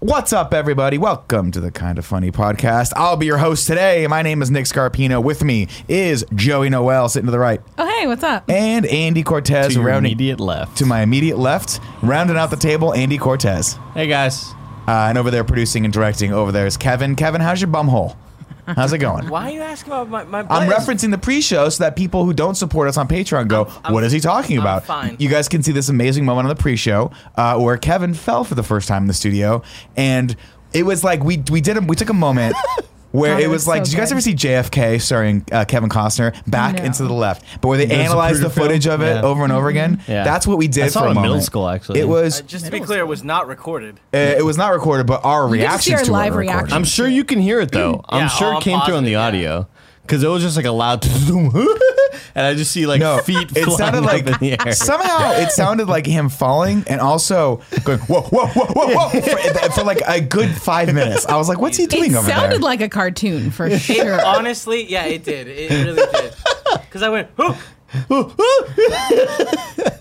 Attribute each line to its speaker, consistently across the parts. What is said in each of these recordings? Speaker 1: What's up, everybody? Welcome to the Kind of Funny podcast. I'll be your host today. My name is Nick Scarpino. With me is Joey Noel, sitting to the right,
Speaker 2: Oh, hey, what's up?
Speaker 1: and Andy Cortez,
Speaker 3: to your
Speaker 1: rounding
Speaker 3: immediate left.
Speaker 1: to my immediate left, rounding out the table, Andy Cortez.
Speaker 3: hey guys,
Speaker 1: Uh, and over there, producing and directing, over there is Kevin. Kevin, how's your bumhole? How's it going?
Speaker 4: Why are you asking about my, my
Speaker 1: I'm
Speaker 4: players?
Speaker 1: referencing the pre-show so that people who don't support us on Patreon go,
Speaker 4: I'm-
Speaker 1: "What is he talking
Speaker 4: I'm
Speaker 1: about?"
Speaker 4: fine.
Speaker 1: You guys can see this amazing moment on the pre-show uh, where Kevin fell for the first time in the studio, and it was like we we did a, we took a moment. Where
Speaker 2: God,
Speaker 1: it
Speaker 2: it
Speaker 1: was
Speaker 2: was
Speaker 1: like,
Speaker 2: so
Speaker 1: did you guys
Speaker 2: good.
Speaker 1: ever see JFK starring uh, Kevin Costner back
Speaker 2: No.
Speaker 1: and to the left? But where they
Speaker 3: There's a
Speaker 1: analyzed the
Speaker 3: Zapruder film?
Speaker 1: footage of it
Speaker 3: Yeah. Mm-hmm.
Speaker 1: over and over again.
Speaker 3: Yeah.
Speaker 1: That's what we did
Speaker 3: I saw
Speaker 1: for a
Speaker 3: it in middle
Speaker 1: moment.
Speaker 3: school, actually.
Speaker 1: It
Speaker 4: Uh,
Speaker 1: was
Speaker 4: just to be
Speaker 2: Middle
Speaker 4: clear,
Speaker 2: school.
Speaker 4: it was not recorded.
Speaker 1: uh, it was not recorded, but our
Speaker 2: You get to see
Speaker 1: reactions
Speaker 2: our
Speaker 1: to
Speaker 2: live
Speaker 1: it. were recorded.
Speaker 2: reaction.
Speaker 3: I'm sure you can hear it though.
Speaker 4: Yeah,
Speaker 3: I'm sure
Speaker 4: oh,
Speaker 3: it
Speaker 4: I'm
Speaker 3: came through on
Speaker 4: positive,
Speaker 3: the
Speaker 4: yeah.
Speaker 3: audio because it was just like a loud, and I just see like
Speaker 1: No,
Speaker 3: feet.
Speaker 1: it
Speaker 3: flying
Speaker 1: sounded
Speaker 3: up
Speaker 1: like
Speaker 3: in the air.
Speaker 1: somehow it sounded like him falling and also going whoa whoa whoa whoa whoa for, for like a good five minutes. I was like, what's he doing
Speaker 2: It
Speaker 1: over
Speaker 2: sounded
Speaker 1: there?
Speaker 2: like a cartoon for sure.
Speaker 4: Honestly, yeah, it did. It really did. Because I went, "Ooh,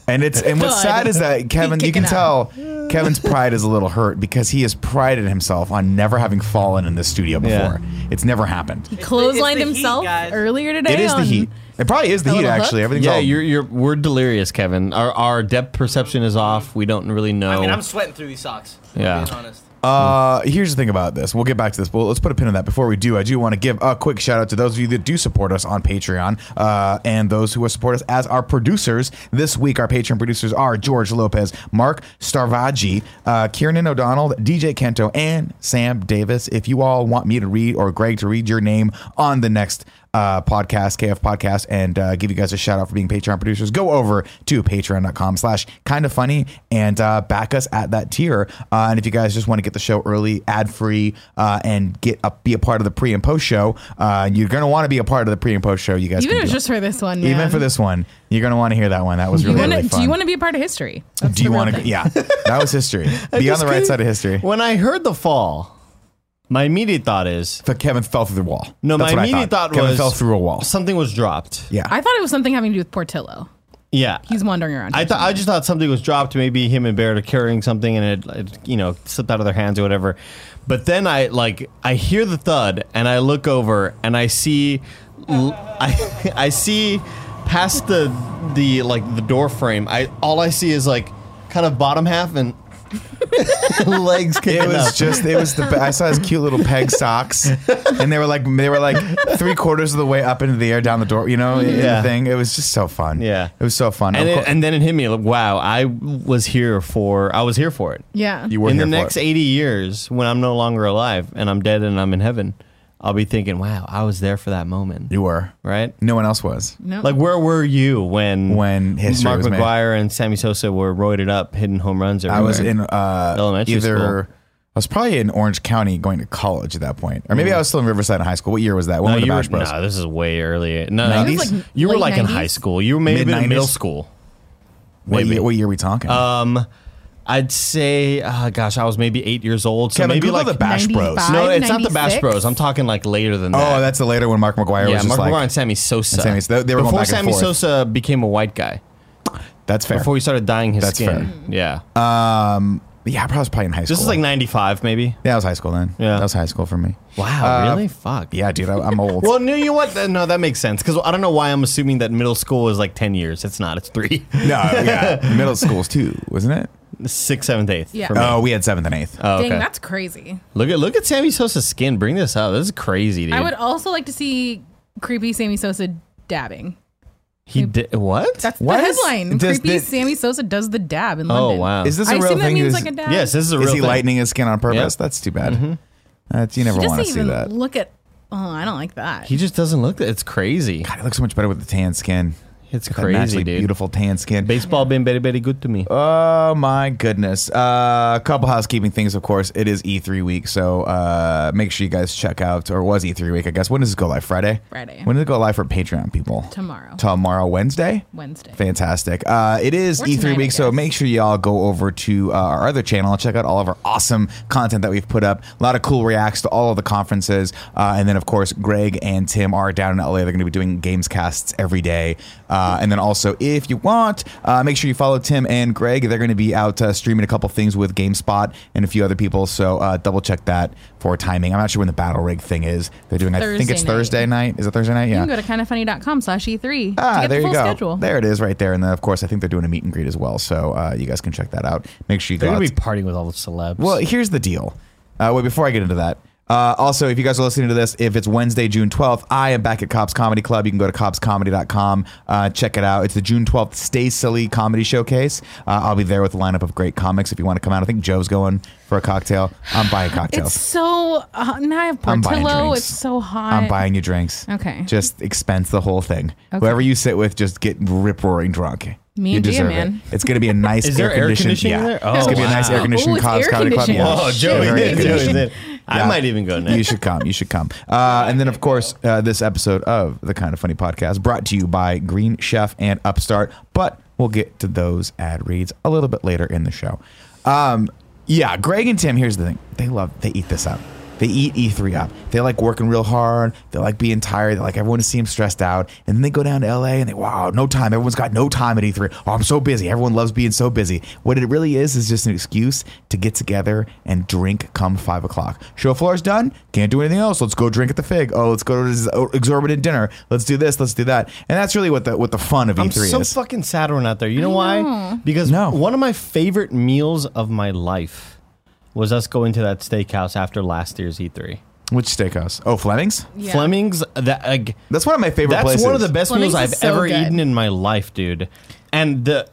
Speaker 1: and it's and what's
Speaker 2: God.
Speaker 1: sad is that Kevin, you can
Speaker 2: kicking out.
Speaker 1: tell Kevin's pride is a little hurt because he has prided himself on never having fallen in the studio
Speaker 3: Yeah.
Speaker 1: before. It's never happened.
Speaker 2: Clotheslined
Speaker 4: it's the heat,
Speaker 2: himself
Speaker 4: guys.
Speaker 2: earlier today.
Speaker 1: It is the
Speaker 2: on-
Speaker 1: heat. It probably is the
Speaker 2: A
Speaker 1: heat.
Speaker 2: little hook?
Speaker 1: Actually, everything's
Speaker 3: yeah,
Speaker 1: all
Speaker 3: you're you're we're delirious, Kevin. Our our depth perception is off. We don't really know.
Speaker 4: I mean, I'm sweating through these socks.
Speaker 3: Yeah.
Speaker 4: I'm being honest.
Speaker 1: Uh, here's the thing about this. We'll get back to this. Well, let's put a pin on that. Before we do, I do want to give a quick shout out to those of you that do support us on Patreon, uh, and those who will support us as our producers this week. Our Patreon producers are George Lopez, Mark Starvaggi, uh, Kieran O'Donnell, DJ Kento, and Sam Davis. If you all want me to read or Greg to read your name on the next uh, podcast, KF podcast, and uh, give you guys a shout out for being Patreon producers, go over to patreon.com slash kind of funny and uh, back us at that tier. Uh, and if you guys just want to get the show early, ad free, uh, and get up, be a part of the pre and post show, uh, you're going to want to be a part of the pre and post show. You guys can
Speaker 2: Even if it's
Speaker 1: do.
Speaker 2: just for this one.
Speaker 1: Even
Speaker 2: man.
Speaker 1: for this one, you're going to want to hear that one. That was
Speaker 2: Do you
Speaker 1: really,
Speaker 2: want to?
Speaker 1: really fun.
Speaker 2: do you want to be a part of history? That's
Speaker 1: Do you
Speaker 2: the real
Speaker 1: want to?
Speaker 2: thing.
Speaker 1: Yeah, that was history. be on
Speaker 3: Just
Speaker 1: the right
Speaker 3: kidding.
Speaker 1: side of history.
Speaker 3: When I heard the fall, my immediate thought is
Speaker 1: But Kevin fell through the wall.
Speaker 3: no.
Speaker 1: That's
Speaker 3: my
Speaker 1: what I
Speaker 3: immediate thought,
Speaker 1: Kevin
Speaker 3: was
Speaker 1: fell through a wall.
Speaker 3: Something was dropped.
Speaker 1: Yeah,
Speaker 2: I thought it was something having to do with Portillo.
Speaker 3: Yeah.
Speaker 2: He's wandering around.
Speaker 3: I thought I just thought something was dropped. Maybe him and Barrett are carrying something, and it, it you know slipped out of their hands or whatever. But then I like I hear the thud, and I look over, and I see, l- I I see past the the like the door frame. I all I see is like kind of bottom half and legs
Speaker 1: It
Speaker 3: kicking
Speaker 1: was
Speaker 3: up.
Speaker 1: just it was the be- I saw his cute little peg socks, and they were like they were like three quarters of the way up into the air down the door. You know, in
Speaker 3: Yeah.
Speaker 1: the thing. It was just so fun.
Speaker 3: Yeah.
Speaker 1: it was so fun.
Speaker 3: And,
Speaker 1: Of
Speaker 3: it,
Speaker 1: course-
Speaker 3: and then it hit me like, wow, I was here for I was here for it.
Speaker 2: yeah.
Speaker 1: you were
Speaker 3: in the
Speaker 1: here for
Speaker 3: next
Speaker 1: it.
Speaker 3: 80 years when i'm no longer alive and i'm dead and i'm in heaven i'll be thinking wow i was there for that moment
Speaker 1: You were
Speaker 3: right
Speaker 1: No one else was.
Speaker 2: No.
Speaker 3: like where were you when
Speaker 1: When history
Speaker 3: mark
Speaker 1: was made.
Speaker 3: mcguire and sammy sosa were roided up hitting home runs
Speaker 1: I
Speaker 3: everywhere.
Speaker 1: was in uh,
Speaker 3: Elementary
Speaker 1: either.
Speaker 3: school.
Speaker 1: I was probably in Orange County going to college at that point, or maybe I was still in Riverside in high school. What year was that? When
Speaker 3: Mm. no,
Speaker 1: were the
Speaker 3: you were,
Speaker 1: Bash Bros?
Speaker 3: no, this is way earlier. No, no,
Speaker 1: 90s? It
Speaker 2: was like
Speaker 3: you were
Speaker 2: late
Speaker 3: like in
Speaker 2: 90s.
Speaker 3: high school. You were maybe in
Speaker 1: Mid-nineties?
Speaker 3: middle school.
Speaker 1: what,
Speaker 3: maybe.
Speaker 1: year, what year are we talking?
Speaker 3: Um, I'd say, uh, gosh, I was maybe eight years old. So
Speaker 1: Kevin,
Speaker 3: maybe
Speaker 1: Google
Speaker 3: like
Speaker 1: the Bash Bros.
Speaker 2: 95.
Speaker 3: no, it's not the Bash
Speaker 2: 96?
Speaker 3: Bros. I'm talking like later than that.
Speaker 1: oh, that's the later when Mark McGuire
Speaker 3: yeah,
Speaker 1: was just
Speaker 3: Mark
Speaker 1: like
Speaker 3: McGuire and Sammy Sosa.
Speaker 1: Sammy- they- they were going
Speaker 3: before
Speaker 1: back and
Speaker 3: Sammy
Speaker 1: forth.
Speaker 3: Sosa became a white guy.
Speaker 1: that's fair.
Speaker 3: Before he started dyeing his
Speaker 1: That's fair.
Speaker 3: skin. Yeah.
Speaker 1: um, yeah, I probably was probably in high school.
Speaker 3: this is like 95, maybe.
Speaker 1: yeah, that was high school then.
Speaker 3: Yeah.
Speaker 1: that was high school for me.
Speaker 3: Wow,
Speaker 1: Uh,
Speaker 3: really? Fuck.
Speaker 1: Yeah, dude, I, I'm old.
Speaker 3: Well, no, you know what? Th- No, that makes sense. Because I don't know why I'm assuming that middle school is like 10 years. It's not. It's three.
Speaker 1: No, yeah, middle school's too, wasn't it?
Speaker 3: Sixth, seventh, eighth.
Speaker 2: Yeah.
Speaker 3: for me.
Speaker 1: Oh, we had seventh and eighth.
Speaker 3: Oh, okay.
Speaker 2: Dang, that's crazy.
Speaker 3: look at look at Sammy Sosa's skin. Bring this up. This is crazy, dude.
Speaker 2: I would also like to see creepy Sammy Sosa dabbing.
Speaker 3: he did what?
Speaker 2: That's
Speaker 1: What
Speaker 2: the
Speaker 1: is-
Speaker 2: headline.
Speaker 1: does
Speaker 2: creepy
Speaker 1: thi-
Speaker 2: Sammy Sosa does the dab in
Speaker 3: oh
Speaker 2: London.
Speaker 3: wow.
Speaker 1: Is this a
Speaker 2: I
Speaker 1: real
Speaker 2: assume that
Speaker 1: thing?
Speaker 2: means
Speaker 1: Is,
Speaker 2: like a dab.
Speaker 3: yes, this is a real
Speaker 1: is he
Speaker 3: thing.
Speaker 1: lightening his skin on purpose?
Speaker 3: Yeah.
Speaker 1: That's too bad. That's, you never
Speaker 2: He
Speaker 1: want to
Speaker 2: doesn't
Speaker 1: see
Speaker 2: even
Speaker 1: that.
Speaker 2: look at. Oh, I don't like that.
Speaker 3: He just doesn't look. It's crazy.
Speaker 1: God, it looks so much better with the tan skin.
Speaker 3: It's
Speaker 1: With that
Speaker 3: crazy,
Speaker 1: naturally
Speaker 3: dude.
Speaker 1: Beautiful tan skin.
Speaker 3: Baseball been very very good to me.
Speaker 1: Oh my goodness! Uh, a couple housekeeping things, of course. It is E3 week, so uh, make sure you guys check out. Or it was E3 week, I guess. When does it go live? Friday.
Speaker 2: Friday.
Speaker 1: When does it go live for Patreon people?
Speaker 2: Tomorrow.
Speaker 1: Tomorrow, Wednesday.
Speaker 2: Wednesday.
Speaker 1: Fantastic. Uh, it is
Speaker 2: Or
Speaker 1: E3
Speaker 2: tonight, I
Speaker 1: week, so
Speaker 2: guess.
Speaker 1: make sure y'all go over to uh, our other channel and check out all of our awesome content that we've put up. A lot of cool reacts to all of the conferences. Uh, and then, of course, Greg and Tim are down in LA. They're going to be doing games casts every day. Uh, Uh, and then also, if you want, uh, make sure you follow Tim and Greg. They're going to be out uh, streaming a couple things with GameSpot and a few other people. So uh, double check that for timing. I'm not sure when the battle rig thing is. They're doing. I think
Speaker 2: Thursday
Speaker 1: it's
Speaker 2: night.
Speaker 1: Thursday night. Is it Thursday night?
Speaker 2: You
Speaker 1: Yeah.
Speaker 2: can go to kindoffunny.com slash E3 to
Speaker 1: Ah,
Speaker 2: get
Speaker 1: there
Speaker 2: the
Speaker 1: you
Speaker 2: full
Speaker 1: go.
Speaker 2: schedule.
Speaker 1: There it is, right there. And then, of course, I think they're doing a meet and greet as well. So uh, you guys can check that out. Make sure you
Speaker 3: They're
Speaker 1: go.
Speaker 3: gonna
Speaker 1: out
Speaker 3: be partying with all the celebs.
Speaker 1: well, here's the deal. Uh, wait, before I get into that, uh, also, if you guys are listening to this, if it's Wednesday, June 12th, I am back at Cops Comedy Club. You can go to copscomedy.com. Uh, check it out. It's the June 12th Stay Silly Comedy Showcase. Uh, I'll be there with a lineup of great comics if you want to come out. I think Joe's going for a cocktail. I'm buying cocktails.
Speaker 2: It's so uh, now I have
Speaker 1: I'm buying
Speaker 2: Portillo.
Speaker 1: drinks.
Speaker 2: It's so hot.
Speaker 1: I'm buying you drinks.
Speaker 2: Okay.
Speaker 1: Just expense the whole thing. Whoever you sit with, just get rip roaring drunk.
Speaker 2: Me
Speaker 1: you
Speaker 2: and Gia,
Speaker 1: deserve it.
Speaker 2: man.
Speaker 1: It's gonna be a nice.
Speaker 3: Is there air
Speaker 1: air-conditioned-
Speaker 3: conditioning
Speaker 1: yeah.
Speaker 3: in there? Oh,
Speaker 1: it's gonna be a nice
Speaker 3: wow.
Speaker 1: air conditioned
Speaker 2: Ooh, it's
Speaker 1: Cobb's
Speaker 2: air
Speaker 1: Comedy Club.
Speaker 2: conditioned.
Speaker 1: Yeah.
Speaker 3: Oh,
Speaker 2: Shit.
Speaker 3: Joey
Speaker 1: Very
Speaker 3: did.
Speaker 1: good.
Speaker 3: Joey did. I
Speaker 1: Yeah.
Speaker 3: might even go
Speaker 1: You
Speaker 3: next.
Speaker 1: should come. You should come. Uh, and then, of course, uh, this episode of the Kind of Funny podcast brought to you by Green Chef and Upstart. But we'll get to those ad reads a little bit later in the show. Um, yeah, Greg and Tim. Here's the thing: they love they eat this up. They eat E3 up. They like working real hard. They like being tired. They like everyone to see them stressed out. And then they go down to LA and they, wow, no time. Everyone's got no time at E3. Oh, I'm so busy. Everyone loves being so busy. What it really is is just an excuse to get together and drink come five o'clock. Show floor's done. Can't do anything else. Let's go drink at the Fig. Oh, let's go to this exorbitant dinner. Let's do this. Let's do that. And that's really what the what the fun of
Speaker 3: I'm
Speaker 1: E3
Speaker 3: so
Speaker 1: is.
Speaker 3: fucking sad we're not there. You know why? Because
Speaker 1: No.
Speaker 3: one of my favorite meals of my life was us going to that steakhouse after last year's E3.
Speaker 1: Which steakhouse? Oh, Fleming's.
Speaker 2: Yeah.
Speaker 3: Fleming's that like,
Speaker 1: That's one of my favorite
Speaker 3: that's
Speaker 1: places.
Speaker 3: one of the best
Speaker 2: Fleming's
Speaker 3: meals
Speaker 2: is
Speaker 3: I've
Speaker 2: so
Speaker 3: ever
Speaker 2: good.
Speaker 3: eaten in my life, dude. And the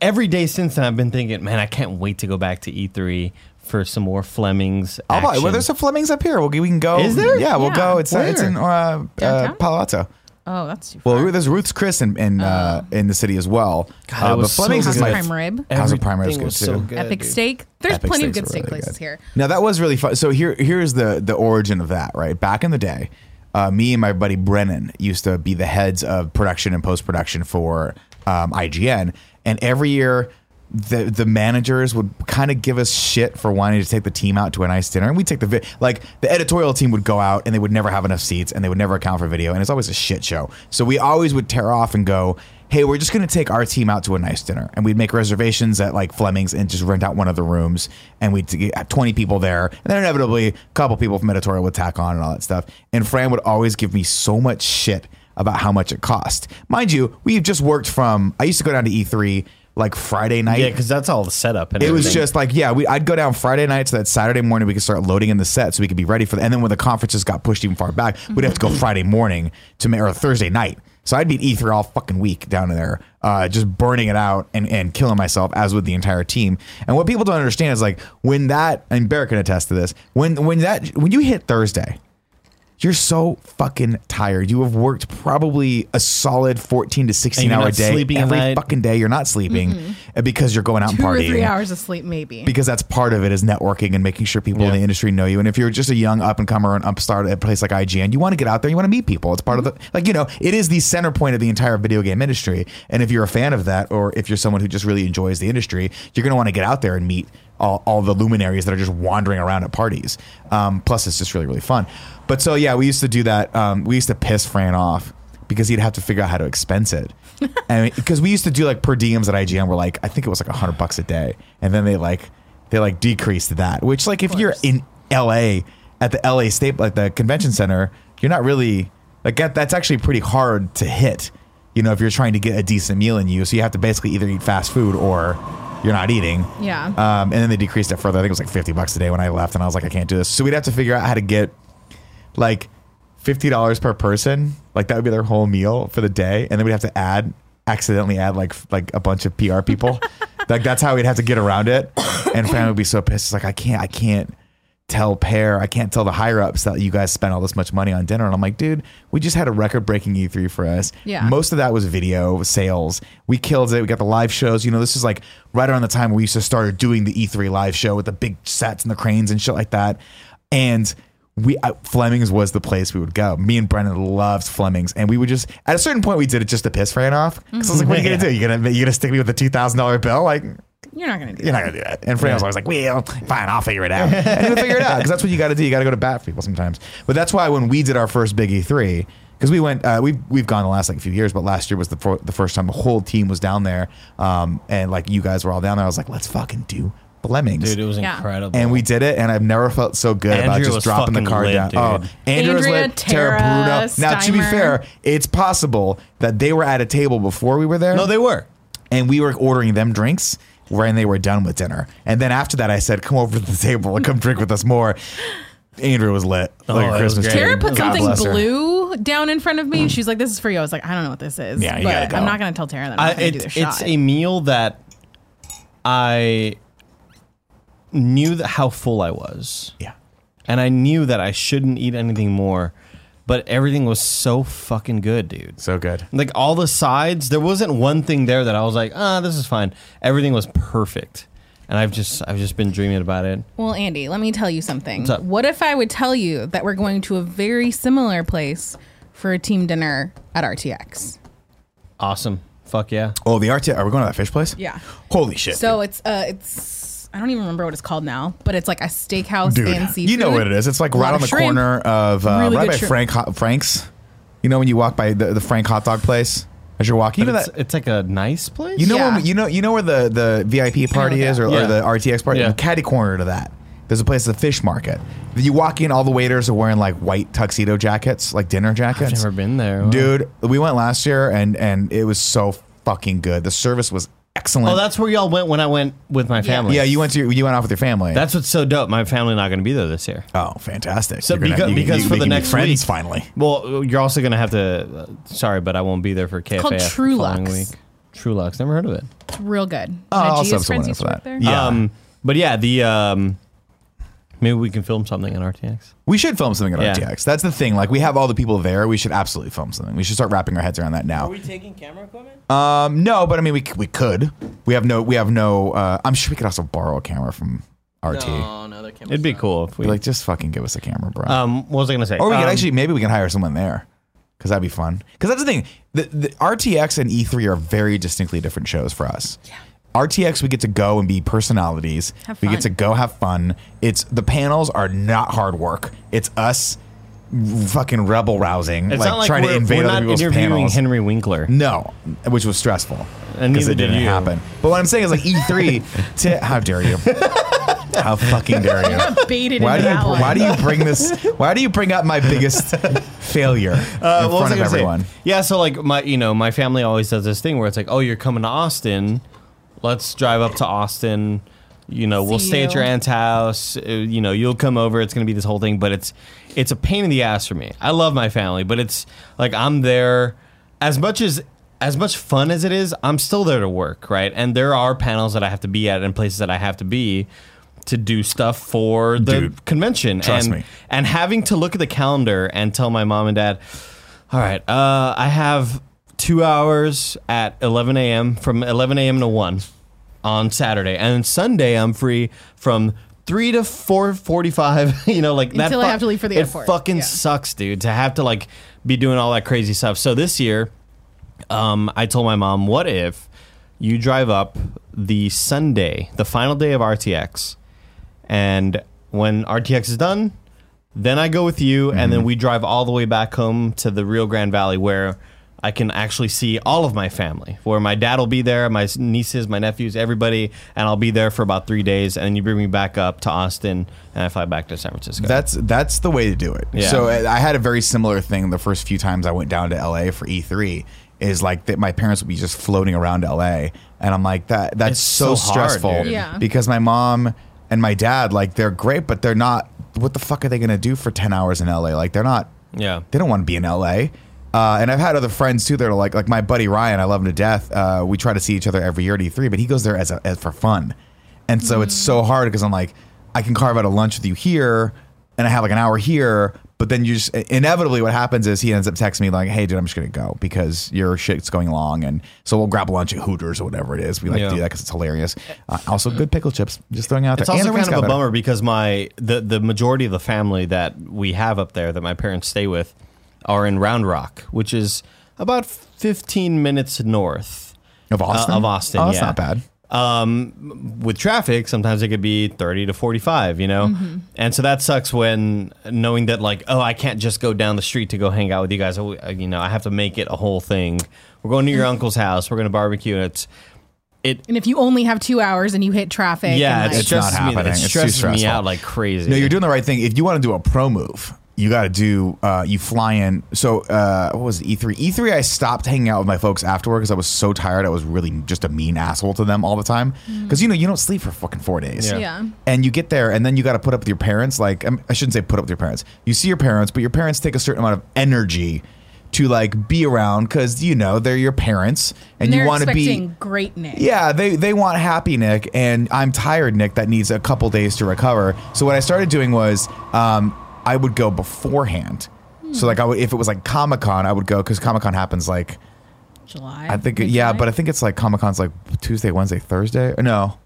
Speaker 3: every day since then I've been thinking, man, I can't wait to go back to E3 for some more Fleming's.
Speaker 1: I'll buy-
Speaker 3: action.
Speaker 1: well, there's some Flemings up here. We'll, we can go.
Speaker 3: Is there?
Speaker 1: Yeah, we'll
Speaker 2: Yeah.
Speaker 1: go. It's uh, it's
Speaker 3: Where?
Speaker 1: in uh, uh,
Speaker 2: Downtown?
Speaker 1: Palo Alto.
Speaker 2: Oh, that's too far.
Speaker 1: Well, there's Ruth's Chris in in, uh, in the city as well.
Speaker 3: Oh. God,
Speaker 1: uh,
Speaker 3: it was so
Speaker 2: House
Speaker 3: good.
Speaker 2: prime rib.
Speaker 1: House of Prime Rib is
Speaker 3: Everything
Speaker 1: good
Speaker 3: was
Speaker 1: too.
Speaker 3: so good,
Speaker 2: Epic
Speaker 3: dude.
Speaker 2: steak. There's
Speaker 1: Epic
Speaker 2: plenty of
Speaker 1: steaks
Speaker 2: good
Speaker 1: are
Speaker 2: steak
Speaker 1: really
Speaker 2: places
Speaker 1: good.
Speaker 2: here.
Speaker 1: Now that was really fun. So here here's the the origin of that. Right back in the day, uh, me and my buddy Brennan used to be the heads of production and post production for um, IGN, and every year. The, the managers would kind of give us shit for wanting to take the team out to a nice dinner, and we take the vi- like the editorial team would go out and they would never have enough seats and they would never account for video, and it's always a shit show. So we always would tear off and go, hey, we're just going to take our team out to a nice dinner. And we'd make reservations at like Fleming's and just rent out one of the rooms. And we'd get 20 people there. And then inevitably, a couple people from editorial would tack on and all that stuff. And Fran would always give me so much shit about how much it cost. Mind you, we've just worked from, I used to go down to E3 like Friday night.
Speaker 3: Yeah, because that's all the setup. And
Speaker 1: It was
Speaker 3: everything.
Speaker 1: just like, yeah, we, I'd go down Friday night so that Saturday morning we could start loading in the set so we could be ready for the. And then when the conferences got pushed even far back, we'd have to go
Speaker 3: Mm-hmm.
Speaker 1: Friday morning to ma- or Thursday night. So I'd be at E3 all fucking week down there, uh, just burning it out and, and killing myself, as with the entire team. And what people don't understand is like when that, and Barrett can attest to this, when when that when you hit Thursday, you're so fucking tired. You have worked probably a solid 14 to 16
Speaker 3: you're
Speaker 1: hour
Speaker 3: not
Speaker 1: day
Speaker 3: sleeping at
Speaker 1: every
Speaker 3: night. Mm-hmm.
Speaker 1: fucking day. You're not sleeping uh, because you're going out
Speaker 2: Two
Speaker 1: and
Speaker 2: or
Speaker 1: partying
Speaker 2: three hours of sleep, maybe.
Speaker 1: because that's part of it is networking and making sure people in
Speaker 3: Yeah.
Speaker 1: the industry know you. And if you're just a young up and comer and upstart at a place like IGN, you want to get out there, you want to meet people. It's part of the like you know, it is the center point of the entire video game industry. And if you're a fan of that, or if you're someone who just really enjoys the industry, you're going to want to get out there and meet all, all the luminaries that are just wandering around at parties. Um, plus, it's just really really fun. But so yeah, we used to do that. Um, we used to piss Fran off because he'd have to figure out how to expense it. and because we used to do like per diems at IGN were like I think it was like 100 bucks a day and then they like they like decreased that, which like if you're in LA at the LA state like the convention center, you're not really like that, that's actually pretty hard to hit. You know, if you're trying to get a decent meal in you, so you have to basically either eat fast food or you're not eating.
Speaker 2: Yeah.
Speaker 1: Um, and then they decreased it further. I think it was like 50 bucks a day when I left, and I was like, I can't do this. So we'd have to figure out how to get like fifty dollars per person. Like that would be their whole meal for the day, and then we'd have to add, accidentally add like like a bunch of PR people. like that's how we'd have to get around it. And Fran would be so pissed. It's like I can't, I can't tell Pear, I can't tell the higher ups that you guys spent all this much money on dinner. And I'm like, dude, we just had a record breaking E3 for us.
Speaker 2: Yeah.
Speaker 1: Most of that was video sales. We killed it. We got the live shows. You know, this is like right around the time we used to start doing the E3 live show with the big sets and the cranes and shit like that. And we uh, Fleming's was the place we would go. Me and Brennan loved Fleming's, and we would just at a certain point we did it just to piss Fran off because I was like, "What are you gonna do? You gonna you gonna stick me with a two thousand dollar bill? Like,
Speaker 2: You're not going to do
Speaker 1: you're
Speaker 2: that.
Speaker 1: not gonna do that. And Fran was always like, "Well, fine, I'll figure it out." And he would figure it out because that's what you got to do. You got to go to bat for people sometimes. But that's why when we did our first Big E three, because we went uh, we've we've gone the last like few years, but last year was the fir- the first time the whole team was down there, um, and like you guys were all down there. I was like, let's fucking do the lemmings.
Speaker 3: Dude, it was
Speaker 2: Yeah.
Speaker 3: incredible.
Speaker 1: and we did it, and I've never felt so good about
Speaker 3: Andrea
Speaker 1: just
Speaker 3: was
Speaker 1: dropping the
Speaker 3: fucking
Speaker 1: car
Speaker 3: lit,
Speaker 1: down.
Speaker 3: dude.
Speaker 1: Andrea was
Speaker 2: Andrea,
Speaker 1: lit, Tara,
Speaker 2: Tara,
Speaker 1: Bruno. Now, to be
Speaker 2: Steimer.
Speaker 1: fair, it's possible that they were at a table before we were there
Speaker 3: no, they were.
Speaker 1: and we were ordering them drinks when they were done with dinner. And then after that, I said, "Come over to the table and come drink with us more." Andrew was lit like
Speaker 3: it
Speaker 1: a
Speaker 3: was
Speaker 1: Christmas
Speaker 3: great.
Speaker 1: tree.
Speaker 2: Tara put
Speaker 1: God
Speaker 2: something
Speaker 1: bless her.
Speaker 2: blue down in front of me. and She's like, "This is for you." I was like, "I don't know what this is."
Speaker 1: Yeah, you gotta
Speaker 2: but
Speaker 1: go.
Speaker 2: I'm not gonna tell Tara that I'm
Speaker 3: I,
Speaker 2: not gonna do
Speaker 3: it,
Speaker 2: this
Speaker 3: it's
Speaker 2: shot.
Speaker 3: a meal that I knew that how full I was,
Speaker 1: Yeah,
Speaker 3: and I knew that I shouldn't eat anything more, but everything was so fucking good, dude.
Speaker 1: so good.
Speaker 3: Like all the sides, there wasn't one thing there that I was like, ah, this is fine. Everything was perfect, and I've just I've just been dreaming about it.
Speaker 2: well, Andy, let me tell you something.
Speaker 3: up?
Speaker 2: What if I would tell you that we're going to a very similar place for a team dinner at RTX?
Speaker 3: Awesome. Fuck yeah.
Speaker 1: Oh, the RT. Are we going to that fish place?
Speaker 2: Yeah.
Speaker 1: Holy shit.
Speaker 2: So it's uh, it's I don't even remember what it's called now, but it's like a steakhouse
Speaker 1: dude,
Speaker 2: and seafood.
Speaker 1: you know what it is. It's like
Speaker 2: A lot
Speaker 1: right on
Speaker 2: of
Speaker 1: the
Speaker 2: shrimp.
Speaker 1: corner of uh,
Speaker 2: Really
Speaker 1: right
Speaker 2: good
Speaker 1: by
Speaker 2: shrimp.
Speaker 1: Frank Ho- Frank's. You know when you walk by the, the Frank hot dog place as you're walking. You know
Speaker 3: It's,
Speaker 1: that.
Speaker 3: it's like a nice place.
Speaker 1: You know
Speaker 2: Yeah.
Speaker 1: when, you know you know where the the VIP party
Speaker 2: that.
Speaker 1: is or, or
Speaker 3: Yeah.
Speaker 1: the RTX party.
Speaker 3: Yeah.
Speaker 1: The catty corner to that. There's a place, the fish market. You walk in, all the waiters are wearing like white tuxedo jackets, like dinner jackets.
Speaker 3: I've never been there.
Speaker 1: Dude, we went last year and and it was so fucking good. The service was excellent.
Speaker 3: Oh, that's where y'all went when I went with my family.
Speaker 1: yeah, you went to you went off with your family.
Speaker 3: That's what's so dope. My family not going to be there this year.
Speaker 1: oh, fantastic.
Speaker 3: So
Speaker 1: You're gonna-
Speaker 3: becau-
Speaker 1: you-
Speaker 3: because
Speaker 1: you-
Speaker 3: for
Speaker 1: they
Speaker 3: the
Speaker 1: can be
Speaker 3: next
Speaker 1: friends
Speaker 3: week-
Speaker 1: finally.
Speaker 3: Well, you're also going to have to. Uh, sorry, but I won't be there for KFA.
Speaker 2: called
Speaker 3: the following
Speaker 2: Trulux.
Speaker 3: Week. Trulux. Never heard of it.
Speaker 2: It's real good.
Speaker 1: Oh,
Speaker 2: My
Speaker 1: I'll also have
Speaker 2: Gia's
Speaker 1: someone
Speaker 2: friends
Speaker 1: in
Speaker 2: used
Speaker 1: for
Speaker 2: to
Speaker 1: that.
Speaker 2: work there.
Speaker 1: Yeah,
Speaker 3: Um, but yeah, the um, maybe we can film something on RTX.
Speaker 1: we should film something at
Speaker 3: Yeah.
Speaker 1: RTX. That's the thing. Like we have all the people there. We should absolutely film something. We should start wrapping our heads around that now.
Speaker 4: Are we taking camera equipment?
Speaker 1: Um, no, but I mean, we c- we could. We have no. We have no. Uh, I'm sure we could also borrow a camera from RT.
Speaker 4: No, no, their camera's
Speaker 3: It'd be
Speaker 4: not.
Speaker 3: cool if we.
Speaker 1: Be Like, just fucking give us a camera, bro.
Speaker 3: um, what was I going to say?
Speaker 1: or we
Speaker 3: um,
Speaker 1: could actually maybe we can hire someone there because that'd be fun. Because that's the thing. The, the RTX and E3 are very distinctly different shows for us. Yeah. RTX, we get to go and be personalities.
Speaker 2: Have
Speaker 1: We get
Speaker 2: fun.
Speaker 1: to go have fun. It's the panels are not hard work. It's us fucking rebel rousing,
Speaker 3: It's
Speaker 1: like,
Speaker 3: not like
Speaker 1: trying
Speaker 3: we're,
Speaker 1: to invade
Speaker 3: we're
Speaker 1: other
Speaker 3: not
Speaker 1: people's
Speaker 3: interviewing
Speaker 1: panels.
Speaker 3: Henry Winkler.
Speaker 1: No, which was stressful
Speaker 3: And
Speaker 1: because
Speaker 3: neither
Speaker 1: it
Speaker 3: did
Speaker 1: didn't
Speaker 3: you.
Speaker 1: happen. But what I'm saying is like E3. To, how dare you? How fucking dare you?
Speaker 2: Baited
Speaker 1: Why do
Speaker 2: into
Speaker 1: you
Speaker 2: that one.
Speaker 1: why do you bring this? Why do you bring up my biggest failure
Speaker 3: Uh,
Speaker 1: in
Speaker 3: what was
Speaker 1: front
Speaker 3: I
Speaker 1: of
Speaker 3: gonna say?
Speaker 1: everyone?
Speaker 3: Yeah, so like my you know my family always does this thing where it's like, oh, you're coming to Austin, let's drive up to Austin. You know, we'll
Speaker 2: See
Speaker 3: stay at
Speaker 2: you.
Speaker 3: your aunt's house. uh, You know, you'll come over. It's gonna be this whole thing, but it's it's a pain in the ass for me. I love my family, but it's like I'm there as much as as much fun as it is. I'm still there to work, right? And there are panels that I have to be at and places that I have to be to do stuff for the
Speaker 1: Dude,
Speaker 3: convention.
Speaker 1: trust
Speaker 3: and,
Speaker 1: me.
Speaker 3: and having to look at the calendar and tell my mom and dad, all right, uh, I have two hours at 11 a.m. from 11 a.m. to 1 on Saturday. And Sunday, I'm free from 3 to 4.45, you know, like that.
Speaker 2: Until I have to leave for the
Speaker 3: it
Speaker 2: airport,
Speaker 3: fucking
Speaker 2: yeah.
Speaker 3: sucks, dude, to have to like be doing all that crazy stuff. So this year, um, I told my mom, what if you drive up the Sunday, the final day of RTX, and when RTX is done, then I go with you, and then we drive all the way back home to the Rio Grande Valley where I can actually see all of my family. Where my dad will be there, my nieces, my nephews, everybody, and I'll be there for about three days, and then you bring me back up to Austin, and I fly back to San Francisco.
Speaker 1: That's that's the way to do it.
Speaker 3: Yeah.
Speaker 1: So I I had a very similar thing the first few times I went down to LA for E3 is like that my parents would be just floating around LA and I'm like that that's
Speaker 3: It's
Speaker 1: so,
Speaker 3: so hard,
Speaker 1: stressful
Speaker 3: dude.
Speaker 2: Yeah.
Speaker 1: because my mom and my dad like they're great but they're not what the fuck are they going to do for 10 hours in LA? Like they're not
Speaker 3: yeah.
Speaker 1: they don't want to be in LA. Uh, and I've had other friends too that are like, like my buddy Ryan, I love him to death. Uh, we try to see each other every year at E3, but he goes there as, a, as for fun. And so it's so hard because I'm like, I can carve out a lunch with you here and I have like an hour here, but then you just inevitably what happens is he ends up texting me like, Hey dude, I'm just going to go because your shit's going long. And so we'll grab lunch at Hooters or whatever it is. We like
Speaker 3: Yeah.
Speaker 1: to do that cause it's hilarious. Uh, also good pickle chips, just throwing it out
Speaker 3: It's
Speaker 1: there. And
Speaker 3: also
Speaker 1: the wings
Speaker 3: kind of a
Speaker 1: got better.
Speaker 3: bummer because my the the majority of the family that we have up there that my parents stay with are in Round Rock, which is about 15 minutes north
Speaker 1: Of
Speaker 3: uh,
Speaker 1: Austin?
Speaker 3: of Austin,
Speaker 1: Oh, that's
Speaker 3: yeah.
Speaker 1: not bad.
Speaker 3: um, with traffic, sometimes it could be 30 to 45, you know? And so that sucks when knowing that, like, oh, I can't just go down the street to go hang out with you guys. Oh, uh, You know, I have to make it a whole thing. We're going to your uncle's house. We're going to barbecue. And it's, it,
Speaker 2: And if you only have two hours and you hit traffic,
Speaker 3: yeah,
Speaker 2: and
Speaker 3: it
Speaker 2: like,
Speaker 1: It's not
Speaker 3: stresses me.
Speaker 1: happening.
Speaker 3: It
Speaker 1: It's too
Speaker 3: stresses me
Speaker 1: stressful.
Speaker 3: out like crazy.
Speaker 1: No, you're doing the right thing. If you want to do a pro move, you got to do uh, you fly in. So uh, what was it, E3? E3, I stopped hanging out with my folks afterward because I was so tired. I was really just a mean asshole to them all the time because you know you don't sleep for fucking four days.
Speaker 3: Yeah.
Speaker 2: Yeah.
Speaker 1: And you get there, and then you got to put up with your parents. Like um, I shouldn't say put up with your parents. You see your parents, but your parents take a certain amount of energy to like be around because you know they're your parents, and
Speaker 2: they're
Speaker 1: you want to be
Speaker 2: expecting greatness.
Speaker 1: yeah, they they want happy Nick, and I'm tired Nick that needs a couple days to recover. So what I started doing was um, I would go beforehand.
Speaker 2: Hmm.
Speaker 1: So like I would if it was like Comic Con, I would go because Comic Con happens like
Speaker 2: July.
Speaker 1: I think yeah,
Speaker 2: mid-July?
Speaker 1: but I think it's like Comic Con's like Tuesday, Wednesday, Thursday. Or no,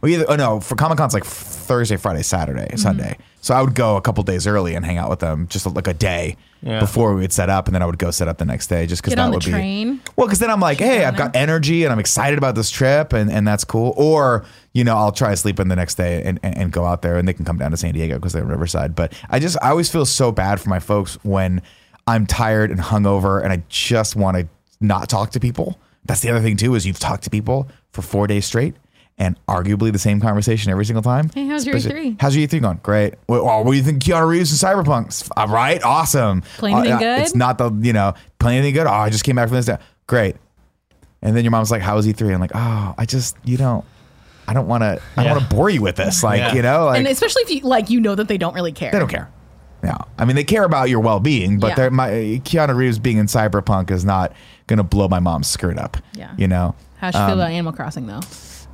Speaker 1: well, either oh no for Comic Con's like Thursday, Friday, Saturday,
Speaker 2: Mm-hmm.
Speaker 1: Sunday. So I would go a couple days early and hang out with them just like a day
Speaker 3: Yeah.
Speaker 1: before we would set up, and then I would go set up the next day just because
Speaker 2: Get
Speaker 1: that
Speaker 2: on the
Speaker 1: would be
Speaker 2: train.
Speaker 1: well, because then I'm like, hey, I've got energy and I'm excited about this trip, and, and that's cool. Or, you know, I'll try to sleep in the next day and, and, and go out there and they can come down to San Diego because they're in Riverside. But I just, I always feel so bad for my folks when I'm tired and hungover and I just want to not talk to people. That's the other thing, too, is you've talked to people for four days straight and arguably the same conversation every single time.
Speaker 2: Hey, how's your E
Speaker 1: Especially-
Speaker 2: E3?
Speaker 1: How's your E3 going? Great. Well, oh, what do you think Keanu Reeves and Cyberpunk? S- All right, awesome.
Speaker 2: Play anything
Speaker 1: Uh,
Speaker 2: good?
Speaker 1: It's not the you know playing anything good. Oh, I just came back from this. Day. Great. And then your mom's like, "How was E3?" I'm like, "Oh, I just you don't. I don't want to. I
Speaker 3: Yeah.
Speaker 1: don't want to bore you with this. Like
Speaker 3: Yeah.
Speaker 1: you know, like
Speaker 2: and especially if you like, you know that they don't really care.
Speaker 1: they don't care. No, I mean they care about your well being, but
Speaker 2: Yeah.
Speaker 1: they're my Keanu Reeves being in Cyberpunk is not gonna blow my mom's skirt up.
Speaker 2: Yeah.
Speaker 1: you know.
Speaker 2: How she
Speaker 1: Um,
Speaker 2: feel about Animal Crossing though?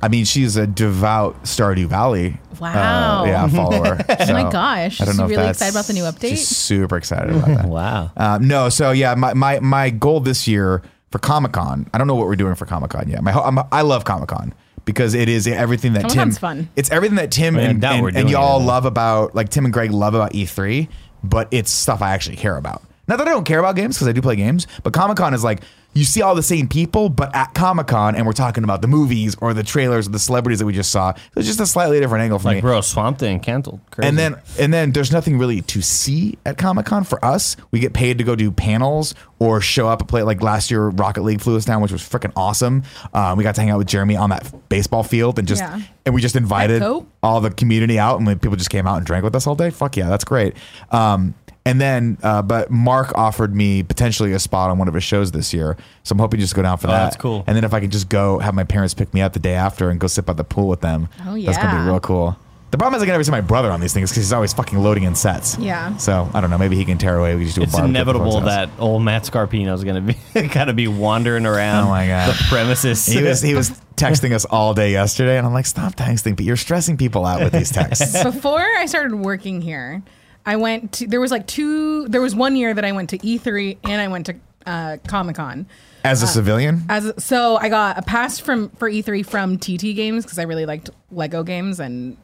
Speaker 1: I mean, she's a devout Stardew Valley. uh,
Speaker 2: Wow.
Speaker 1: yeah, follower.
Speaker 2: Oh my
Speaker 1: So,
Speaker 2: gosh,
Speaker 1: I don't
Speaker 2: she's
Speaker 1: know if
Speaker 2: really
Speaker 1: that's-
Speaker 2: excited about the new update.
Speaker 1: She's super excited about that.
Speaker 3: wow.
Speaker 1: Um, no, so yeah, my, my my goal this year for Comic Con. I don't know what we're doing for Comic Con yet. My ho- I'm, I love Comic Con because it is everything that
Speaker 2: Comic-Con's
Speaker 1: Tim.
Speaker 2: fun.
Speaker 1: It's everything that Tim
Speaker 3: Man,
Speaker 1: and,
Speaker 3: that
Speaker 1: and,
Speaker 3: we're
Speaker 1: and
Speaker 3: doing
Speaker 1: y'all
Speaker 3: it.
Speaker 1: love about like Tim and Greg love about E3, but it's stuff I actually care about. Not that I don't care about games because I do play games, but Comic Con is like you see all the same people, but at Comic Con, and we're talking about the movies or the trailers or the celebrities that we just saw. So it's just a slightly different angle for me.
Speaker 3: Like, bro, Swamp Thing canceled. Crazy.
Speaker 1: And then and then there's nothing really to see at Comic Con for us. We get paid to go do panels or show up and play. Like last year, Rocket League flew us down, which was freaking awesome. Uh, we got to hang out with Jeremy on that baseball field and just
Speaker 2: Yeah.
Speaker 1: and we just invited
Speaker 2: Petco?
Speaker 1: all the community out and people just came out and drank with us all day. Fuck yeah, that's great. Um, and then, uh, but Mark offered me potentially a spot on one of his shows this year, so I'm hoping to just go down for that.
Speaker 3: Oh, that's cool.
Speaker 1: And then if I could just go have my parents pick me up the day after and go sit by the pool with them,
Speaker 2: Oh,
Speaker 1: that's gonna be
Speaker 2: yeah.
Speaker 1: real cool. The problem is I can never see my brother on these things because he's always fucking loading in sets.
Speaker 2: Yeah.
Speaker 1: So I don't know. Maybe he can tear away. We just do a
Speaker 3: It's
Speaker 1: barbecue at the
Speaker 3: inevitable
Speaker 1: folks' house.
Speaker 3: that old Matt Scarpino is gonna be gotta be wandering around
Speaker 1: Oh my God.
Speaker 3: the premises.
Speaker 1: he was he was texting us all day yesterday, and I'm like, stop texting. But you're stressing people out with these texts.
Speaker 2: Before I started working here, I went to there was like two. There was one year that I went to E3 and I went to uh, Comic Con.
Speaker 1: As a
Speaker 2: Uh,
Speaker 1: civilian,
Speaker 2: As so, I got a pass from for E3 from TT Games because I really liked Lego games and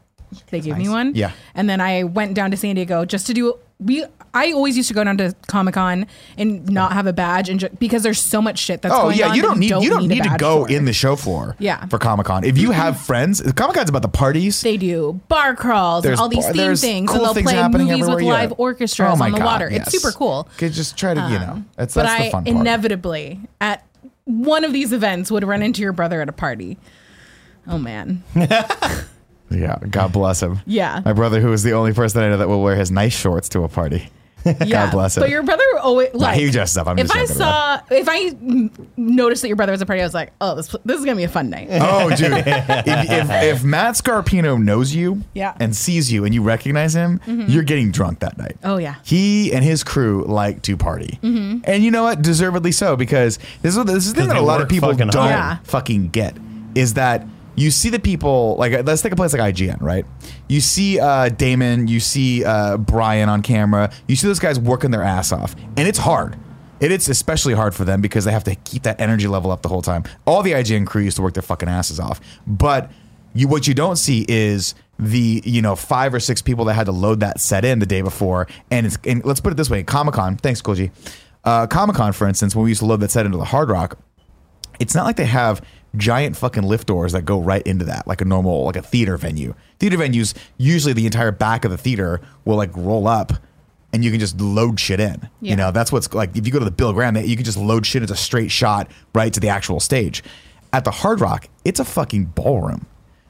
Speaker 2: they gave me
Speaker 1: nice.
Speaker 2: one.
Speaker 1: Yeah.
Speaker 2: and then I went down to San Diego just to do. We I always used to go down to Comic Con and not have a badge and ju- because there's so much shit that's
Speaker 1: Oh
Speaker 2: going
Speaker 1: yeah,
Speaker 2: on
Speaker 1: you
Speaker 2: that
Speaker 1: don't need you don't
Speaker 2: a
Speaker 1: need, to
Speaker 2: badge
Speaker 1: go
Speaker 2: for.
Speaker 1: in the show floor.
Speaker 2: Yeah. Mm-hmm.
Speaker 1: For Comic Con, if you have friends, Comic Con's about the parties.
Speaker 2: They do bar crawls
Speaker 1: There's
Speaker 2: and all these
Speaker 1: bar-
Speaker 2: theme
Speaker 1: there's
Speaker 2: things,
Speaker 1: cool
Speaker 2: and they'll
Speaker 1: things
Speaker 2: play
Speaker 1: happening
Speaker 2: movies with
Speaker 1: everywhere, yeah.
Speaker 2: live orchestras
Speaker 1: Oh my
Speaker 2: on the
Speaker 1: God,
Speaker 2: water.
Speaker 1: yes.
Speaker 2: It's super cool. Um,
Speaker 1: Okay, just try to you know. That's
Speaker 2: but
Speaker 1: that's the
Speaker 2: I
Speaker 1: fun part.
Speaker 2: inevitably at one of these events would run into your brother at a party. Oh man,
Speaker 1: yeah, God bless him.
Speaker 2: Yeah.
Speaker 1: my brother, who is the only person I know that will wear his nice shorts to a party.
Speaker 2: yeah.
Speaker 1: bless him.
Speaker 2: But your brother always like
Speaker 1: he dresses up. I'm
Speaker 2: if
Speaker 1: just
Speaker 2: I
Speaker 1: joking
Speaker 2: saw if I n- noticed that your brother was at a party, I was like, oh, this this is gonna be a fun night.
Speaker 1: Oh, dude. if, if, if Matt Scarpino knows you
Speaker 2: Yeah. Mm-hmm.
Speaker 1: and sees you and you recognize him, you're getting drunk that night.
Speaker 2: Oh, yeah. Mm-hmm.
Speaker 1: He and his crew like to party. And you know what? Deservedly so, because this is, this is the thing that
Speaker 3: they
Speaker 1: a lot
Speaker 3: work
Speaker 1: of people
Speaker 3: fucking
Speaker 1: don't
Speaker 3: hard.
Speaker 2: Yeah.
Speaker 1: fucking get is that you see the people, like, let's take a place like IGN, right? You see uh, Damon, you see uh, Brian on camera, you see those guys working their ass off, and it's hard. It is especially hard for them because they have to keep that energy level up the whole time. All the IGN crew used to work their fucking asses off, but you what you don't see is the you know five or six people that had to load that set in the day before, and it's and let's put it this way: Comic Con, thanks, Koji. Uh, Comic Con, for instance, when we used to load that set into the Hard Rock, it's not like they have giant fucking lift doors that go right into that, like a normal, like a theater venue. Theater venues, usually the entire back of the theater will like roll up and you can just load shit in.
Speaker 2: Yeah.
Speaker 1: You know, that's what's like if you go to the Bill Graham, you can just load shit into a straight shot right to the actual stage. At the Hard Rock, it's a fucking ballroom.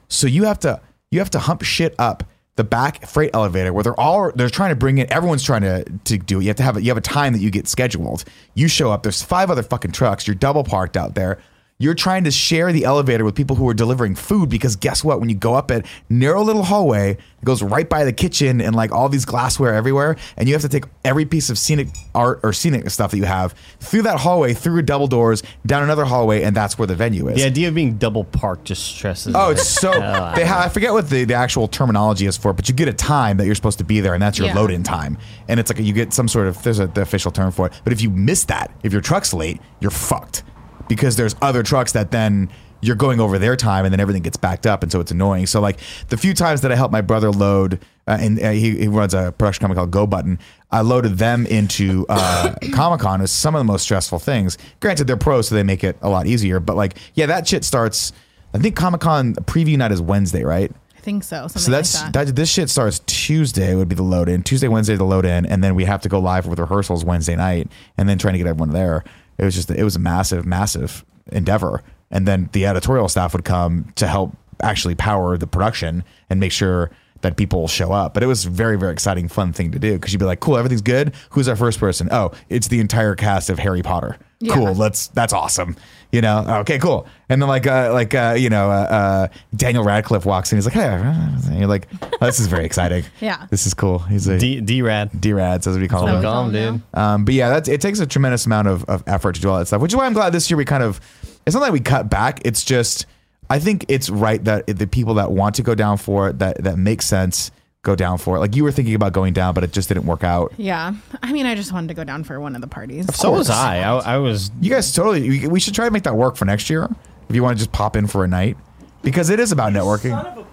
Speaker 1: So you have to you have to hump shit up the back freight elevator where they're all they're trying to bring in everyone's trying to to do it. You have to have a, you have a time that you get scheduled. You show up. There's five other fucking trucks. You're double parked out there. You're trying to share the elevator with people who are delivering food because guess what? When you go up it, narrow little hallway it goes right by the kitchen and like all these glassware everywhere, and you have to take every piece of scenic art or scenic stuff that you have through that hallway, through double doors, down another hallway, and that's where the venue is.
Speaker 3: The idea of being double parked just stresses.
Speaker 1: Oh,
Speaker 3: me.
Speaker 1: it's so they have. I forget what the, the actual terminology is for, it, but you get a time that you're supposed to be there, and that's your
Speaker 2: Yeah.
Speaker 1: load-in time. And it's like you get some sort of there's a the official term for it. But if you miss that, if your truck's late, you're fucked because there's other trucks that then you're going over their time, and then everything gets backed up, and so it's annoying. So like the few times that I helped my brother load, uh, and uh, he, he runs a production company called Go Button. I loaded them into uh, Comic Con is some of the most stressful things. Granted, they're pros, so they make it a lot easier. But like, yeah, that shit starts. I think Comic Con preview night is Wednesday, right?
Speaker 2: I think so. Something
Speaker 1: So that's
Speaker 2: like that.
Speaker 1: that. This shit starts Tuesday. Would be the load in Tuesday, Wednesday the load in, and then we have to go live with rehearsals Wednesday night, and then trying to get everyone there. It was just it was a massive, massive endeavor. And then the editorial staff would come to help actually power the production and make sure that people show up. But it was a very, very exciting, fun thing to do because you'd be like, "Cool, everything's good. Who's our first person? Oh, it's the entire cast of Harry Potter.
Speaker 2: Yeah.
Speaker 1: Cool, let's that's awesome you know okay cool and then like uh like uh you know uh, uh daniel radcliffe walks in he's like hey uh," and you're like oh, this is very exciting
Speaker 2: Yeah.
Speaker 1: this is cool he's a
Speaker 3: D D rad.
Speaker 1: d-rads as we
Speaker 2: Oh
Speaker 1: call him
Speaker 3: Calm,
Speaker 2: Yeah.
Speaker 3: dude.
Speaker 1: um but yeah that's it takes a tremendous amount of, of effort to do all that stuff which is why i'm glad this year we kind of it's not that we cut back it's just i think it's right that the people that want to go down for it that that makes sense go down for it like you were thinking about going down but it just didn't work out
Speaker 2: Yeah. I mean, I just wanted to go down for one of the parties.
Speaker 3: So was I. I. I was.
Speaker 1: You guys totally. we- We should try to make that work for next year. If you want to just pop in for a night, because it is about
Speaker 4: Son
Speaker 1: networking.
Speaker 4: of a-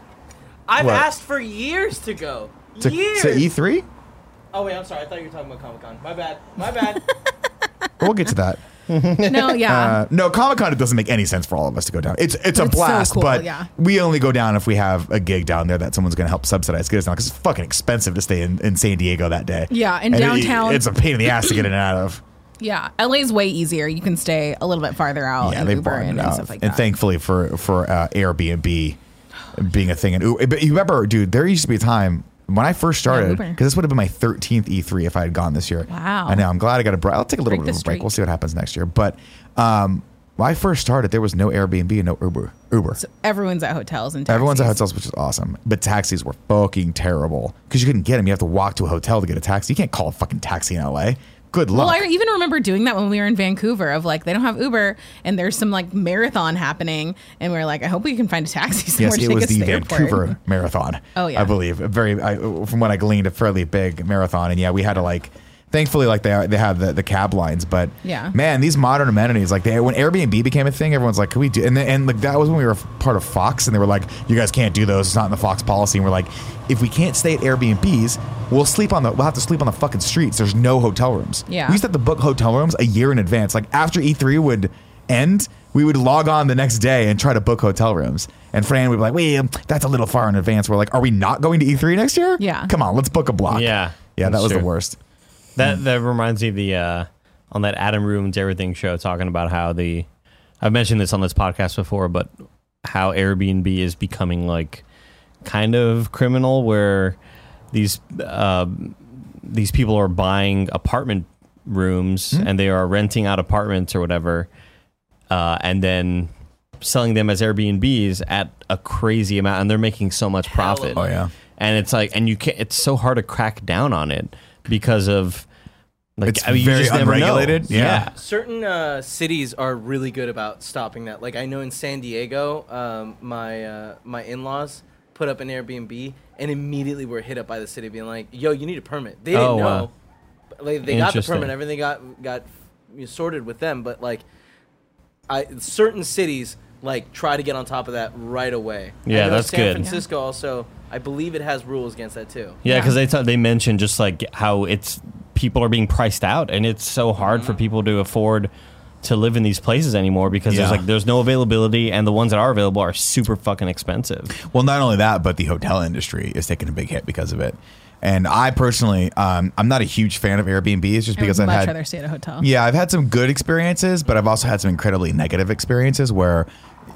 Speaker 4: I've
Speaker 1: What?
Speaker 4: asked for years to go.
Speaker 1: To,
Speaker 4: years.
Speaker 1: to E E3,
Speaker 4: oh wait, I'm sorry. I thought you were talking about Comic Con. My bad. My bad.
Speaker 1: But we'll get to that.
Speaker 2: No, yeah.
Speaker 1: Uh, no, Comic Con it doesn't make any sense for all of us to go down. It's it's a
Speaker 2: Um, But it's so
Speaker 1: blast,
Speaker 2: cool,
Speaker 1: but
Speaker 2: yeah.
Speaker 1: we only go down if we have a gig down there that someone's going to help subsidize. Get us down because it's fucking expensive to stay in, in San Diego that day.
Speaker 2: Yeah, and
Speaker 1: it-
Speaker 2: downtown-
Speaker 1: it's a pain in the ass to get in and out of.
Speaker 2: yeah. LA's way easier. You can stay a little bit farther out
Speaker 1: Yeah,
Speaker 2: Oh, and
Speaker 1: they
Speaker 2: Uber
Speaker 1: brought
Speaker 2: in
Speaker 1: it
Speaker 2: and
Speaker 1: out.
Speaker 2: stuff like
Speaker 1: and
Speaker 2: that.
Speaker 1: thankfully for for uh, Airbnb being a thing. And Uber, but you remember, dude, there used to be a time when I first started
Speaker 2: Uber.
Speaker 1: because this would have been my 13th E3 if I had gone this year.
Speaker 2: Wow.
Speaker 1: I know. I'm glad I got a break. I'll take a little
Speaker 2: Break
Speaker 1: bit of
Speaker 2: the
Speaker 1: a break.
Speaker 2: streak.
Speaker 1: We'll see what happens next year. But um, when I first started, there was no Airbnb and no Uber. Uber.
Speaker 2: Everyone's at hotels and taxis.
Speaker 1: Everyone's at hotels, which is awesome. But taxis were fucking terrible because you couldn't get them. You have to walk to a hotel to get a taxi. You can't call a fucking taxi in LA. Good luck.
Speaker 2: Well, I even remember doing that when we were in Vancouver of like they don't have Uber and there's some like marathon happening and we are like I hope we can find a taxi somewhere
Speaker 1: Yes,
Speaker 2: to
Speaker 1: it
Speaker 2: take
Speaker 1: was
Speaker 2: us to
Speaker 1: the
Speaker 2: the airport.
Speaker 1: Vancouver Marathon.
Speaker 2: Oh, yeah.
Speaker 1: I believe a very I, from what I gleaned, a fairly big marathon, and yeah, we had to like. Thankfully, like they are, they have the, the cab lines, but
Speaker 2: Yeah.
Speaker 1: man, these modern amenities like they when Airbnb became a thing, everyone's like, "Can we do?" And then, and like that was when we were part of Fox, and they were like, "You guys can't do those. It's not in the Fox policy." And we're like, "If we can't stay at Airbnbs, we'll sleep on the we'll have to sleep on the fucking streets. There's no hotel rooms.
Speaker 2: Yeah.
Speaker 1: we used to have to book hotel rooms a year in advance. Like after E3 would end, we would log on the next day and try to book hotel rooms. And Fran would be like, "Wait, that's a little far in advance." We're like, "Are we not going to E3 next year?
Speaker 2: Yeah.
Speaker 1: come on, let's book a block."
Speaker 3: Yeah,
Speaker 1: yeah, that
Speaker 3: that's
Speaker 1: was the
Speaker 3: true.
Speaker 1: worst. Hmm.
Speaker 3: That that reminds me of the uh, on that Adam ruins everything show talking about how the I've mentioned this on this podcast before, but how Airbnb is becoming like kind of criminal, where these uh, these people are buying apartment rooms
Speaker 1: Hmm.
Speaker 3: and they are renting out apartments or whatever, uh, and then selling them as Airbnbs at a crazy amount, and they're making so much profit
Speaker 1: Oh yeah,
Speaker 3: and it's like and you can't it's so hard to crack down on it because of like
Speaker 1: It's
Speaker 3: I mean,
Speaker 1: very
Speaker 3: you just never know.
Speaker 1: unregulated, yeah.
Speaker 4: Certain uh, cities are really good about stopping that. Like I know in San Diego, um, my uh, my in laws put up an Airbnb and immediately were hit up by the city being like, "Yo, you need a permit." They didn't
Speaker 3: Oh,
Speaker 4: know.
Speaker 3: wow.
Speaker 4: But, Like they got the
Speaker 3: Interesting.
Speaker 4: permit, everything got got you know, sorted with them, but like I certain cities like try to get on top of that right away. I
Speaker 3: Yeah,
Speaker 4: know
Speaker 3: that's
Speaker 4: San
Speaker 3: good.
Speaker 4: Francisco also, I believe it has rules against that too.
Speaker 3: yeah
Speaker 2: Yeah.
Speaker 3: because they t- they mentioned Mm-hmm. just like how it's people are being priced out and it's so hard for people to afford to live in these places anymore because
Speaker 1: Yeah.
Speaker 3: there's like there's no availability and the ones that are available are super fucking expensive.
Speaker 1: Well, not only that, but the hotel industry is taking a big hit because of it. And I personally, um, I'm not a huge fan of Airbnb. It's just
Speaker 2: I would
Speaker 1: because I've
Speaker 2: much
Speaker 1: had
Speaker 2: rather stay at a hotel.
Speaker 1: Yeah, I've had some good experiences, but I've also had some incredibly negative experiences where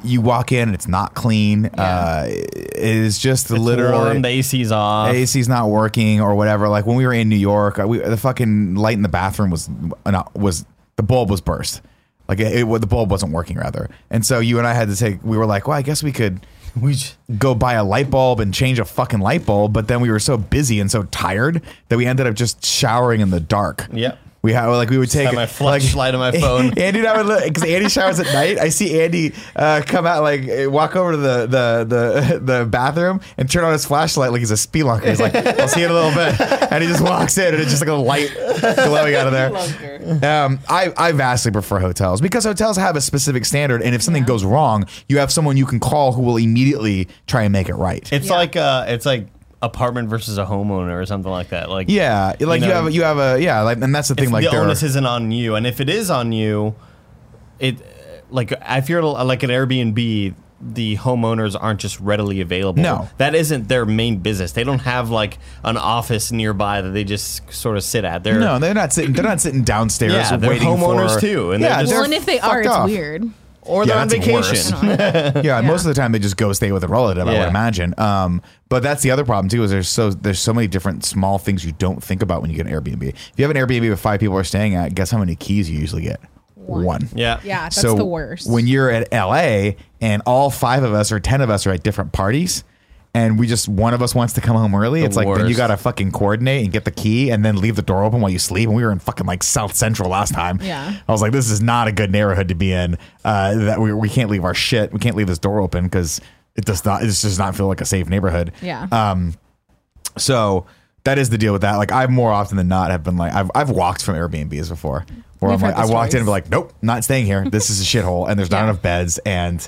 Speaker 1: you walk in and it's not clean. Uh, it is just the
Speaker 3: Warm,
Speaker 1: literal
Speaker 3: the AC's off.
Speaker 1: AC's not working or whatever. Like when we were in New York, uh, we, the fucking light in the bathroom was not, was the bulb was burst. Like it, it, the bulb wasn't working rather, and so you and I had to take. We were like, well, I guess we could
Speaker 3: we just,
Speaker 1: go buy a light bulb and change a fucking light bulb, but then we were so busy and so tired that we ended up just showering in the dark.
Speaker 3: Yep.
Speaker 1: We had like we would take
Speaker 3: had my flashlight on my phone.
Speaker 1: Andy and I would because Andy showers at night. I see Andy uh, come out like uh, walk over to the the the the bathroom and turn on his flashlight like he's a spelunker. He's like, "I'll see you in a little bit," and he just walks in and it's just like a light glowing out of there. Um, I, I vastly prefer hotels because hotels have a specific standard, and if something goes wrong, you have someone you can call who will immediately try and make it right.
Speaker 3: it's like uh, it's like apartment versus a homeowner or something like that. Like
Speaker 1: yeah, like you,
Speaker 3: know,
Speaker 1: have you have a yeah, like, and that's the thing.
Speaker 3: it's-
Speaker 1: Like
Speaker 3: the
Speaker 1: there are-
Speaker 3: onus isn't on you, and if it is on you, it like if you're like an Airbnb, the homeowners aren't just readily available.
Speaker 1: No.
Speaker 3: that isn't their main business. They don't have like an office nearby that they just sort of sit at. They're
Speaker 1: no, they're not sitting. They're not sitting downstairs.
Speaker 3: Yeah, they're
Speaker 1: waiting
Speaker 3: homeowners
Speaker 1: for,
Speaker 3: too, and they're
Speaker 1: yeah,
Speaker 3: just-
Speaker 2: Well, and if they are,
Speaker 1: fucked
Speaker 2: it's
Speaker 1: off.
Speaker 2: weird.
Speaker 3: or they're
Speaker 1: Yeah,
Speaker 3: on
Speaker 1: that's worse.
Speaker 3: vacation.
Speaker 1: Yeah, most of the time they just go stay with a relative. I would
Speaker 3: Yeah.
Speaker 1: imagine. Um, but that's the other problem too. Is there's so there's so many different small things you don't think about when you get an Airbnb. If you have an Airbnb with five people are staying at, guess how many keys you usually get? One.
Speaker 3: Yeah.
Speaker 2: Yeah, that's
Speaker 1: so
Speaker 2: the worst.
Speaker 1: When you're at LA and all five of us or ten of us are at different parties, and we just one of us wants to come home early, it's like then you
Speaker 3: worst.
Speaker 1: gotta fucking coordinate and get the key and then leave the door open while you sleep. And we were in fucking like South Central last time.
Speaker 2: Yeah.
Speaker 1: I was like, this is not a good neighborhood to be in. Uh, that we we can't leave our shit. We can't leave this door open because it does not. It just does not feel like a safe neighborhood.
Speaker 2: Yeah.
Speaker 1: Um, So. That is the deal with that. Like I've more often than not have been like I've, I've walked from Airbnbs before, where
Speaker 2: We've
Speaker 1: I'm like
Speaker 2: heard
Speaker 1: I
Speaker 2: the
Speaker 1: walked in and
Speaker 2: stories.
Speaker 1: be like, nope, not staying here. This is a shithole, and there's not
Speaker 2: Yeah.
Speaker 1: enough beds, and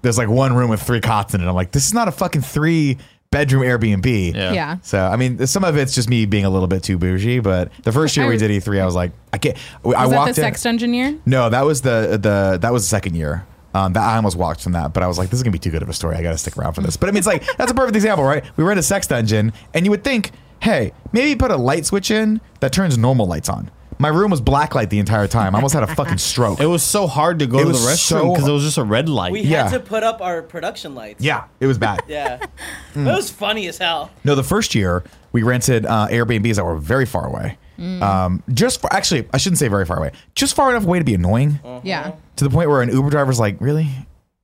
Speaker 1: there's like one room with three cots in it. I'm like, this is not a fucking three bedroom Airbnb.
Speaker 3: Yeah.
Speaker 2: yeah.
Speaker 1: So I mean, some of it's just me being a little bit too bougie, but the first year
Speaker 2: I
Speaker 1: we
Speaker 2: was-
Speaker 1: did E3, I was like, I can't. I
Speaker 2: Is that
Speaker 1: walked
Speaker 2: the
Speaker 1: in.
Speaker 2: sex dungeon year?
Speaker 3: Uh-huh.
Speaker 1: No, that was the the that was the second year. Um, that I almost walked from that, but I was like, this is gonna be too good of a story. I gotta stick around for this. But I mean, it's like that's a perfect example, right? We were in a sex dungeon, and you would think, hey, maybe put a light switch in that turns normal lights on. My room was black light the entire time. I almost had a fucking stroke.
Speaker 3: It was so hard to go
Speaker 1: It
Speaker 3: to the
Speaker 1: was
Speaker 3: restroom
Speaker 1: so-
Speaker 3: because it was just a red light.
Speaker 4: We
Speaker 1: Yeah.
Speaker 4: had to put up our production lights.
Speaker 1: yeah, it was bad.
Speaker 4: Yeah. That was funny as hell.
Speaker 1: No, the first year we rented uh, Airbnbs that were very far away.
Speaker 2: Mm.
Speaker 1: Um, just for, actually, I shouldn't say very far away. Just far enough away to be annoying.
Speaker 2: Yeah.
Speaker 1: to the point where an Uber driver's like, really?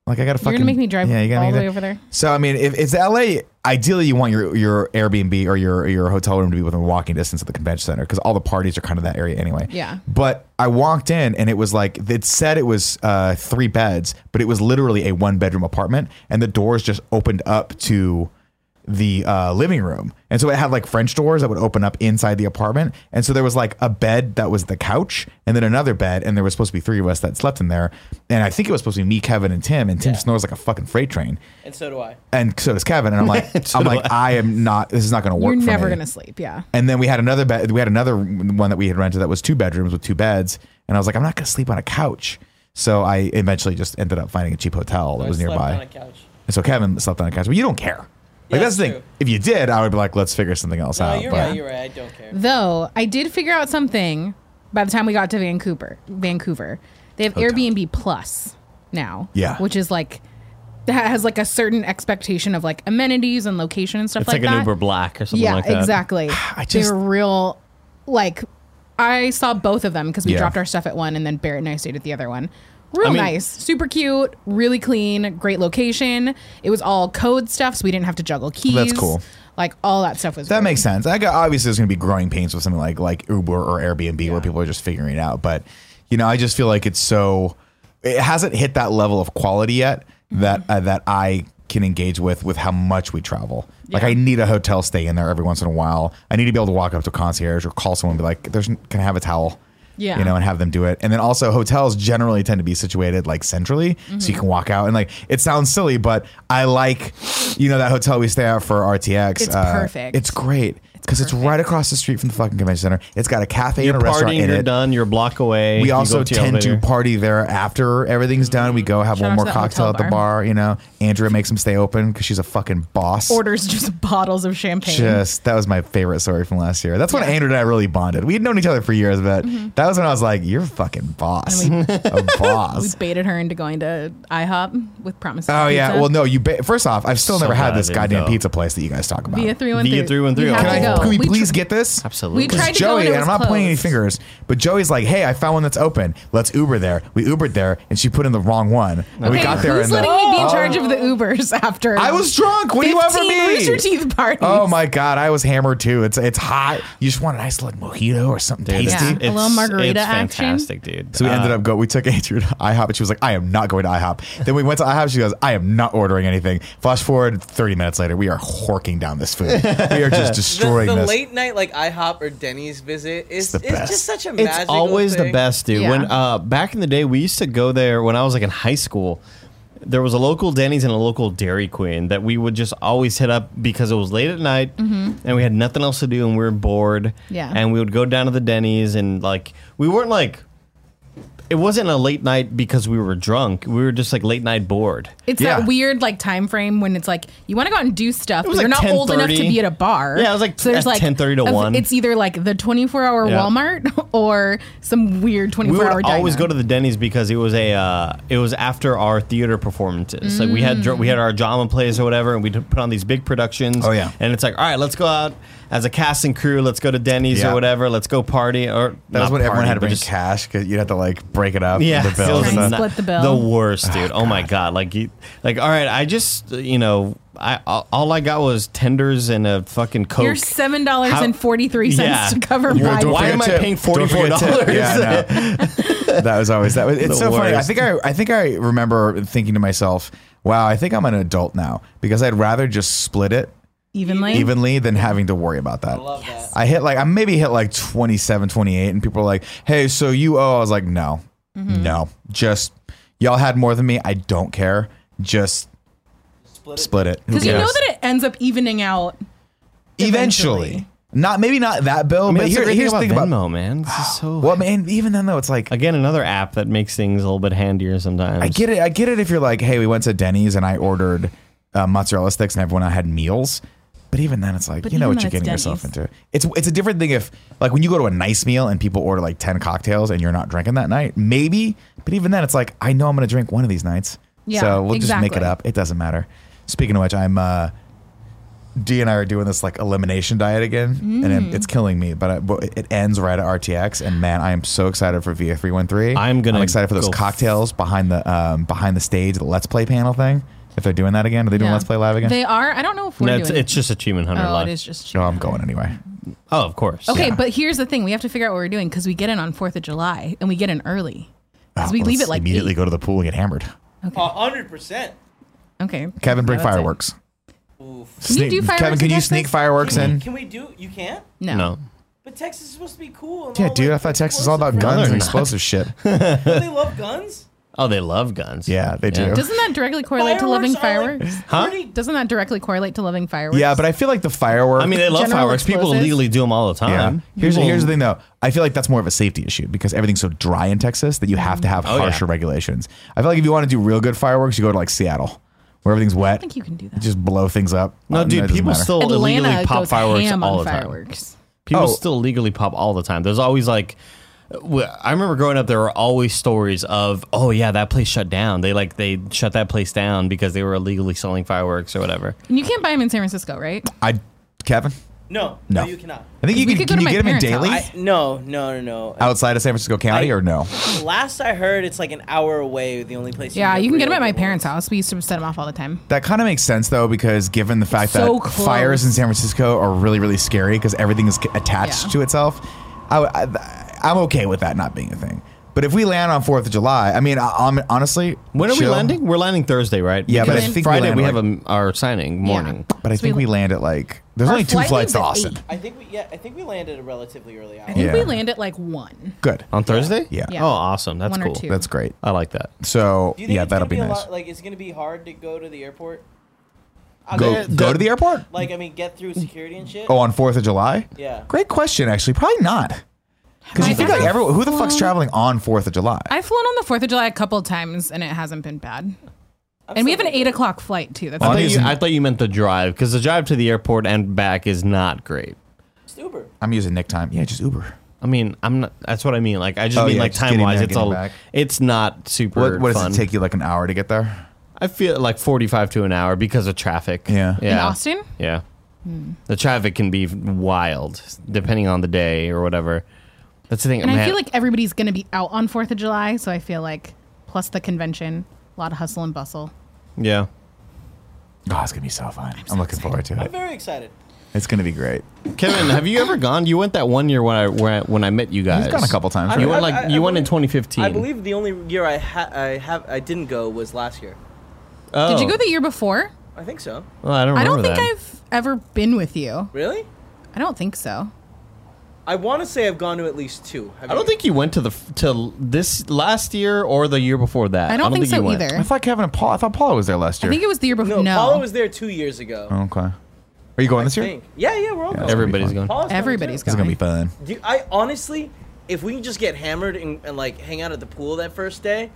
Speaker 1: Like I gotta fucking.
Speaker 2: gonna make me drive
Speaker 1: you gotta
Speaker 2: all
Speaker 1: make
Speaker 2: the
Speaker 1: that-
Speaker 2: way over there?
Speaker 1: So I mean, if it's LA, ideally you want your your Airbnb or your your hotel room to be within walking distance of the convention center because all the parties are kind of that area anyway.
Speaker 2: Yeah.
Speaker 1: But I walked in and it was like it said it was uh, three beds, but it was literally a one bedroom apartment, and the doors just opened up to the uh, living room, and so it had like French doors that would open up inside the apartment, and so there was like a bed that was the couch, and then another bed, and there was supposed to be three of us that slept in there, and I think it was supposed to be me, Kevin, and Tim, and Tim snores like a fucking freight train,
Speaker 4: And so do I.
Speaker 1: and so does Kevin, and I'm like, I'm like, I am not, this is not going to work.
Speaker 2: You're
Speaker 1: for
Speaker 2: never
Speaker 1: me.
Speaker 2: going to sleep. Yeah.
Speaker 1: And then we had another bed. We had another one that we had rented that was two bedrooms with two beds. And I was like, I'm not gonna sleep on a couch. So I eventually just ended up finding a cheap hotel that was
Speaker 4: I slept
Speaker 1: nearby.
Speaker 4: on a couch.
Speaker 1: and so Kevin slept on a couch, but you don't care. Like
Speaker 4: Yeah,
Speaker 1: that's the
Speaker 4: it's
Speaker 1: thing.
Speaker 4: true.
Speaker 1: If you did, I would be like, let's figure something else
Speaker 4: No,
Speaker 1: out.
Speaker 4: you're
Speaker 1: Uh, but
Speaker 4: right. You're right. I don't care.
Speaker 2: Though I did figure out something by the time we got to Vancouver. Vancouver, they have
Speaker 1: Hotel.
Speaker 2: Airbnb Plus now.
Speaker 1: Yeah.
Speaker 2: which is like that has like a certain expectation of like amenities and location and stuff
Speaker 3: it's like, an
Speaker 2: that.
Speaker 3: Uber Black or something
Speaker 2: yeah,
Speaker 3: like that.
Speaker 2: exactly.
Speaker 1: just-
Speaker 2: They're real. Like I saw both of them because we
Speaker 1: Yeah.
Speaker 2: dropped our stuff at one, and then Barrett and I stayed at the other one. Real
Speaker 3: I mean-
Speaker 2: nice, super cute, really clean, great location. It was all code stuff, so we didn't have to juggle keys.
Speaker 1: cool.
Speaker 2: Like all that stuff was
Speaker 1: that
Speaker 2: great.
Speaker 1: makes sense. I got, obviously there's gonna be growing pains with something like like Uber or Airbnb where people are just figuring it out. But you know, I just feel like it's so it hasn't hit that level of quality yet that
Speaker 2: Mm-hmm.
Speaker 1: uh, that I can engage with with how much we travel. Like
Speaker 2: Yeah.
Speaker 1: I need a hotel stay in there every once in a while. I need to be able to walk up to a concierge or call someone and be like, "There's can I have a towel?"
Speaker 2: Yeah.
Speaker 1: You know, and have them do it. And then also hotels generally tend to be situated like centrally. So
Speaker 2: Mm-hmm.
Speaker 1: you can walk out and like it sounds silly, but I like, you know, that hotel we stay at for RTX.
Speaker 2: It's perfect.
Speaker 1: uh, It's great. because it's right across the street from the fucking convention center. It's got a cafe
Speaker 3: You're
Speaker 1: and a restaurant
Speaker 3: partying,
Speaker 1: in
Speaker 3: you're
Speaker 1: it.
Speaker 3: done, you're a block away.
Speaker 1: We
Speaker 3: you
Speaker 1: also
Speaker 3: go to your
Speaker 1: tend to
Speaker 3: elevator.
Speaker 1: party there after everything's done. We go have
Speaker 2: Shout
Speaker 1: one
Speaker 2: out
Speaker 1: more
Speaker 2: to that
Speaker 1: cocktail at
Speaker 2: hotel
Speaker 1: the bar. You know, Andrea makes them stay open because she's a fucking boss.
Speaker 2: Orders just bottles of champagne.
Speaker 1: Just that was my favorite story from last year. That's when Andrew and I really bonded. We had known each other for years, but that was when I was like, "You're a fucking boss, a
Speaker 2: Mm-hmm. we
Speaker 1: boss."
Speaker 2: baited her into going to IHOP with promises.
Speaker 1: Oh yeah. Well, no. You ba- first off, I've still
Speaker 3: So
Speaker 1: never had
Speaker 3: glad
Speaker 1: this
Speaker 3: I didn't
Speaker 1: goddamn
Speaker 3: go.
Speaker 1: pizza place that you guys talk about.
Speaker 2: via three one three.
Speaker 3: Via 313.
Speaker 2: We have
Speaker 1: Can, I,
Speaker 2: to go.
Speaker 1: can we
Speaker 2: tr-
Speaker 1: please get this?
Speaker 3: Absolutely.
Speaker 2: We tried to go
Speaker 1: Joey,
Speaker 2: and it
Speaker 1: and I'm
Speaker 2: was
Speaker 1: not pointing any
Speaker 2: closed.
Speaker 1: fingers, but Joey's like, "Hey, I found one that's open. Let's Uber there." We Ubered there, and she put in the wrong one. And we
Speaker 2: Okay,
Speaker 1: got there,
Speaker 2: Who's
Speaker 1: and the-
Speaker 2: letting me be in charge of the Ubers after?
Speaker 1: I was drunk. What do you ever
Speaker 2: 15
Speaker 1: mean?
Speaker 2: Rooster Teeth parties.
Speaker 1: Oh my god, I was hammered too. It's it's hot. You just want a nice little mojito or something
Speaker 3: Dude,
Speaker 1: tasty.
Speaker 2: Yeah. A little margarita
Speaker 3: it's
Speaker 2: action.
Speaker 3: fantastic, dude.
Speaker 1: So we
Speaker 3: Uh,
Speaker 1: ended up go. We took Andrew to IHOP, and she was like, "I am not going to IHOP." Then we went to IHOP. She goes, "I am not ordering anything." Flash forward thirty minutes later, we are horking down this food. We are just
Speaker 4: The,
Speaker 1: destroying
Speaker 4: the
Speaker 1: this.
Speaker 4: late night like IHOP or Denny's visit is
Speaker 1: the
Speaker 4: it's
Speaker 1: best.
Speaker 4: just such a magical
Speaker 3: it's always the
Speaker 4: thing.
Speaker 3: best, dude.
Speaker 2: Yeah.
Speaker 3: When uh, back in the day, we used to go there when I was like in high school. There was a local Denny's and a local Dairy Queen that we would just always hit up because it was late at night and we had nothing else to do and we were bored.
Speaker 2: Mm-hmm. Yeah.
Speaker 3: and we would go down to the Denny's and like we weren't like. It wasn't a late night because we were drunk. We were just like late night bored.
Speaker 2: It's
Speaker 1: Yeah.
Speaker 2: that weird like time frame when it's like you want to go out and do stuff, but
Speaker 3: was
Speaker 2: you're
Speaker 3: like
Speaker 2: not old enough to
Speaker 3: 10:30.
Speaker 2: be at a bar.
Speaker 3: Yeah, it was like at 10:30 to
Speaker 2: a-
Speaker 3: 1.
Speaker 2: It's either like the 24 hour
Speaker 3: Yeah.
Speaker 2: Walmart or some weird 24
Speaker 3: we would
Speaker 2: hour.
Speaker 3: always
Speaker 2: diner.
Speaker 3: go to the Denny's because it was a uh, it was after our theater performances. Like we had dr- we had our drama plays or whatever, and we'd put on these big productions.
Speaker 1: Oh, yeah.
Speaker 3: and it's like all right, let's go out as a cast and crew. Let's go to Denny's
Speaker 1: Yeah.
Speaker 3: or whatever. Let's go party or
Speaker 1: that was
Speaker 3: not
Speaker 1: when everyone
Speaker 3: party,
Speaker 1: had to
Speaker 3: but
Speaker 1: bring
Speaker 3: just-
Speaker 1: cash because you'd have to like break it up.
Speaker 3: Yeah,
Speaker 1: the
Speaker 3: it
Speaker 1: bills.
Speaker 3: was
Speaker 2: Try and
Speaker 1: and the-
Speaker 2: split the bill.
Speaker 3: worst, dude. Oh, my god, like you, like all right, I just you know I all- all I got was tenders and a fucking coke.
Speaker 2: You're seven dollars and forty three
Speaker 3: Yeah.
Speaker 2: cents to cover
Speaker 3: You
Speaker 2: my.
Speaker 3: gotta do it Why for am I paying $44?
Speaker 1: Yeah, I know. that was always that was. It's
Speaker 3: The
Speaker 1: so funny. I
Speaker 3: worst.
Speaker 1: think I I think I remember thinking to myself, "Wow, I think I'm an adult now because I'd rather just split it
Speaker 2: evenly.
Speaker 1: evenly than having to worry about that."
Speaker 4: Love that.
Speaker 1: I hit like I maybe hit like 27, 28, and people are like, "Hey, so you owe?" I was like, "No, no, just y'all had more than me. I don't care. Just
Speaker 4: Split it.
Speaker 1: split it." Who
Speaker 2: because you know
Speaker 1: cares?
Speaker 2: that it ends up evening out.
Speaker 1: eventually. Not maybe not that bill,
Speaker 3: I mean,
Speaker 1: but
Speaker 3: that's
Speaker 1: here,
Speaker 3: the great
Speaker 1: here's the
Speaker 3: thing
Speaker 1: thing
Speaker 3: about
Speaker 1: about
Speaker 3: Venmo, man. This is so
Speaker 1: well, man. Even then, though, it's like
Speaker 3: again another app that makes things a little bit handier sometimes.
Speaker 1: I get it. I get it if you're like, hey, we went to Denny's and I ordered uh, mozzarella sticks and everyone I had meals. But even then, it's like
Speaker 2: But
Speaker 1: you know
Speaker 2: even
Speaker 1: what you're
Speaker 2: though it's
Speaker 1: getting yourself
Speaker 2: Denny's.
Speaker 1: into. It's it's a different thing if like when you go to a nice meal and people order like ten cocktails and you're not drinking that night, maybe. But even then, it's like I know I'm going to drink one of these nights,
Speaker 2: Yeah,
Speaker 1: so we'll just make it
Speaker 2: exactly.
Speaker 1: up. It doesn't matter. Speaking of which, I'm uh, D and I are doing this like elimination diet again, and
Speaker 2: Mm.
Speaker 1: it, it's killing me. But, I, but it ends right at RTX, and man, I am so excited for VA three one three.
Speaker 3: I'm gonna
Speaker 1: I'm excited for those
Speaker 3: go
Speaker 1: cocktails behind the um, behind the stage, the Let's Play panel thing. If they're doing that again, are they doing
Speaker 2: Yeah.
Speaker 1: Let's Play live again?
Speaker 2: They are. I don't know if we're
Speaker 3: No,
Speaker 2: doing.
Speaker 3: it's,
Speaker 2: it.
Speaker 3: it's just Achievement Hunter
Speaker 2: oh,
Speaker 3: Live.
Speaker 2: it is just.
Speaker 1: no, I'm going anyway.
Speaker 3: Oh, of course.
Speaker 2: Okay,
Speaker 1: Yeah.
Speaker 2: but here's the thing: we have to figure out what we're doing because we get in on Fourth of July and we get in early because
Speaker 1: Oh,
Speaker 2: we
Speaker 1: well,
Speaker 2: leave
Speaker 1: let's
Speaker 2: it like
Speaker 1: immediately
Speaker 2: eight.
Speaker 1: go to the pool and get hammered.
Speaker 4: A hundred percent.
Speaker 2: Okay,
Speaker 1: Kevin, bring
Speaker 2: Yeah, that's it.
Speaker 1: fireworks.
Speaker 4: Oof.
Speaker 2: Can you
Speaker 1: Sneak-
Speaker 2: do fireworks
Speaker 1: Kevin,
Speaker 2: in
Speaker 1: can you
Speaker 2: Texas?
Speaker 1: sneak fireworks
Speaker 4: Can
Speaker 1: in?
Speaker 4: we, can we do? You can't.
Speaker 2: No.
Speaker 3: No.
Speaker 4: But Texas is supposed to be cool. and
Speaker 1: Yeah,
Speaker 4: all
Speaker 1: dude,
Speaker 4: like
Speaker 1: I thought Texas was all about
Speaker 4: explosive
Speaker 1: guns
Speaker 3: they're
Speaker 1: and
Speaker 3: not.
Speaker 1: explosive shit.
Speaker 4: friends. Don't they love guns.
Speaker 3: Oh, they love guns.
Speaker 1: Yeah, they do.
Speaker 2: Doesn't that directly correlate to loving fireworks?
Speaker 3: Huh?
Speaker 4: Pretty,
Speaker 2: Doesn't that directly correlate to loving fireworks?
Speaker 1: Yeah, but I feel like the fireworks.
Speaker 3: I mean, they love
Speaker 2: General
Speaker 3: fireworks. People
Speaker 2: explosives.
Speaker 3: legally do them all the
Speaker 1: Yeah.
Speaker 3: time.
Speaker 1: Here's
Speaker 3: People-
Speaker 1: here's the thing though. I feel like that's more of a safety issue because everything's so dry in Texas that you have to have
Speaker 3: Oh, yeah.
Speaker 1: harsher regulations. I feel like if you want to do real good fireworks, you go to like Seattle, where everything's wet.
Speaker 2: think you can do that.
Speaker 1: Just blow things up. Uh,
Speaker 3: No,
Speaker 1: it
Speaker 3: dude,
Speaker 1: doesn't
Speaker 3: people
Speaker 1: matter.
Speaker 3: still
Speaker 2: Atlanta
Speaker 3: illegally pop
Speaker 2: goes
Speaker 3: fireworks
Speaker 2: ham
Speaker 3: all
Speaker 2: on
Speaker 3: the time.
Speaker 2: fireworks.
Speaker 3: People
Speaker 1: Oh.
Speaker 3: still illegally pop all the time. There's always like, w- I remember growing up, there were always stories of, oh yeah, that place shut down. They like they shut that place down because they were illegally selling fireworks or whatever.
Speaker 2: And you can't buy them in San Francisco, right?
Speaker 1: I, Kevin.
Speaker 4: no,
Speaker 1: No.
Speaker 4: no, you cannot.
Speaker 1: I think you
Speaker 2: We
Speaker 1: can.
Speaker 2: could go
Speaker 1: Can
Speaker 2: to
Speaker 1: you
Speaker 2: my
Speaker 1: get them in
Speaker 2: parents'
Speaker 1: daily
Speaker 2: house.
Speaker 4: I, no, no, no, no.
Speaker 1: outside of San Francisco County
Speaker 4: I-
Speaker 1: or no?
Speaker 4: Last I heard, it's like an hour away. The only place.
Speaker 2: Yeah, you can get them at
Speaker 4: really
Speaker 2: my
Speaker 4: get one.
Speaker 2: parents' house. We used to set them off all the time.
Speaker 1: That kind of makes sense though, because given the fact
Speaker 2: so
Speaker 1: that
Speaker 2: close.
Speaker 1: fires in San Francisco are really, really scary because everything is c- attached
Speaker 2: Yeah.
Speaker 1: to itself, I, am okay with that not being a thing. But if we land on Fourth of July, I mean, I, am honestly,
Speaker 3: When are we
Speaker 1: chill.
Speaker 3: landing? We're landing Thursday, right?
Speaker 1: Yeah, but
Speaker 3: Because
Speaker 2: I think we
Speaker 3: Friday
Speaker 1: land,
Speaker 3: we,
Speaker 1: like-
Speaker 3: have a, our signing morning.
Speaker 1: But I
Speaker 2: So
Speaker 1: think we,
Speaker 2: we-
Speaker 1: land at like there's
Speaker 2: Our
Speaker 1: only two
Speaker 2: flight
Speaker 1: flights to
Speaker 2: leaves at
Speaker 1: Austin.
Speaker 2: eight.
Speaker 4: I think we yeah. I think we landed at a relatively early hour.
Speaker 2: I think
Speaker 1: Yeah.
Speaker 2: we land at like one.
Speaker 1: Good.
Speaker 3: On Thursday?
Speaker 1: Yeah.
Speaker 2: Yeah.
Speaker 3: Oh, awesome. That's
Speaker 2: One or
Speaker 3: cool.
Speaker 2: two.
Speaker 1: That's great.
Speaker 3: I like that.
Speaker 1: So
Speaker 4: Do you think
Speaker 1: yeah,
Speaker 4: it's
Speaker 1: that'll
Speaker 4: gonna
Speaker 1: be
Speaker 4: a
Speaker 1: nice.
Speaker 4: Lot, like, it's gonna be hard to go to the airport.
Speaker 5: Are
Speaker 1: Go-
Speaker 5: there-
Speaker 1: go to the airport?
Speaker 5: Like I mean, get through security and shit.
Speaker 1: Oh, on Fourth of July?
Speaker 5: Yeah.
Speaker 1: Great question, actually. Probably not. Because you
Speaker 2: I've
Speaker 1: think like
Speaker 2: never
Speaker 1: everyone, who the fuck's
Speaker 2: flown-
Speaker 1: traveling on Fourth of July?
Speaker 2: I've flown on the Fourth of July a couple times and it hasn't been bad. and we have an eight o'clock flight too. That's
Speaker 3: I thought,
Speaker 1: Bonnie's
Speaker 3: you,
Speaker 1: in-
Speaker 3: I thought you meant the drive because the drive to the airport and back is not great.
Speaker 5: It's Uber.
Speaker 1: I'm using Nick time. Yeah, just Uber.
Speaker 3: I mean, I'm not. That's what I mean. Like, I just
Speaker 1: Oh,
Speaker 3: mean
Speaker 1: yeah,
Speaker 3: like
Speaker 1: just getting
Speaker 3: time wise,
Speaker 1: there,
Speaker 3: it's
Speaker 1: getting
Speaker 3: all.
Speaker 1: back.
Speaker 3: It's not super.
Speaker 1: What, what
Speaker 3: fun.
Speaker 1: does it take you like an hour to get there?
Speaker 3: I feel like 45 to an hour because of traffic.
Speaker 1: Yeah.
Speaker 3: yeah.
Speaker 2: In Austin? Hmm.
Speaker 3: Yeah. The traffic can be wild depending on the day or whatever. That's the thing.
Speaker 2: And
Speaker 3: man,
Speaker 2: I feel like everybody's going to be out on 4th of July. So I feel like, plus the convention, a lot of hustle and bustle.
Speaker 3: Yeah.
Speaker 1: Oh, it's gonna be so fun. I'm, looking forward to
Speaker 5: I'm
Speaker 1: it.
Speaker 5: very excited.
Speaker 1: It's gonna be great.
Speaker 3: Kevin, have you ever gone? You went that one year when I when I, when I met you guys.
Speaker 1: gone a couple times,
Speaker 3: You
Speaker 1: right?
Speaker 3: went like
Speaker 5: I- I- I
Speaker 3: you went in
Speaker 5: believe-
Speaker 3: 2015.
Speaker 5: I believe the only year I ha- I have I didn't go was last year.
Speaker 3: Oh.
Speaker 2: Did you go the year before?
Speaker 5: I think so.
Speaker 3: Well, I don't.
Speaker 2: I don't
Speaker 3: remember
Speaker 2: think
Speaker 3: that.
Speaker 2: I've ever been with you.
Speaker 5: Really?
Speaker 2: I don't think so.
Speaker 5: I want to say I've gone to at least two. Have
Speaker 3: I
Speaker 5: you?
Speaker 3: don't think you went to the f- to this last year or the year before that.
Speaker 2: I don't, think,
Speaker 3: you
Speaker 2: so
Speaker 3: went.
Speaker 2: either.
Speaker 1: I thought Kevin and Paul. I thought Paula was there last
Speaker 2: I
Speaker 1: year.
Speaker 2: think it was the year before.
Speaker 5: No,
Speaker 2: No.
Speaker 5: Paula was there two years ago.
Speaker 1: okay. Are you going this
Speaker 5: I
Speaker 1: year?
Speaker 5: think. Yeah, yeah, we're all going.
Speaker 1: Oh, Every-
Speaker 3: Everybody's
Speaker 1: It's gonna
Speaker 3: going.
Speaker 1: be
Speaker 5: Paula's coming
Speaker 2: Everybody's
Speaker 5: too.
Speaker 1: It's gonna be fun.
Speaker 5: Do you- I honestly, if we can just get hammered and, and like hang out at the pool that first day,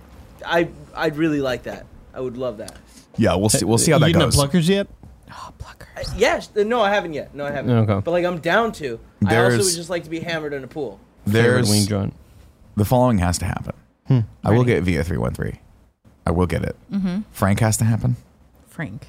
Speaker 5: I I'd really like that. I would love that.
Speaker 1: Yeah, we'll see. We'll see how that
Speaker 3: you didn't
Speaker 1: goes.
Speaker 3: have Pluckers yet?
Speaker 2: Oh,
Speaker 5: I-
Speaker 2: pluckers.
Speaker 5: Yes. uh, No, I haven't yet. No, I haven't.
Speaker 3: Okay.
Speaker 5: But like, I'm down to. I also
Speaker 1: There's-
Speaker 5: would just like to be hammered in a pool.
Speaker 3: Favorite Hmm. wing
Speaker 1: There's
Speaker 3: joint.
Speaker 1: the following has to happen. I will get Via three one three. I will get it.
Speaker 2: Mm-hmm.
Speaker 1: Frank has to happen.
Speaker 2: Frank.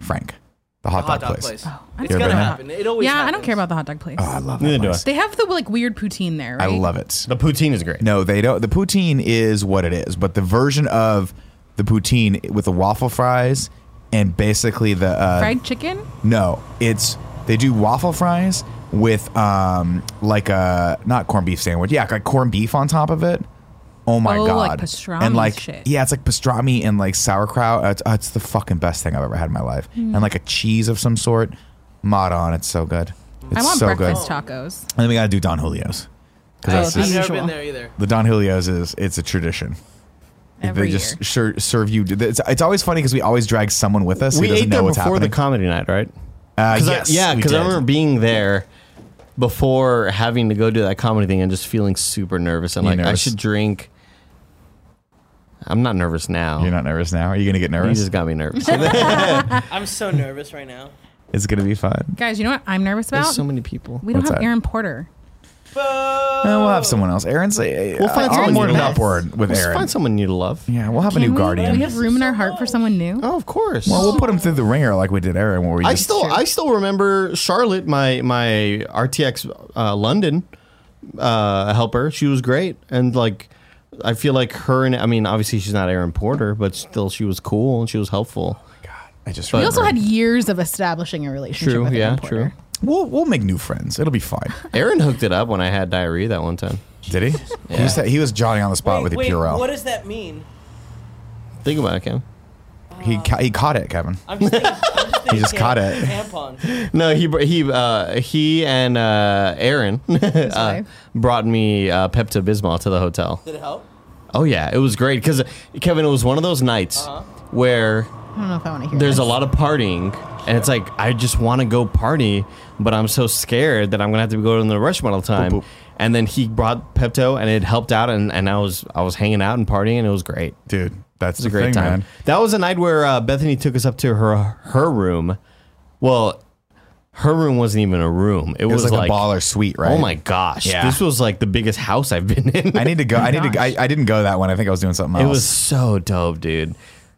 Speaker 1: Frank, the hot,
Speaker 4: hot
Speaker 1: dog,
Speaker 4: dog
Speaker 1: place.
Speaker 4: place.
Speaker 2: Oh, I
Speaker 5: It's
Speaker 1: Yeah,
Speaker 2: don't
Speaker 1: but-
Speaker 5: gonna
Speaker 1: man.
Speaker 5: happen. It always.
Speaker 2: yeah, I don't
Speaker 5: happens.
Speaker 2: care about the hot dog place.
Speaker 1: Oh, I love
Speaker 3: Neither
Speaker 1: that
Speaker 3: do I.
Speaker 1: place.
Speaker 2: they have the like weird poutine there,
Speaker 1: I
Speaker 2: right?
Speaker 1: love it.
Speaker 3: The poutine is great.
Speaker 1: No, they don't. The poutine is what it is, but the version of the poutine with the waffle fries and basically the uh,
Speaker 2: Fried chicken?
Speaker 1: No, it's they do waffle fries with um like a not corned beef sandwich. Yeah, like corned beef on top of it. Oh my
Speaker 2: Oh,
Speaker 1: god!
Speaker 2: like pastrami
Speaker 1: and like
Speaker 2: shit.
Speaker 1: yeah, it's like pastrami and like sauerkraut. Uh, It's, uh, it's the fucking best thing I've ever had in my life.
Speaker 2: Hmm.
Speaker 1: And like a cheese of some sort, mod on. It's so good. It's
Speaker 2: I want
Speaker 1: so
Speaker 2: breakfast
Speaker 1: good.
Speaker 2: tacos.
Speaker 1: And then we gotta do Don Julio's because
Speaker 2: Oh,
Speaker 1: that's
Speaker 2: the
Speaker 1: just,
Speaker 4: I've never
Speaker 2: usual.
Speaker 4: been there either.
Speaker 1: the Don Julio's is it's a tradition.
Speaker 2: Every
Speaker 1: they
Speaker 2: year.
Speaker 1: just ser- serve you. It's, it's always funny because we always drag someone with us.
Speaker 3: we
Speaker 1: who doesn't
Speaker 3: ate
Speaker 1: know
Speaker 3: there
Speaker 1: what's
Speaker 3: before the
Speaker 1: happening.
Speaker 3: comedy night, right?
Speaker 1: uh,
Speaker 3: 'Cause I-
Speaker 1: yes,
Speaker 3: yeah,
Speaker 1: we
Speaker 3: because I
Speaker 1: did.
Speaker 3: remember being there before having to go do that comedy thing and just feeling super nervous and
Speaker 1: You
Speaker 3: like I
Speaker 1: nervous?
Speaker 3: should drink. I'm not nervous now.
Speaker 1: You're not nervous now. Are you gonna get
Speaker 3: You
Speaker 1: nervous?
Speaker 3: just got me nervous.
Speaker 5: I'm so nervous right now.
Speaker 1: It's gonna be fun.
Speaker 2: Guys, you know what I'm nervous about?
Speaker 3: There's so many people.
Speaker 2: we don't
Speaker 1: What's
Speaker 2: have
Speaker 1: that?
Speaker 2: Aaron Porter.
Speaker 1: Uh, we'll have someone else. Aaron's. Uh,
Speaker 3: We'll find
Speaker 1: I'm
Speaker 3: someone
Speaker 1: more
Speaker 3: new
Speaker 1: than
Speaker 3: to love.
Speaker 1: upward with
Speaker 3: Let's
Speaker 1: Aaron.
Speaker 3: find someone you love.
Speaker 1: yeah, we'll have a
Speaker 2: Can
Speaker 1: new
Speaker 2: we-
Speaker 1: guardian.
Speaker 2: Do we have room in our heart for someone new?
Speaker 3: Oh, of course.
Speaker 1: well, we'll put him through the ringer like we did Aaron. Where we
Speaker 3: I
Speaker 1: just-
Speaker 3: still I still remember Charlotte, my my RTX uh, London uh, helper. She was great, and like I feel like her and I mean obviously she's not Aaron Porter, but still she was cool and she was helpful.
Speaker 1: God, I just.
Speaker 2: We also
Speaker 1: remembered.
Speaker 2: had years of establishing a relationship.
Speaker 3: True,
Speaker 2: with
Speaker 3: yeah,
Speaker 2: Aaron Porter.
Speaker 3: true.
Speaker 1: We'll we'll make new friends. It'll be fine.
Speaker 3: Aaron hooked it up when I had diarrhea that one time.
Speaker 1: did he? He was he was Johnny on the spot
Speaker 5: Wait,
Speaker 1: with the
Speaker 5: wait,
Speaker 1: Purell.
Speaker 5: what does that mean?
Speaker 3: Think about it, Cam.
Speaker 1: he ca-
Speaker 5: uh,
Speaker 1: he caught it, Kevin.
Speaker 5: I'm just thinking, I'm just thinking
Speaker 1: just caught it.
Speaker 5: Tampons.
Speaker 3: No, he br- he uh, he and uh, Aaron uh,
Speaker 2: wife.
Speaker 3: brought me uh, Pepto Bismol to the hotel.
Speaker 5: Did it help?
Speaker 3: Oh yeah, it was great because Kevin, it was one of those nights
Speaker 5: Uh-huh.
Speaker 3: where
Speaker 2: I don't know if I want to hear.
Speaker 3: there's a
Speaker 2: this.
Speaker 3: lot of partying and it's like i just want to go party but i'm so scared that i'm gonna have to go to the restaurant all the time
Speaker 1: Boop, boop.
Speaker 3: and then he brought pepto and it helped out and, and i was i was hanging out and partying and it was great it
Speaker 1: Dude, that's
Speaker 3: was a great time that was a night where uh, bethany took us up to her her room well her room wasn't even a room it,
Speaker 1: It was,
Speaker 3: was,
Speaker 1: like, a baller suite, right?
Speaker 3: oh my gosh
Speaker 1: Yeah.
Speaker 3: this was like the biggest house i've been in
Speaker 1: I need to go. I need to. I, I didn't go that one. I think I was doing something else.
Speaker 3: It was so dope, dude.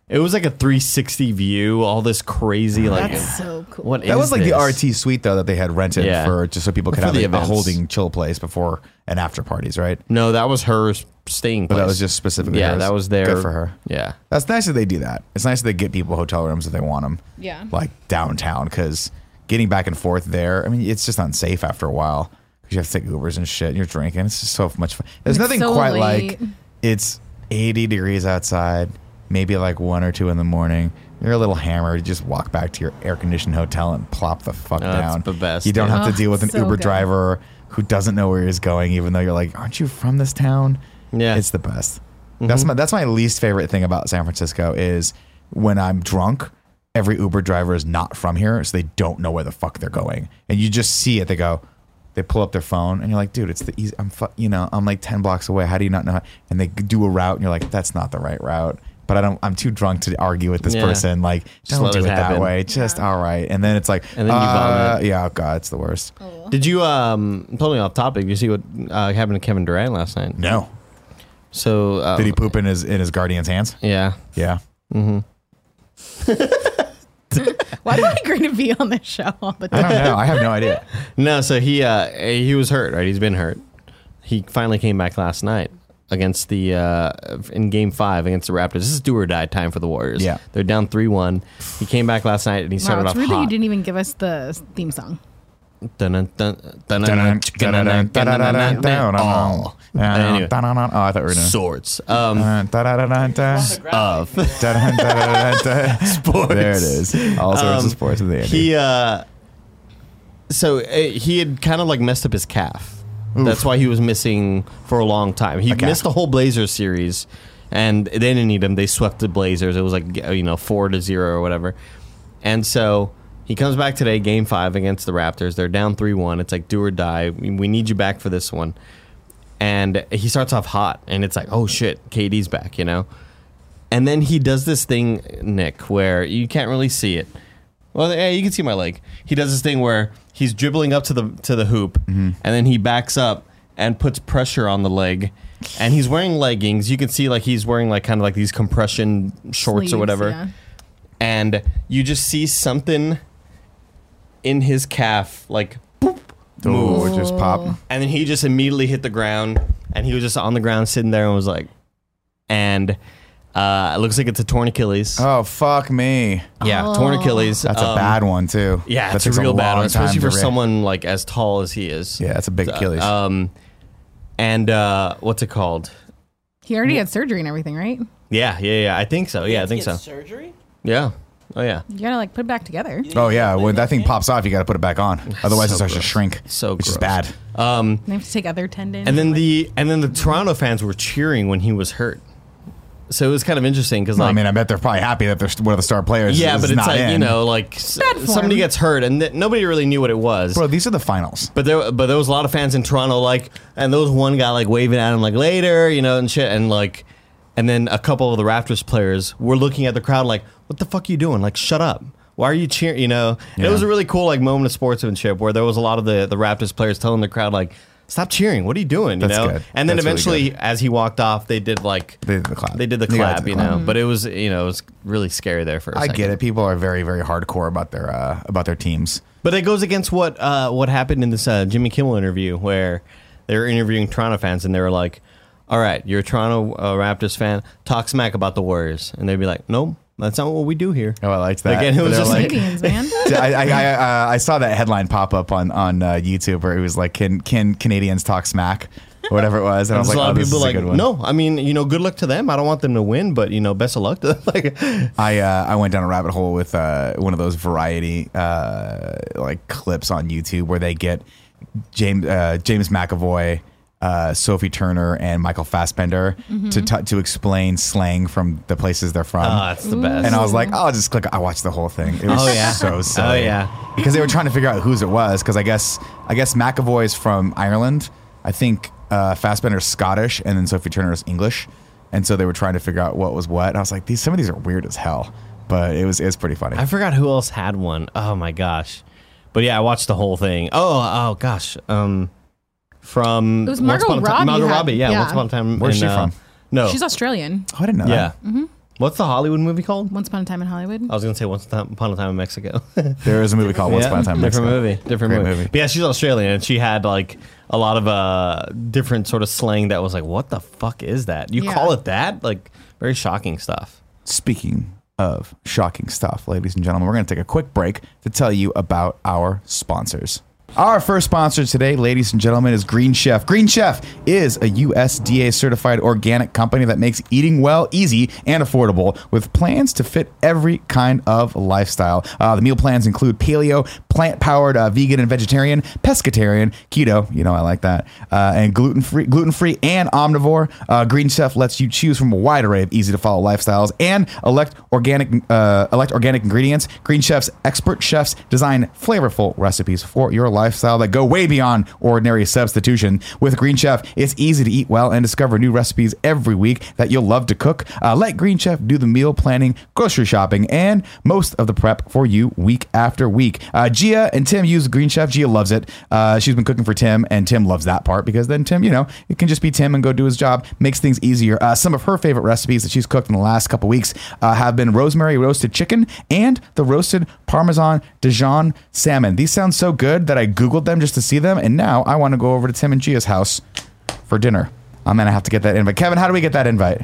Speaker 3: It was like a 360 view, all this crazy like
Speaker 2: That's so cool.
Speaker 3: What
Speaker 1: That
Speaker 3: is
Speaker 1: was like
Speaker 3: this?
Speaker 1: the RT suite though that they had rented
Speaker 3: Yeah.
Speaker 1: for just so people could
Speaker 3: For
Speaker 1: have
Speaker 3: the
Speaker 1: a, a
Speaker 3: events.
Speaker 1: holding chill place before and after parties, right?
Speaker 3: No, that was her s- staying
Speaker 1: But
Speaker 3: place.
Speaker 1: that was just specifically.
Speaker 3: yeah,
Speaker 1: hers.
Speaker 3: that was there.
Speaker 1: Good for her.
Speaker 3: Yeah.
Speaker 1: That's nice that they do that. It's nice that they get people hotel rooms if they want them.
Speaker 2: Yeah.
Speaker 1: Like downtown, because getting back and forth there, I mean, it's just unsafe after a while because you have to take Ubers and shit. And you're drinking. It's just so much fun. There's
Speaker 2: It's
Speaker 1: nothing
Speaker 2: so
Speaker 1: quite
Speaker 2: late.
Speaker 1: like it's 80 degrees outside, maybe like one or two in the morning. You're a little hammered. You just walk back to your air conditioned hotel and plop the fuck
Speaker 3: Oh, that's
Speaker 1: down.
Speaker 3: the best,
Speaker 1: You don't
Speaker 3: dude.
Speaker 1: have to
Speaker 2: Oh,
Speaker 1: deal with an
Speaker 2: so
Speaker 1: Uber
Speaker 2: good.
Speaker 1: driver who doesn't know where he's going, even though you're like, aren't you from this town?
Speaker 3: Yeah. Mm-hmm.
Speaker 1: It's the best. That's my that's my least favorite thing about San Francisco is when I'm drunk every Uber driver is not from here, so they don't know where the fuck they're going. And you just see it. They go, they pull up their phone, and you're like, dude, it's the easy. I'm, fu- you know, I'm like ten blocks away. How do you not know? how-" And they do a route, and you're like, that's not the right route. But I don't. I'm too drunk to argue with this
Speaker 3: Yeah.
Speaker 1: person. Like,
Speaker 3: Just
Speaker 1: don't
Speaker 3: let
Speaker 1: do
Speaker 3: it
Speaker 1: it that
Speaker 3: happen.
Speaker 1: way. Just all right. And then it's like,
Speaker 3: And then you
Speaker 1: uh,
Speaker 3: vomit.
Speaker 1: Yeah, oh god, it's the worst.
Speaker 3: Did you um totally off topic? Did you see what uh, happened to Kevin Durant last night?
Speaker 1: No,
Speaker 3: So uh,
Speaker 1: did he poop in his in his guardian's hands?
Speaker 3: Yeah.
Speaker 1: Yeah.
Speaker 2: Why do I agree to be on this show all the
Speaker 1: I
Speaker 2: time?
Speaker 1: don't know. I have no idea.
Speaker 3: No, so he uh he was hurt, right? He's been hurt. He finally came back last night against the uh in game 5 against the Raptors. This is do or die time for the Warriors.
Speaker 1: Yeah.
Speaker 3: They're down 3-1. He came back last night and he
Speaker 2: Wow,
Speaker 3: started
Speaker 2: it's
Speaker 3: off
Speaker 2: rude that you
Speaker 3: hot.
Speaker 2: didn't even give us the theme song.
Speaker 3: Dun-dun, dun, dun-dun,
Speaker 1: Dun-dun,
Speaker 3: dun-dun,
Speaker 1: dun-dun,
Speaker 3: dun-dun,
Speaker 1: dun-dun,
Speaker 3: dun-dun,
Speaker 1: dun-dun,
Speaker 3: all. Anyway.
Speaker 1: dun-dun, dun-dun. Oh, I thought we were doing.
Speaker 3: Sorts. Um
Speaker 1: Dun, dun-dun-dun-dun.
Speaker 3: of
Speaker 1: Dun, dun, dun, dun, dun.
Speaker 3: sports.
Speaker 1: There it is. All sorts
Speaker 3: Um,
Speaker 1: of sports with Andy.
Speaker 3: He uh, so uh, he had kind of like messed up his calf. That's why he was missing for a long time. He
Speaker 1: calf.
Speaker 3: missed the whole Blazers series, and they didn't need him. They swept the Blazers. It was like you know four to zero or whatever. And so he comes back today, game five against the Raptors. They're down three one. It's like do or die. We we need you back for this one. And he starts off hot, and it's like, oh shit, KD's back, you know. And then he does this thing, Nick, where you can't really see it. Well, yeah, you can see my leg. He does this thing where he's dribbling up to the to the hoop, and then he backs up and puts pressure on the leg. And he's wearing leggings. You can see like he's wearing like kind of like these compression shorts
Speaker 2: Sleeves,
Speaker 3: or whatever.
Speaker 2: yeah.
Speaker 3: And you just see something in his calf, like,
Speaker 1: Ooh, it just pop.
Speaker 3: and then he just immediately hit the ground, and he was just on the ground sitting there and was like, and uh, it looks like it's a torn Achilles.
Speaker 1: Oh fuck me.
Speaker 3: Yeah,
Speaker 2: Oh.
Speaker 3: torn Achilles.
Speaker 1: That's
Speaker 3: Um,
Speaker 1: a bad one too.
Speaker 3: Yeah,
Speaker 1: That
Speaker 3: it's a
Speaker 1: takes
Speaker 3: real bad
Speaker 1: long
Speaker 3: one, especially
Speaker 1: time
Speaker 3: for
Speaker 1: to re-
Speaker 3: someone like as tall as he is.
Speaker 1: Yeah, that's a big Achilles.
Speaker 3: Um, and uh, what's it called?
Speaker 2: He already had surgery and everything, right? You
Speaker 3: Yeah, yeah, yeah. I think so. Yeah, I think so.
Speaker 5: Get Surgery?
Speaker 3: Yeah. Oh yeah.
Speaker 2: gotta like put it back together.
Speaker 1: oh yeah, when that thing pops off, you got to put it back on. Otherwise,
Speaker 3: So
Speaker 1: it starts
Speaker 3: gross.
Speaker 1: to shrink.
Speaker 3: So
Speaker 1: which is
Speaker 3: gross.
Speaker 1: bad.
Speaker 2: They have to take other tendons.
Speaker 3: And then the and then the Toronto fans were cheering when he was hurt. So it was kind of interesting because like
Speaker 1: I mean, I bet they're probably happy that they're st- one of the star players.
Speaker 3: yeah,
Speaker 1: is
Speaker 3: but it's
Speaker 1: not
Speaker 3: like you
Speaker 1: in.
Speaker 3: know like s-
Speaker 2: Bad
Speaker 3: somebody
Speaker 2: form.
Speaker 3: gets hurt and th- nobody really knew what it was.
Speaker 1: bro, these are the finals.
Speaker 3: But there, but there was a lot of fans in Toronto, like, and there was one guy like waving at him, like later, you know, and shit, and like, and then a couple of the Raptors players were looking at the crowd, like, what the fuck you doing? Like, shut up. Why are you cheering? You know, and it
Speaker 1: Yeah.
Speaker 3: was a really cool like moment of sportsmanship where there was a lot of the the Raptors players telling the crowd like, stop cheering. What are you doing? You
Speaker 1: That's
Speaker 3: know,
Speaker 1: good.
Speaker 3: and then
Speaker 1: That's really
Speaker 3: eventually as he walked off, they did like
Speaker 1: They did the clap.
Speaker 3: They did the
Speaker 1: They got
Speaker 3: clap,
Speaker 1: to the
Speaker 3: you
Speaker 1: clap.
Speaker 3: know, but it was you know it was really scary there for. a
Speaker 1: I
Speaker 3: second.
Speaker 1: get it. People are very, very hardcore about their uh, about their teams.
Speaker 3: But it goes against what uh, what happened in this uh, Jimmy Kimmel interview where they were interviewing Toronto fans and they were like, "All right, you're a Toronto uh, Raptors fan, talk smack about the Warriors," and they'd be like, "No, that's not what we do here."
Speaker 1: Oh, I liked that.
Speaker 3: Again, it was
Speaker 1: They're
Speaker 3: just like-
Speaker 2: Canadians, man.
Speaker 1: I, I, I, uh, I saw that headline pop up on on uh, YouTube where it was like, "Can can Canadians talk smack?" or whatever it was, and I was
Speaker 3: There's
Speaker 1: like,
Speaker 3: a lot
Speaker 1: "Oh,
Speaker 3: of
Speaker 1: this
Speaker 3: people
Speaker 1: is a
Speaker 3: like,
Speaker 1: good one."
Speaker 3: "No, I mean, you know, good luck to them. I don't want them to win, but you know, best of luck to them." like,
Speaker 1: I uh, I went down a rabbit hole with uh, one of those variety uh, like clips on YouTube where they get James uh, James McAvoy, uh, Sophie Turner, and Michael Fassbender to t- to explain slang from the places they're from.
Speaker 3: oh, that's the best.
Speaker 1: and I was like, oh, I'll just click. I watched the whole thing. It was
Speaker 3: Oh, yeah.
Speaker 1: so silly.
Speaker 3: Oh, yeah.
Speaker 1: because they were trying to figure out whose it was. Because I guess I guess McAvoy is from Ireland. I think uh, Fassbender's Scottish, and then Sophie Turner is English. And so they were trying to figure out what was what. And I was like, these some of these are weird as hell, but it was it's pretty funny.
Speaker 3: I forgot who else had one. Oh my gosh. But yeah, I watched the whole thing. Oh, oh gosh. Um, from
Speaker 2: It was
Speaker 3: Once
Speaker 2: Margot
Speaker 3: Upon a Ti-
Speaker 2: Robbie
Speaker 3: Margot
Speaker 2: had-
Speaker 3: Robbie. Yeah,
Speaker 2: yeah.
Speaker 3: Once Upon a Time.
Speaker 1: Where's
Speaker 3: in,
Speaker 1: she
Speaker 3: uh,
Speaker 1: from?
Speaker 3: No,
Speaker 2: She's Mm-hmm. Australian.
Speaker 1: oh, I didn't know
Speaker 3: Yeah. What's the Hollywood movie called?
Speaker 2: Once upon a time in Hollywood.
Speaker 3: I was gonna say Once Upon Upon a Time in Mexico.
Speaker 1: that. There was a movie called Once Upon a Time in
Speaker 3: different
Speaker 1: Mexico.
Speaker 3: movie, different
Speaker 1: Great
Speaker 3: movie.
Speaker 1: movie.
Speaker 3: But yeah, she's Australian, and she had like a lot of uh different sort of slang that was like, "What the fuck is that? You
Speaker 2: Yeah.
Speaker 3: call it that?" Like very shocking stuff.
Speaker 1: Speaking of shocking stuff, ladies and gentlemen, we're going to take a quick break to tell you about our sponsors. Our first sponsor today, ladies and gentlemen, is Green Chef. Green Chef is a USDA certified organic company that makes eating well easy and affordable with plans to fit every kind of lifestyle. Uh, the meal plans include paleo, plant powered, uh, vegan and vegetarian, pescatarian, keto, you know, I like that, uh, and gluten free, gluten free and omnivore. Uh, Green Chef lets you choose from a wide array of easy to follow lifestyles and elect organic, uh, elect organic ingredients. Green Chef's expert chefs design flavorful recipes for your lifestyle that go way beyond ordinary substitution. With Green Chef, it's easy to eat well and discover new recipes every week that you'll love to cook. Uh, let Green Chef do the meal planning, grocery shopping, and most of the prep for you week after week. Uh, Gia and Tim use Green Chef. Gia loves it. Uh, she's been cooking for Tim, and Tim loves that part because then Tim, you know, it can just be Tim and go do his job, makes things easier. Uh, some of her favorite recipes that she's cooked in the last couple weeks uh, have been rosemary roasted chicken and the roasted Parmesan Dijon salmon. These sound so good that I Googled them just to see them, and now I want to go over to Tim and Gia's house for dinner. I'm gonna have to get that invite. Kevin, how do we get that invite?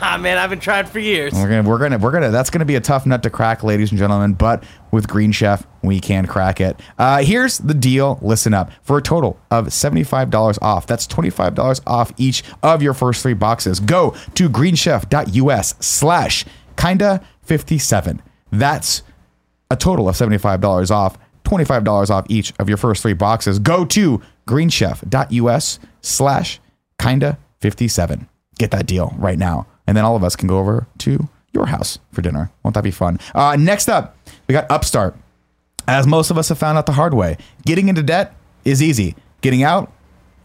Speaker 5: Ah, man, I've been trying for years.
Speaker 1: We're gonna, we're gonna, we're gonna. That's gonna be a tough nut to crack, ladies and gentlemen. But with Green Chef, we can crack it. Uh, here's the deal. Listen up. For a total of seventy-five dollars off, that's twenty-five dollars off each of your first three boxes. Go to greenchef.us/slash kinda fifty-seven. That's a total of $75 off, $25 off each of your first three boxes. Go to greenchef.us slash kinda 57. Get that deal right now. And then all of us can go over to your house for dinner. Won't that be fun? Uh, next up, we got Upstart. As most of us have found out the hard way, getting into debt is easy. Getting out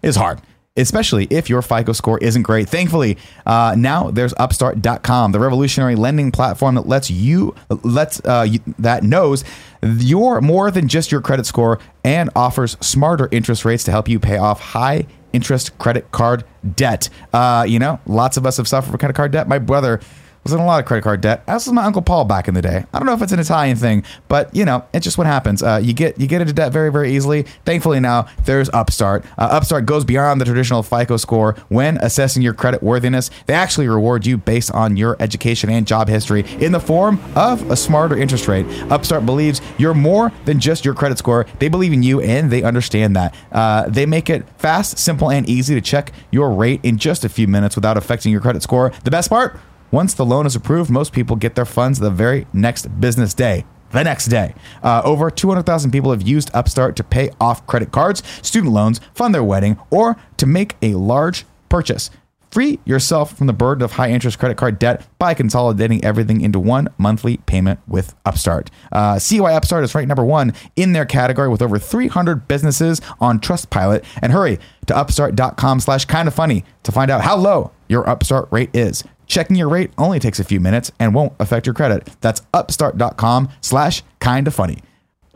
Speaker 1: is hard, especially if your FICO score isn't great. Thankfully, uh, now there's Upstart.com, the revolutionary lending platform that lets you lets uh, you, that knows your more than just your credit score and offers smarter interest rates to help you pay off high interest credit card debt. Uh, you know, lots of us have suffered from credit card debt. My brother was in a lot of credit card debt, as was my uncle Paul back in the day. I don't know if it's an Italian thing, but you know, it's just what happens. Uh, you get you get into debt very very easily. Thankfully now there's Upstart. Uh, Upstart goes beyond the traditional FICO score when assessing your credit worthiness. They actually reward you based on your education and job history in the form of a smarter interest rate. Upstart believes you're more than just your credit score. They believe in you and they understand that. Uh, they make it fast, simple, and easy to check your rate in just a few minutes without affecting your credit score. The best part. Once the loan is approved, most people get their funds the very next business day. The next day. Uh, over 200,000 people have used Upstart to pay off credit cards, student loans, fund their wedding, or to make a large purchase. Free yourself from the burden of high interest credit card debt by consolidating everything into one monthly payment with Upstart. Uh, see why Upstart is ranked number one in their category with over 300 businesses on Trustpilot. And hurry to upstart.com slash kind of funny to find out how low your Upstart rate is. Checking your rate only takes a few minutes and won't affect your credit. That's upstart.com slash kind of funny.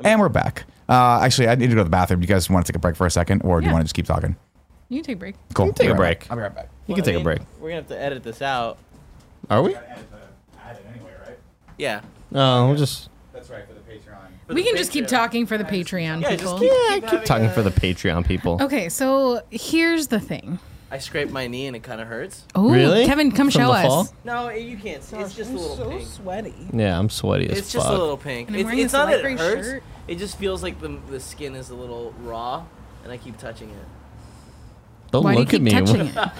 Speaker 1: And we're back. Uh, actually, I need to go to the bathroom. Do you guys want to take a break for a second or do you
Speaker 2: Yeah.
Speaker 1: want to just keep talking?
Speaker 2: You can take a break.
Speaker 1: Cool.
Speaker 3: take
Speaker 1: I'll
Speaker 3: a
Speaker 1: be right
Speaker 3: break.
Speaker 1: back. I'll be right back.
Speaker 3: You can take a break.
Speaker 5: We're gonna have to edit this out.
Speaker 3: Are we?
Speaker 5: Yeah.
Speaker 3: No, Uh, we'll just
Speaker 1: That's right for the Patreon.
Speaker 2: We can just keep talking for the Patreon
Speaker 5: Yeah, just
Speaker 2: people.
Speaker 5: keep-
Speaker 3: yeah, keep talking for the Patreon people.
Speaker 2: Okay, so here's the thing.
Speaker 5: I scraped my knee and it kind of hurts.
Speaker 2: Oh,
Speaker 3: Really?
Speaker 2: Kevin, come
Speaker 3: From
Speaker 2: show
Speaker 3: the
Speaker 2: us.
Speaker 3: fall?
Speaker 5: No, it- you can't. see. It's just a little pink.
Speaker 6: sweaty.
Speaker 3: Yeah, I'm sweaty as
Speaker 5: It's just a
Speaker 3: fuck.
Speaker 5: little pink.
Speaker 2: And I'm
Speaker 5: It's,
Speaker 2: wearing
Speaker 5: it's
Speaker 2: this
Speaker 5: not that
Speaker 2: light
Speaker 5: it
Speaker 2: gray
Speaker 5: hurts.
Speaker 2: shirt.
Speaker 5: It just feels like the the skin is a little raw, and I keep touching it.
Speaker 3: Don't
Speaker 2: Why
Speaker 3: look
Speaker 2: do you keep
Speaker 3: at me.
Speaker 2: touching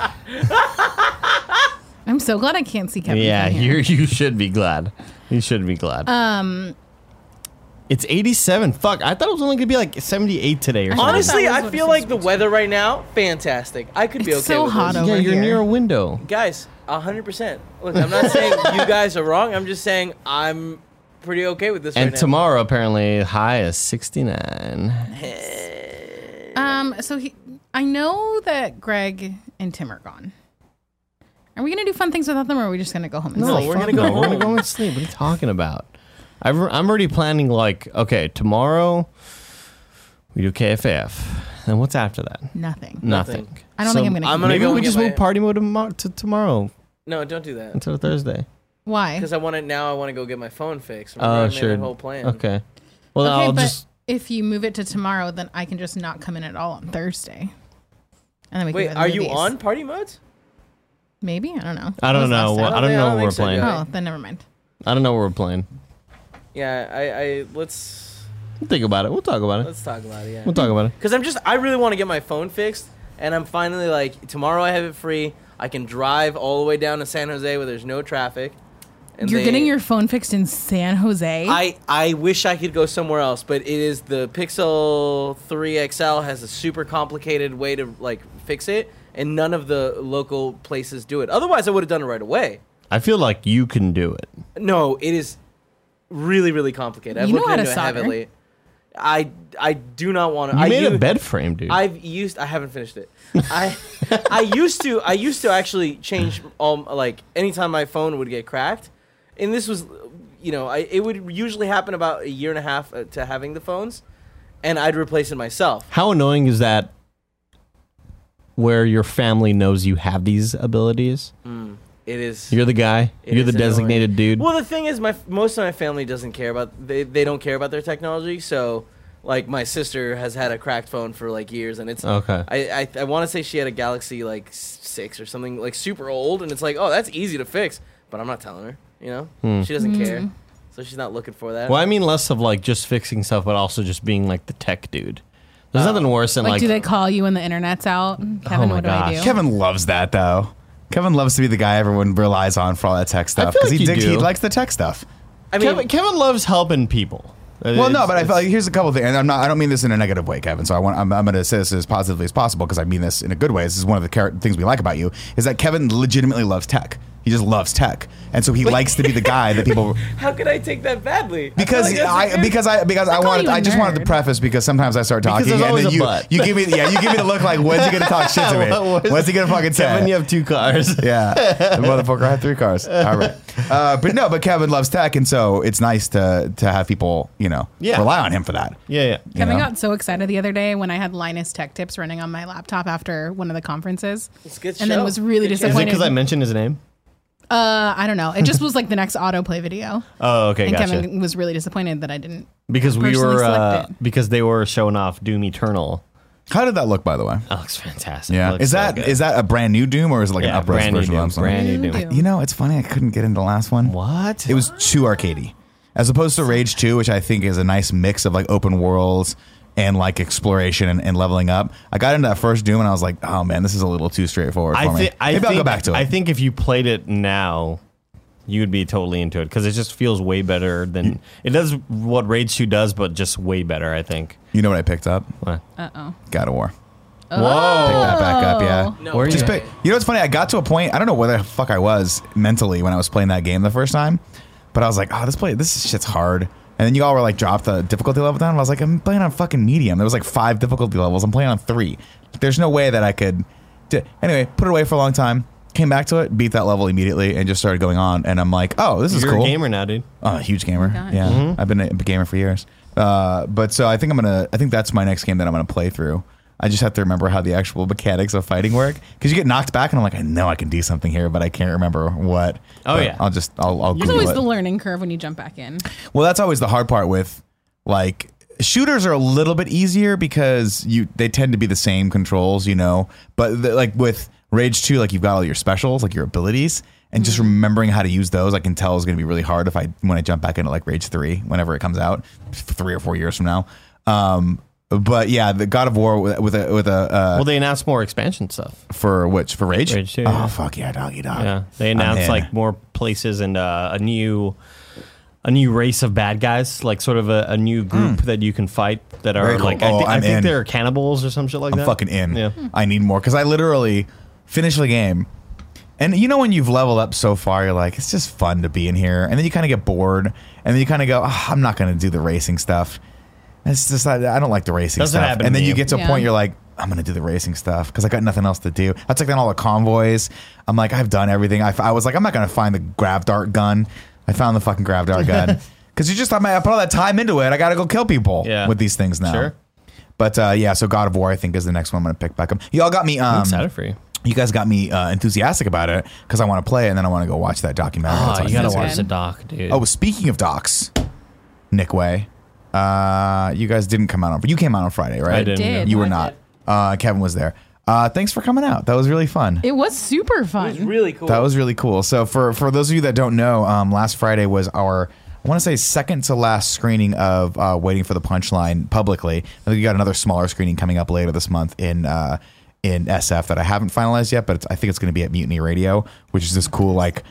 Speaker 2: it? I'm so glad I can't see Kevin.
Speaker 3: Yeah,
Speaker 2: from here.
Speaker 3: you you should be glad. You should be glad.
Speaker 2: Um,
Speaker 3: it's 87. Fuck, I thought it was only gonna be like 78 today or
Speaker 2: thought
Speaker 3: something.
Speaker 5: Honestly,
Speaker 2: that was
Speaker 5: I
Speaker 2: what
Speaker 5: feel
Speaker 2: it
Speaker 5: like
Speaker 2: says
Speaker 5: the weather right now, fantastic. I could be
Speaker 2: It's
Speaker 5: okay
Speaker 2: so
Speaker 5: with
Speaker 2: hot
Speaker 5: this.
Speaker 2: over
Speaker 3: yeah, you're
Speaker 2: here.
Speaker 3: near a window.
Speaker 5: Guys, hundred percent. Look, I'm not saying you guys are wrong. I'm just saying I'm pretty okay with this
Speaker 3: And
Speaker 5: right now.
Speaker 3: tomorrow, apparently, high is 69.
Speaker 2: um, so he, I know that Greg and Tim are gone. Are we gonna do fun things without them, or are we just gonna go home? And
Speaker 3: No,
Speaker 2: sleep?
Speaker 3: we're gonna go. We're gonna go and sleep. What are you talking about? I've, I'm already planning. Like, okay, tomorrow we do KFF. Then what's after that?
Speaker 2: Nothing.
Speaker 3: Nothing.
Speaker 2: I don't think I'm gonna- I'm
Speaker 5: gonna
Speaker 3: maybe
Speaker 5: go
Speaker 3: we
Speaker 5: and
Speaker 3: just
Speaker 5: get my-
Speaker 3: move party mode tomo- to tomorrow
Speaker 5: No, don't do that.
Speaker 3: until Thursday.
Speaker 2: Why?
Speaker 5: Because I want to now. I want to go get my phone fixed.
Speaker 3: Oh,
Speaker 5: Remember, I made
Speaker 3: sure.
Speaker 5: That whole plan.
Speaker 3: Okay. Well,
Speaker 2: okay,
Speaker 3: I'll
Speaker 2: but
Speaker 3: just.
Speaker 2: if you move it to tomorrow, then I can just not come in at all on Thursday. And then we
Speaker 5: Wait,
Speaker 2: can go to the
Speaker 5: are you
Speaker 2: movies.
Speaker 5: on party modes?
Speaker 2: Maybe I don't know.
Speaker 3: I
Speaker 2: When was
Speaker 3: don't know.
Speaker 2: last
Speaker 3: What,
Speaker 2: time?
Speaker 3: I don't
Speaker 5: think- I
Speaker 3: know
Speaker 5: don't
Speaker 3: what
Speaker 5: think
Speaker 3: we're
Speaker 5: so,
Speaker 3: playing.
Speaker 5: dude.
Speaker 2: Oh, then never mind.
Speaker 3: I don't know what we're playing.
Speaker 5: Yeah, I, I let's.
Speaker 3: We'll think about it. We'll talk about it.
Speaker 5: Let's talk about it. Yeah.
Speaker 3: We'll talk about it.
Speaker 5: Because I'm just, I really want to get my phone fixed, and I'm finally like, tomorrow I have it free. I can drive all the way down to San Jose where there's no traffic. And
Speaker 2: You're
Speaker 5: they-
Speaker 2: getting your phone fixed in San Jose.
Speaker 5: I I wish I could go somewhere else, but it is the Pixel 3 XL has a super complicated way to like fix it, and none of the local places do it. Otherwise, I would have done it right away.
Speaker 3: I feel like you can do it.
Speaker 5: No, it is really really complicated. I've
Speaker 2: You know
Speaker 5: looked
Speaker 2: how to
Speaker 5: into it
Speaker 2: solder.
Speaker 5: heavily. I I do not want to.
Speaker 3: You
Speaker 5: I
Speaker 3: made a
Speaker 5: u-
Speaker 3: bed frame, dude.
Speaker 5: I've used. I haven't finished it. I I used to. I used to actually change all like anytime my phone would get cracked, and this was, you know, I it would usually happen about a year and a half uh, to having the phones, and I'd replace it myself.
Speaker 3: How annoying is that? Where your family knows you have these abilities,
Speaker 5: It is-
Speaker 3: you're the guy.
Speaker 5: Mm-hmm. it
Speaker 3: you're the
Speaker 5: is annoying.
Speaker 3: designated dude.
Speaker 5: Well, the thing is, my most of my family doesn't care about they they don't care about their technology. So, like, my sister has had a cracked phone for like years, and it's
Speaker 3: Okay.
Speaker 5: I I, I want to say she had a Galaxy like s- six or something like super old, and it's like, oh, that's easy to fix, but I'm not telling her. You know, she doesn't
Speaker 2: Hmm.
Speaker 5: care, so she's not looking for that.
Speaker 3: Well, I mean less of like just fixing stuff, but also just being like the tech dude.
Speaker 5: Uh,
Speaker 3: There's nothing worse than
Speaker 2: like,
Speaker 3: like, Oh
Speaker 2: do they call you when the internet's out? Kevin,
Speaker 3: my
Speaker 2: what do I
Speaker 3: gosh.
Speaker 2: do?
Speaker 1: Kevin loves that though. Kevin loves to be the guy everyone relies on for all that tech stuff
Speaker 3: feel
Speaker 1: because
Speaker 3: like
Speaker 1: he
Speaker 3: you
Speaker 1: digs, he
Speaker 3: do.
Speaker 1: likes the tech stuff.
Speaker 5: I mean,
Speaker 3: Kevin, Kevin loves helping people.
Speaker 1: Well, no, but I feel like here's a couple of things, and I'm not. I don't mean this in a negative way, Kevin. So I want. I'm, I'm going to say this as positively as possible because I mean this in a good way. This is one of the char- things we like about you is that Kevin legitimately loves tech. He just loves tech, and so he likes to be the guy that people
Speaker 5: how could I take that badly? I feel
Speaker 1: because
Speaker 5: like that's a
Speaker 1: I
Speaker 5: very-
Speaker 1: because I because I
Speaker 2: call
Speaker 1: wanted
Speaker 2: you a
Speaker 1: I just wanted to
Speaker 2: nerd.
Speaker 1: preface because sometimes I start talking
Speaker 3: there's
Speaker 1: and
Speaker 3: always
Speaker 1: then
Speaker 3: a
Speaker 1: you
Speaker 3: but.
Speaker 1: you give me yeah you give me the look like when's he going to talk shit to
Speaker 3: What
Speaker 1: me
Speaker 3: was-
Speaker 1: when's he going to fucking say
Speaker 3: Kevin, you have two cars.
Speaker 1: Yeah, the motherfucker had three cars. All right, uh, but no, but Kevin loves tech, and so it's nice to to have people you know
Speaker 3: Yeah.
Speaker 1: rely on him for that.
Speaker 3: yeah, yeah.
Speaker 2: Kevin
Speaker 1: you know?
Speaker 2: got so excited the other day when I had Linus Tech Tips running on my laptop after one of the conferences,
Speaker 5: It's a good
Speaker 2: and then
Speaker 5: show.
Speaker 2: was really
Speaker 5: Good show.
Speaker 3: Is it
Speaker 2: disappointed.
Speaker 3: because I mentioned his name?
Speaker 2: uh, I don't know. It just was like the next autoplay video,
Speaker 3: Oh, okay,
Speaker 2: and
Speaker 3: gotcha.
Speaker 2: Kevin was really disappointed that I didn't.
Speaker 3: because we
Speaker 2: personally
Speaker 3: were uh,
Speaker 2: selected.
Speaker 3: because they were showing off Doom Eternal.
Speaker 1: How did that look, by the way?
Speaker 3: That looks fantastic.
Speaker 1: Yeah,
Speaker 3: Looks
Speaker 1: is
Speaker 3: so
Speaker 1: that is
Speaker 3: good.
Speaker 1: that a brand new Doom or is it like
Speaker 3: yeah,
Speaker 1: an upres
Speaker 3: brand new
Speaker 1: version
Speaker 3: Doom?
Speaker 1: of something?
Speaker 3: Brand new
Speaker 2: Brand
Speaker 3: Doom.
Speaker 2: new.
Speaker 1: You know, it's funny I couldn't get into the last one.
Speaker 3: What?
Speaker 1: It was too arcadey, as opposed to Rage Two, which I think is a nice mix of like open worlds and like exploration and, and leveling up. I got into that first Doom and I was like, oh man, this is a little too straightforward
Speaker 3: I
Speaker 1: for me.
Speaker 3: think I
Speaker 1: Maybe
Speaker 3: think,
Speaker 1: I'll go back to it.
Speaker 3: I think if you played it now, you'd be totally into it because it just feels way better than it does what Rage Two does, but just way better. I think.
Speaker 1: you know what I picked up?
Speaker 3: What?
Speaker 2: Uh oh.
Speaker 1: God of War.
Speaker 3: Whoa!
Speaker 1: Pick that back up, yeah.
Speaker 5: No Where are
Speaker 1: Just
Speaker 5: you?
Speaker 1: pick. You know what's funny? I got to a point. I don't know where the fuck I was mentally when I was playing that game the first time, but I was like, oh, this play, this is- shit's hard. And then you all were like, drop the difficulty level down. And I was like, I'm playing on fucking medium. There was like five difficulty levels. I'm playing on three. There's no way that I could. do- Anyway, put it away for a long time. Came back to it, beat that level immediately, and just started going on. And I'm like, oh, this is
Speaker 3: You're
Speaker 1: cool.
Speaker 3: a gamer now, dude.
Speaker 1: Oh, a huge gamer.
Speaker 2: gosh.
Speaker 1: yeah, I've been a gamer for years. Uh, but so I think I'm gonna. I think that's my next game that I'm gonna play through. I just have to remember how the actual mechanics of fighting work because you get knocked back and I'm like, I know I can do something here, but I can't remember what.
Speaker 3: Oh,
Speaker 1: But
Speaker 3: yeah.
Speaker 1: I'll just I'll, I'll
Speaker 2: There's
Speaker 1: Google
Speaker 2: always
Speaker 1: it.
Speaker 2: the learning curve when you jump back in.
Speaker 1: Well, that's always the hard part with like shooters are a little bit easier because you they tend to be the same controls, you know. But the, like with Rage 2, like you've got all your specials, like your abilities, and just remembering how to use those, I can tell is going to be really hard if I when I jump back into like Rage 3 whenever it comes out, 3 or 4 years from now. Um but yeah, the God of War with with a with a uh,
Speaker 3: Well, they announced more expansion stuff.
Speaker 1: for which for Rage.
Speaker 3: Rage 2,
Speaker 1: oh
Speaker 3: yeah.
Speaker 1: fuck yeah, doggy dog.
Speaker 3: Yeah, they
Speaker 1: I'm
Speaker 3: announced
Speaker 1: in.
Speaker 3: like more places and uh, a new. A new race of bad guys, like sort of a, a new group that you can fight that are
Speaker 1: Hmm. Very cool.
Speaker 3: like I,
Speaker 1: Oh,
Speaker 3: thi- I
Speaker 1: I'm
Speaker 3: think
Speaker 1: in.
Speaker 3: they're cannibals or some shit like
Speaker 1: I'm
Speaker 3: that.
Speaker 1: fucking in.
Speaker 3: Yeah.
Speaker 1: I need more because I literally finish the game, and you know when you've leveled up so far, you're like, it's just fun to be in here, and then you kind of get bored, and then you kind of go, "Ah, I'm not going to do the racing stuff. It's just I, I don't like the racing
Speaker 3: Doesn't
Speaker 1: stuff,
Speaker 3: happen to
Speaker 1: and then
Speaker 3: me.
Speaker 1: you get to a
Speaker 2: Yeah.
Speaker 1: point you're like. I'm gonna do the racing stuff because I got nothing else to do. I took down all the convoys. I'm like, I've done everything. I, f- I was like, I'm not gonna find the grav dart gun. I found the fucking grav dart gun because you just I put all that time into it. I gotta go kill people
Speaker 3: Yeah.
Speaker 1: with these things now.
Speaker 3: Sure.
Speaker 1: But uh, yeah, so God of War, I think, is the next one I'm going to pick back up. Y'all got me. Um,
Speaker 3: I'm excited for you.
Speaker 1: You guys got me uh, enthusiastic about it because I want to play it and then I want to go watch that documentary. that's
Speaker 3: Oh,
Speaker 1: on
Speaker 3: you gotta
Speaker 1: Netflix.
Speaker 2: Sounds
Speaker 3: watch
Speaker 2: good.
Speaker 3: the doc, dude.
Speaker 1: Oh, speaking of docs, Nick Way, uh, you guys didn't come out on. You came out on Friday, right?
Speaker 3: I didn't.
Speaker 2: Did.
Speaker 1: You were
Speaker 2: I
Speaker 1: not. Uh, Kevin was there. Uh, thanks for coming out. That was really fun.
Speaker 2: It was super
Speaker 5: It's
Speaker 2: fun.
Speaker 5: really cool.
Speaker 1: That was really cool. So for for those of you that don't know, um, last Friday was our I want to say second to last screening of uh, Waiting for the Punchline publicly. I think we got another smaller screening coming up later this month in uh, in SF that I haven't finalized yet, but it's, I think it's going to be at Mutiny Radio, which is this cool like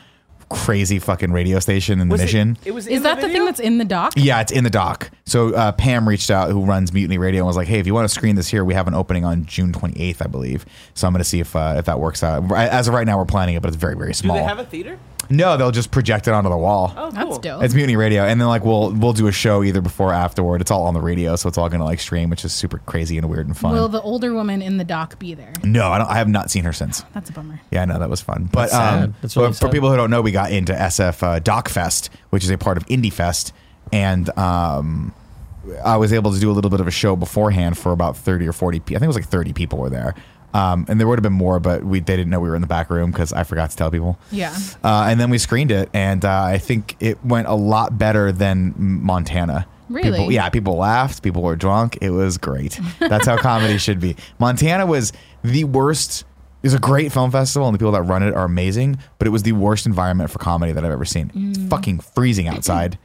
Speaker 1: crazy fucking radio station in the mission.
Speaker 5: It was
Speaker 2: Is
Speaker 5: in
Speaker 2: that the
Speaker 5: video?
Speaker 2: thing that's in the dock?
Speaker 1: Yeah, it's in the doc. So uh, Pam reached out, who runs Mutiny Radio, and was like, "Hey, if you want to screen this here, we have an opening on June 28th, I believe. So I'm going to see if uh, if that works out. Right- As of right now, we're planning it, but it's very very
Speaker 5: Do
Speaker 1: small.
Speaker 5: they have a theater?
Speaker 1: no, they'll just project it onto the wall.
Speaker 5: Oh,
Speaker 2: That's
Speaker 5: cool.
Speaker 2: dope.
Speaker 1: It's Mutiny Radio, and then like we'll we'll do a show either before or afterward. It's all on the radio, so it's all going to like stream, which is super crazy and weird and fun.
Speaker 2: Will the older woman in the dock be there?
Speaker 1: no, I don't. I have not seen her since.
Speaker 2: That's a bummer.
Speaker 1: Yeah, I know that was fun. But,
Speaker 3: sad.
Speaker 1: um,
Speaker 3: That's
Speaker 1: but
Speaker 3: really
Speaker 1: for
Speaker 3: sad.
Speaker 1: people who don't know, we got into SF uh, Doc Fest, which is a part of Indie Fest, and um, I was able to do a little bit of a show beforehand for about thirty or forty. Pe- I think it was like thirty people were there. Um, and there would have been more, but we they didn't know we were in the back room because I forgot to tell people.
Speaker 2: Yeah.
Speaker 1: Uh, and then we screened it, and uh, I think it went a lot better than Montana.
Speaker 2: Really?
Speaker 1: People, yeah, people laughed, people were drunk. It was great. That's how comedy should be. Montana was the worst. It's a great film festival, and the people that run it are amazing. But it was the worst environment for comedy that I've ever seen.
Speaker 2: Mm.
Speaker 1: It's fucking freezing outside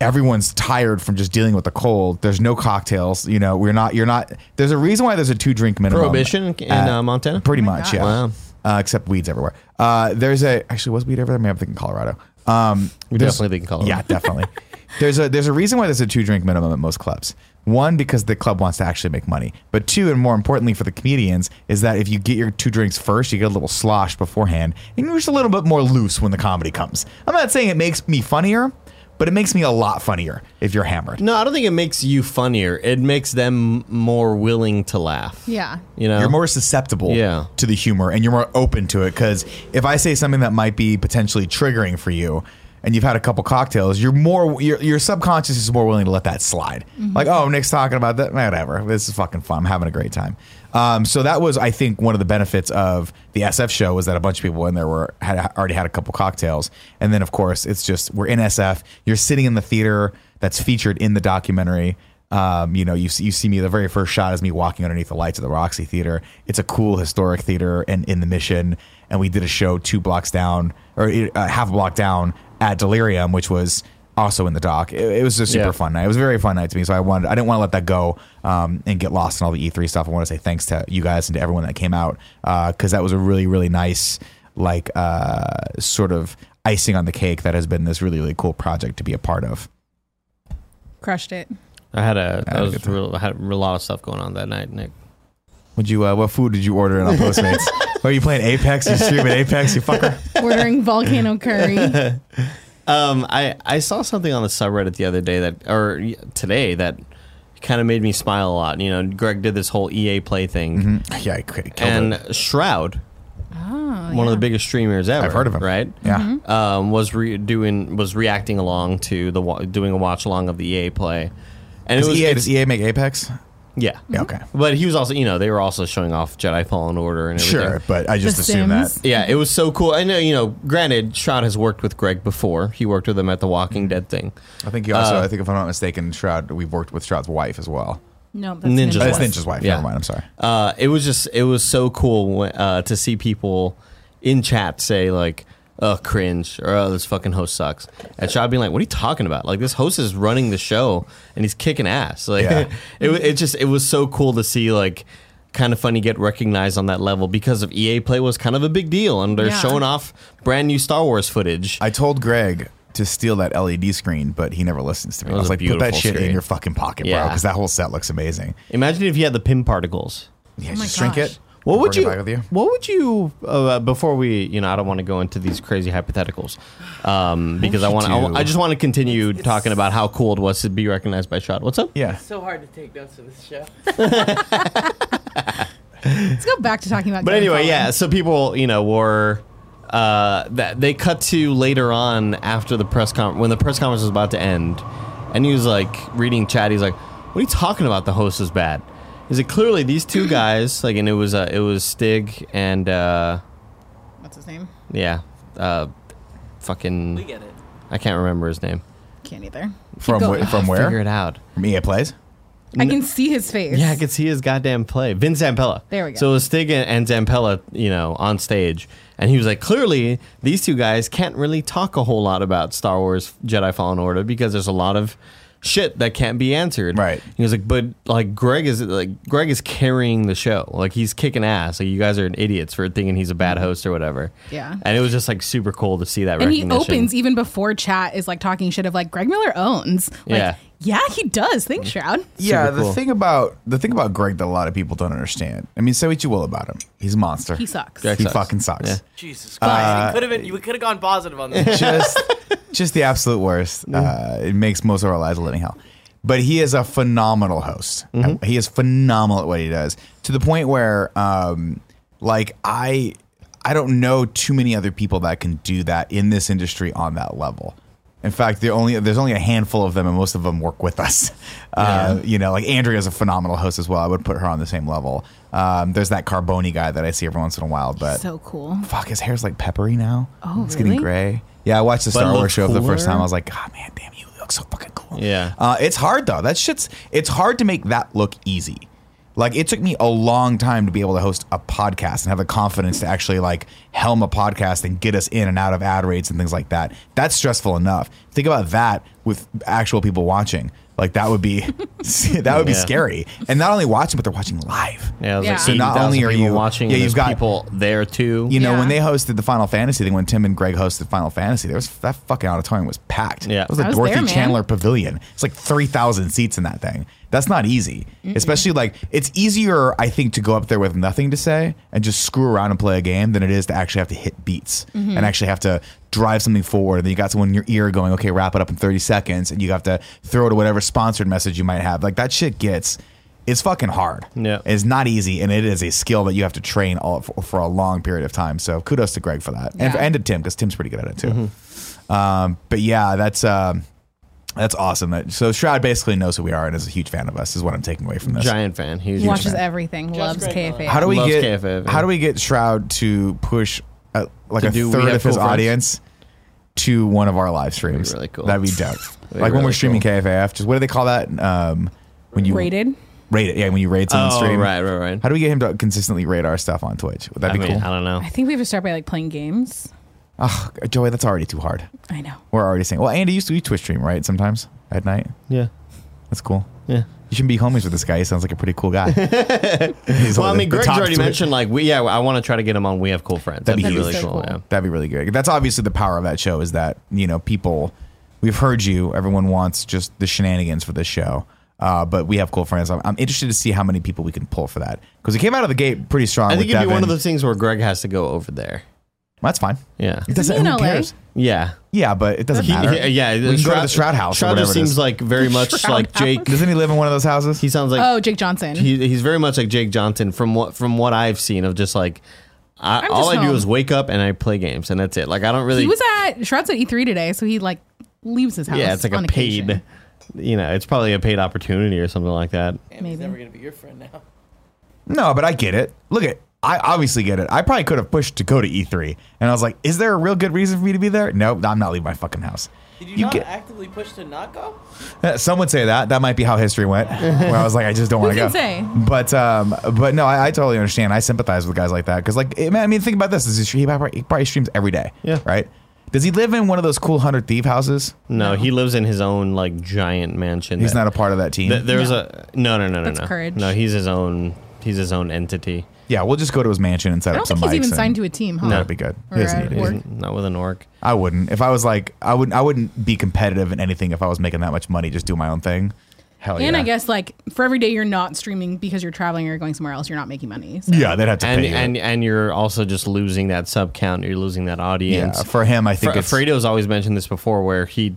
Speaker 1: everyone's tired from just dealing with the cold. There's no cocktails. You know, we're not. You're not. There's a reason why there's a two drink minimum.
Speaker 3: Prohibition in,
Speaker 1: at-
Speaker 3: uh, Montana?
Speaker 1: Pretty
Speaker 2: Oh my
Speaker 1: much,
Speaker 2: God.
Speaker 1: yeah.
Speaker 3: Wow.
Speaker 1: Uh, except weeds everywhere. Uh, there's a actually was weed everywhere. I mean, I'm thinking Colorado. Um,
Speaker 3: We
Speaker 1: there's-
Speaker 3: definitely think Colorado.
Speaker 1: Yeah, definitely. there's a there's a reason why there's a two drink minimum at most clubs. One because the club wants to actually make money, but two, and more importantly for the comedians, is that if you get your two drinks first, you get a little slosh beforehand, and you're just a little bit more loose when the comedy comes. I'm not saying it makes me funnier, but it makes me a lot funnier if you're hammered.
Speaker 3: No, I don't think it makes you funnier. It makes them more willing to laugh.
Speaker 2: Yeah.
Speaker 3: You know?
Speaker 1: You're more susceptible
Speaker 3: Yeah.
Speaker 1: to the humor and you're more open to it because if I say something that might be potentially triggering for you and you've had a couple cocktails, you're more your your subconscious is more willing to let that slide. Like, oh, Nick's talking about that, whatever. This is fucking fun. I'm having a great time. Um, so that was, I think, one of the benefits of the SF show was that a bunch of people in there were had already had a couple cocktails, and then of course it's just we're in SF. You're sitting in the theater that's featured in the documentary. Um, you know, you see, you see me. The very first shot is me walking underneath the lights of the Roxy Theater. It's a cool historic theater, and in the Mission. And we did a show two blocks down, or uh, half a block down at Delirium, which was also in the dock. It, it was a super
Speaker 3: Yeah.
Speaker 1: fun night. It was a very fun night to me. So I wanted, I didn't want to let that go um, and get lost in all the E3 stuff. I want to say thanks to you guys and to everyone that came out because that was a really, really nice, like, uh, sort of icing on the cake that has been this really, really cool project to be a part of.
Speaker 2: Crushed it.
Speaker 3: I had a,
Speaker 1: had
Speaker 3: that
Speaker 1: a
Speaker 3: was
Speaker 1: good time.
Speaker 3: real, I had a lot of stuff going on that night, Nick.
Speaker 1: Would you? Uh, what food did you order in on Postmates? Are you playing Apex? You streaming Apex? You fucker.
Speaker 2: Ordering volcano curry.
Speaker 3: Um, I, I saw something on the subreddit the other day that, or y- today, that kind of made me smile a lot. You know, Greg did this whole EA play thing.
Speaker 1: Yeah, I k- Mm-hmm. killed
Speaker 3: And
Speaker 1: it.
Speaker 3: Shroud,
Speaker 2: Oh,
Speaker 3: one of
Speaker 2: yeah.
Speaker 3: the biggest streamers ever.
Speaker 1: I've heard of him.
Speaker 3: Right?
Speaker 1: Yeah.
Speaker 2: Mm-hmm.
Speaker 3: um, was re- doing was reacting along to the wa- doing a watch along of the EA play, and
Speaker 1: Does
Speaker 3: it was
Speaker 1: EA,
Speaker 3: it's-
Speaker 1: does EA make Apex?
Speaker 2: Mm-hmm.
Speaker 3: yeah.
Speaker 1: E Yeah, okay.
Speaker 3: But he was also you know they were also showing off Jedi Fallen Order and everything.
Speaker 1: Sure, but I just
Speaker 2: The
Speaker 1: assume that.
Speaker 2: Sims.
Speaker 3: Yeah, it was so cool. I know you know. Granted, Shroud has worked with Greg before. He worked with him at the Walking Dead thing.
Speaker 1: I think you also.
Speaker 3: Uh,
Speaker 1: I think if I'm not mistaken, Shroud. We've worked with Shroud's wife as well.
Speaker 2: no, that's
Speaker 3: Ninja's
Speaker 1: Oh,
Speaker 2: Ninja's
Speaker 1: it's
Speaker 3: wife.
Speaker 1: Ninja's wife.
Speaker 3: Yeah.
Speaker 1: Never mind. I'm sorry.
Speaker 3: Uh, it was just it was so cool uh, to see people in chat say like. Oh, cringe! Or oh, this fucking host sucks. And Shroud being like, "What are you talking about? Like this host is running the show and he's kicking ass." Like
Speaker 1: Yeah.
Speaker 3: it, wa- it just it was so cool to see like kind of funny get recognized on that level because of EA Play was kind of a big deal and they're
Speaker 2: Yeah.
Speaker 3: showing off brand new Star Wars footage.
Speaker 1: I told Greg to steal that LED screen, but he never listens to me. I
Speaker 3: was
Speaker 1: was
Speaker 3: a
Speaker 1: like, put that
Speaker 3: beautiful
Speaker 1: shit in
Speaker 3: screen.
Speaker 1: your fucking pocket, bro,
Speaker 3: Yeah.
Speaker 1: because that whole set looks amazing.
Speaker 3: Imagine if you had the pin particles.
Speaker 1: Yeah,
Speaker 2: Oh my
Speaker 1: just shrink
Speaker 2: gosh.
Speaker 1: it.
Speaker 3: What
Speaker 1: and
Speaker 3: would
Speaker 1: bring
Speaker 3: you,
Speaker 1: it back with you?
Speaker 3: What would you? Uh, before we, you know, I don't want to go into these crazy hypotheticals um, because I want.
Speaker 1: do?
Speaker 3: I, I just want to continue
Speaker 5: It's- it's-
Speaker 3: talking about how cool it was to be recognized by Shot. What's up?
Speaker 1: Yeah.
Speaker 5: So hard to take notes for this show.
Speaker 2: Let's go back to talking about.
Speaker 3: But
Speaker 2: Game
Speaker 3: anyway,
Speaker 2: Fallen.
Speaker 3: yeah. So people, you know, were uh, that they cut to later on after the press con when the press conference was about to end, and he was like reading chat. He's like, "What are you talking about? The host is bad." He's like, "Clearly, these two guys like, and it was uh, it was Stig and uh,
Speaker 2: What's his name?
Speaker 3: yeah, uh, fucking."
Speaker 5: We get it.
Speaker 3: I can't remember his name.
Speaker 2: Can't either.
Speaker 1: From
Speaker 2: Keep
Speaker 1: where,
Speaker 2: going.
Speaker 1: from
Speaker 3: Figure
Speaker 1: where?
Speaker 3: it out.
Speaker 1: From EA Plays.
Speaker 2: I can see his face.
Speaker 3: Yeah, I could see his goddamn play. Vin Zampella.
Speaker 2: There we go.
Speaker 3: So it was Stig and, and Zampella, you know, on stage. And he was like, clearly, these two guys can't really talk a whole lot about Star Wars Jedi Fallen Order because there's a lot of shit that can't be answered.
Speaker 1: Right.
Speaker 3: He was like, but like Greg is like Greg is carrying the show. Like he's kicking ass. Like you guys are idiots for thinking he's a bad host or whatever.
Speaker 2: Mm-hmm. Yeah.
Speaker 3: And it was just like super cool to see that
Speaker 2: and he
Speaker 3: recognition.
Speaker 2: opens even before chat is like talking shit of like Greg Miller owns. Like,
Speaker 3: Yeah.
Speaker 2: yeah, he does. Thanks, Shroud.
Speaker 1: Yeah,
Speaker 3: Super
Speaker 1: the
Speaker 3: cool.
Speaker 1: thing about the thing about Greg that a lot of people don't understand. I mean, say what you will about him, he's a monster.
Speaker 2: He sucks.
Speaker 3: Greg
Speaker 1: he
Speaker 3: sucks.
Speaker 1: fucking sucks.
Speaker 3: Yeah.
Speaker 1: Uh,
Speaker 5: Jesus Christ! could have been. You could have gone positive on this.
Speaker 1: just just the absolute worst. Uh, it makes most of our lives a living hell. But he is a phenomenal host. Uh, He is phenomenal at what he does to the point where, um, like I, I don't know too many other people that can do that in this industry on that level. In fact, the only there's only a handful of them, and most of them work with us. Uh, You know, like Andrea is a phenomenal host as well. I would put her on the same level. Um, there's that Carboni guy that I see every once in a while, but
Speaker 2: So cool.
Speaker 1: fuck, his hair's like peppery now.
Speaker 2: Oh,
Speaker 1: it's
Speaker 2: really?
Speaker 1: getting gray. Yeah, I watched the
Speaker 3: But
Speaker 1: Star
Speaker 3: look
Speaker 1: Wars show for the first
Speaker 3: cooler?
Speaker 1: time. I was like, God, man, damn you, you look so fucking cool.
Speaker 3: Yeah.
Speaker 1: uh, it's hard though. That shit's it's hard to make that look easy. Like it took me a long time to be able to host a podcast and have the confidence to actually like helm a podcast and get us in and out of ad rates and things like that. That's stressful enough. Think about that with actual people watching. Like that would be that would be
Speaker 3: Yeah.
Speaker 1: scary. And not only watching, but they're watching live.
Speaker 3: Yeah, it was
Speaker 2: Yeah.
Speaker 3: like
Speaker 2: So
Speaker 1: not only
Speaker 3: 80,000
Speaker 1: are
Speaker 3: people
Speaker 1: you-
Speaker 3: watching,
Speaker 1: yeah,
Speaker 3: and
Speaker 1: you've
Speaker 3: there's
Speaker 1: got-
Speaker 3: people there too.
Speaker 1: You know, when they
Speaker 2: Yeah.
Speaker 1: hosted the Final Fantasy thing, when Tim and Greg hosted Final Fantasy, there was that fucking auditorium was packed.
Speaker 3: Yeah.
Speaker 1: it was the
Speaker 2: I was
Speaker 1: Dorothy
Speaker 2: there, man.
Speaker 1: Chandler Pavilion. It's like three thousand seats in that thing. That's not easy, especially like it's easier, I think, to go up there with nothing to say and just screw around and play a game than it is to actually have to hit beats
Speaker 2: Mm-hmm.
Speaker 1: and actually have to drive something forward. And then you got someone in your ear going, "Okay, wrap it up in thirty seconds," and you have to throw to whatever sponsored message you might have. Like that shit gets. It's fucking hard.
Speaker 3: Yeah.
Speaker 1: It's not easy, and it is a skill that you have to train all for, for a long period of time. So kudos to Greg for that, and,
Speaker 2: Yeah.
Speaker 1: and to Tim because Tim's pretty good at it too.
Speaker 3: Mm-hmm.
Speaker 1: Um, but yeah, that's um, that's awesome. That, so Shroud basically knows who we are and is a huge fan of us. Is what I'm taking away from this.
Speaker 3: Giant fan. Huge
Speaker 2: Watches
Speaker 3: fan.
Speaker 2: everything. loves
Speaker 5: Greg
Speaker 2: KFA.
Speaker 1: How do we
Speaker 3: Loves
Speaker 1: get
Speaker 3: KFF, yeah.
Speaker 1: how do we get Shroud to push uh like
Speaker 3: To
Speaker 1: a
Speaker 3: do We
Speaker 1: third
Speaker 3: Have
Speaker 1: of his
Speaker 3: Cool Friends?
Speaker 1: audience to one of our live streams?
Speaker 3: really cool.
Speaker 1: That'd be dope.
Speaker 3: be
Speaker 1: like when we're
Speaker 3: really
Speaker 1: streaming
Speaker 3: cool.
Speaker 1: KFAF, just what do they call that? Um, when you
Speaker 2: rated?
Speaker 1: rate it, yeah, when you rate someone's
Speaker 3: Oh,
Speaker 1: stream,
Speaker 3: right, right, right.
Speaker 1: How do we get him to consistently rate our stuff on Twitch? Would that
Speaker 3: I
Speaker 1: be
Speaker 3: mean,
Speaker 1: cool?
Speaker 3: I don't know.
Speaker 2: I think we have to start by like playing games.
Speaker 1: Oh, Joey, that's already too hard.
Speaker 2: I know.
Speaker 1: We're already saying, well, Andy used to do Twitch stream, right? Sometimes at night.
Speaker 3: Yeah.
Speaker 1: That's cool.
Speaker 3: Yeah.
Speaker 1: You should be homies with this guy. He sounds like a pretty cool guy. He's
Speaker 3: Well, I
Speaker 1: like
Speaker 3: mean,
Speaker 1: the
Speaker 3: Greg's
Speaker 1: top
Speaker 3: already
Speaker 1: Twi-
Speaker 3: mentioned like we. Yeah, I want to try to get him on. We have cool friends.
Speaker 1: That'd be
Speaker 2: That'd be
Speaker 3: really
Speaker 2: so
Speaker 3: cool.
Speaker 2: cool.
Speaker 3: Yeah.
Speaker 1: That'd be really good. That's obviously the power of that show is that, you know, people, we've heard you. Everyone wants just the shenanigans for this show. Uh, but we have cool friends. I'm, I'm interested to see how many people we can pull for that because we came out of the gate pretty strong.
Speaker 3: I think
Speaker 1: with
Speaker 3: it'd be one of
Speaker 1: Devin.
Speaker 3: those things where Greg has to go over there.
Speaker 1: That's fine.
Speaker 3: Yeah.
Speaker 1: It doesn't.
Speaker 2: he in
Speaker 1: Who
Speaker 2: LA?
Speaker 1: cares?
Speaker 3: Yeah.
Speaker 1: Yeah, but it doesn't
Speaker 3: He-
Speaker 1: matter.
Speaker 3: he- yeah.
Speaker 1: we can go to the Shroud House. or
Speaker 3: Shroud
Speaker 1: whatever
Speaker 3: just
Speaker 1: it is.
Speaker 3: seems like very much
Speaker 2: Shroud
Speaker 3: like
Speaker 2: House.
Speaker 3: Jake.
Speaker 1: Doesn't he live in one of those houses?
Speaker 3: He sounds like
Speaker 2: Oh, Jake Johnson.
Speaker 3: he, he's very much like Jake Johnson from what from what I've seen of just like I,
Speaker 2: I'm
Speaker 3: all
Speaker 2: just
Speaker 3: I do
Speaker 2: home.
Speaker 3: is wake up and I play games and that's it. Like I don't really.
Speaker 2: he was at Shroud's at E3 today, so he like leaves his house.
Speaker 3: yeah, it's like
Speaker 2: on
Speaker 3: a paid.
Speaker 2: occasion.
Speaker 3: You know, it's probably a paid opportunity or something like that.
Speaker 5: Damn, he's
Speaker 2: Maybe.
Speaker 5: never gonna be your friend now.
Speaker 1: No, but I get it. Look at I obviously get it. I probably could have pushed to go to E3, and I was like, "Is there a real good reason for me to be there?" No, I'm not leaving my fucking house.
Speaker 5: Did you,
Speaker 1: You
Speaker 5: not
Speaker 1: get-
Speaker 5: actively push to not go?
Speaker 1: Some would say that that might be how history went. where I was like, I just don't want to
Speaker 2: Who
Speaker 1: go.
Speaker 2: can say?
Speaker 1: But um, but no, I, I totally understand. I sympathize with guys like that because like, it- man, I mean, think about this: is he, he probably he probably streams every day,
Speaker 3: Yeah.
Speaker 1: right? Does he live in one of those cool hundred thief houses?
Speaker 3: No, he lives in his own like giant mansion.
Speaker 1: He's
Speaker 3: that-
Speaker 1: not a part of that team.
Speaker 3: Th- there's a no, no, no, no,
Speaker 2: That's
Speaker 3: no.
Speaker 2: courage.
Speaker 3: No, he's his own. He's his own entity.
Speaker 1: yeah, we'll just go to his mansion and set up
Speaker 2: I don't
Speaker 1: some
Speaker 2: think he's
Speaker 1: mics
Speaker 2: even
Speaker 1: and-
Speaker 2: signed to a team, huh?
Speaker 1: That'd be good. He
Speaker 2: Or
Speaker 1: doesn't
Speaker 2: a
Speaker 1: need it.
Speaker 2: org.
Speaker 3: He's n- not with an orc.
Speaker 1: I wouldn't. If I was like, I wouldn't. I wouldn't be competitive in anything if I was making that much money. Just do my own thing. Hell yeah.
Speaker 2: And I guess like for every day you're not streaming because you're traveling or you're going somewhere else, you're not making money. So.
Speaker 1: Yeah, they'd have to
Speaker 3: And
Speaker 1: pay. you.
Speaker 3: and and you're also just losing that sub count. You're losing that
Speaker 1: yeah,
Speaker 3: audience.
Speaker 1: for him, I think
Speaker 3: Fre-
Speaker 1: it's
Speaker 3: Fredo's always mentioned this before, where he,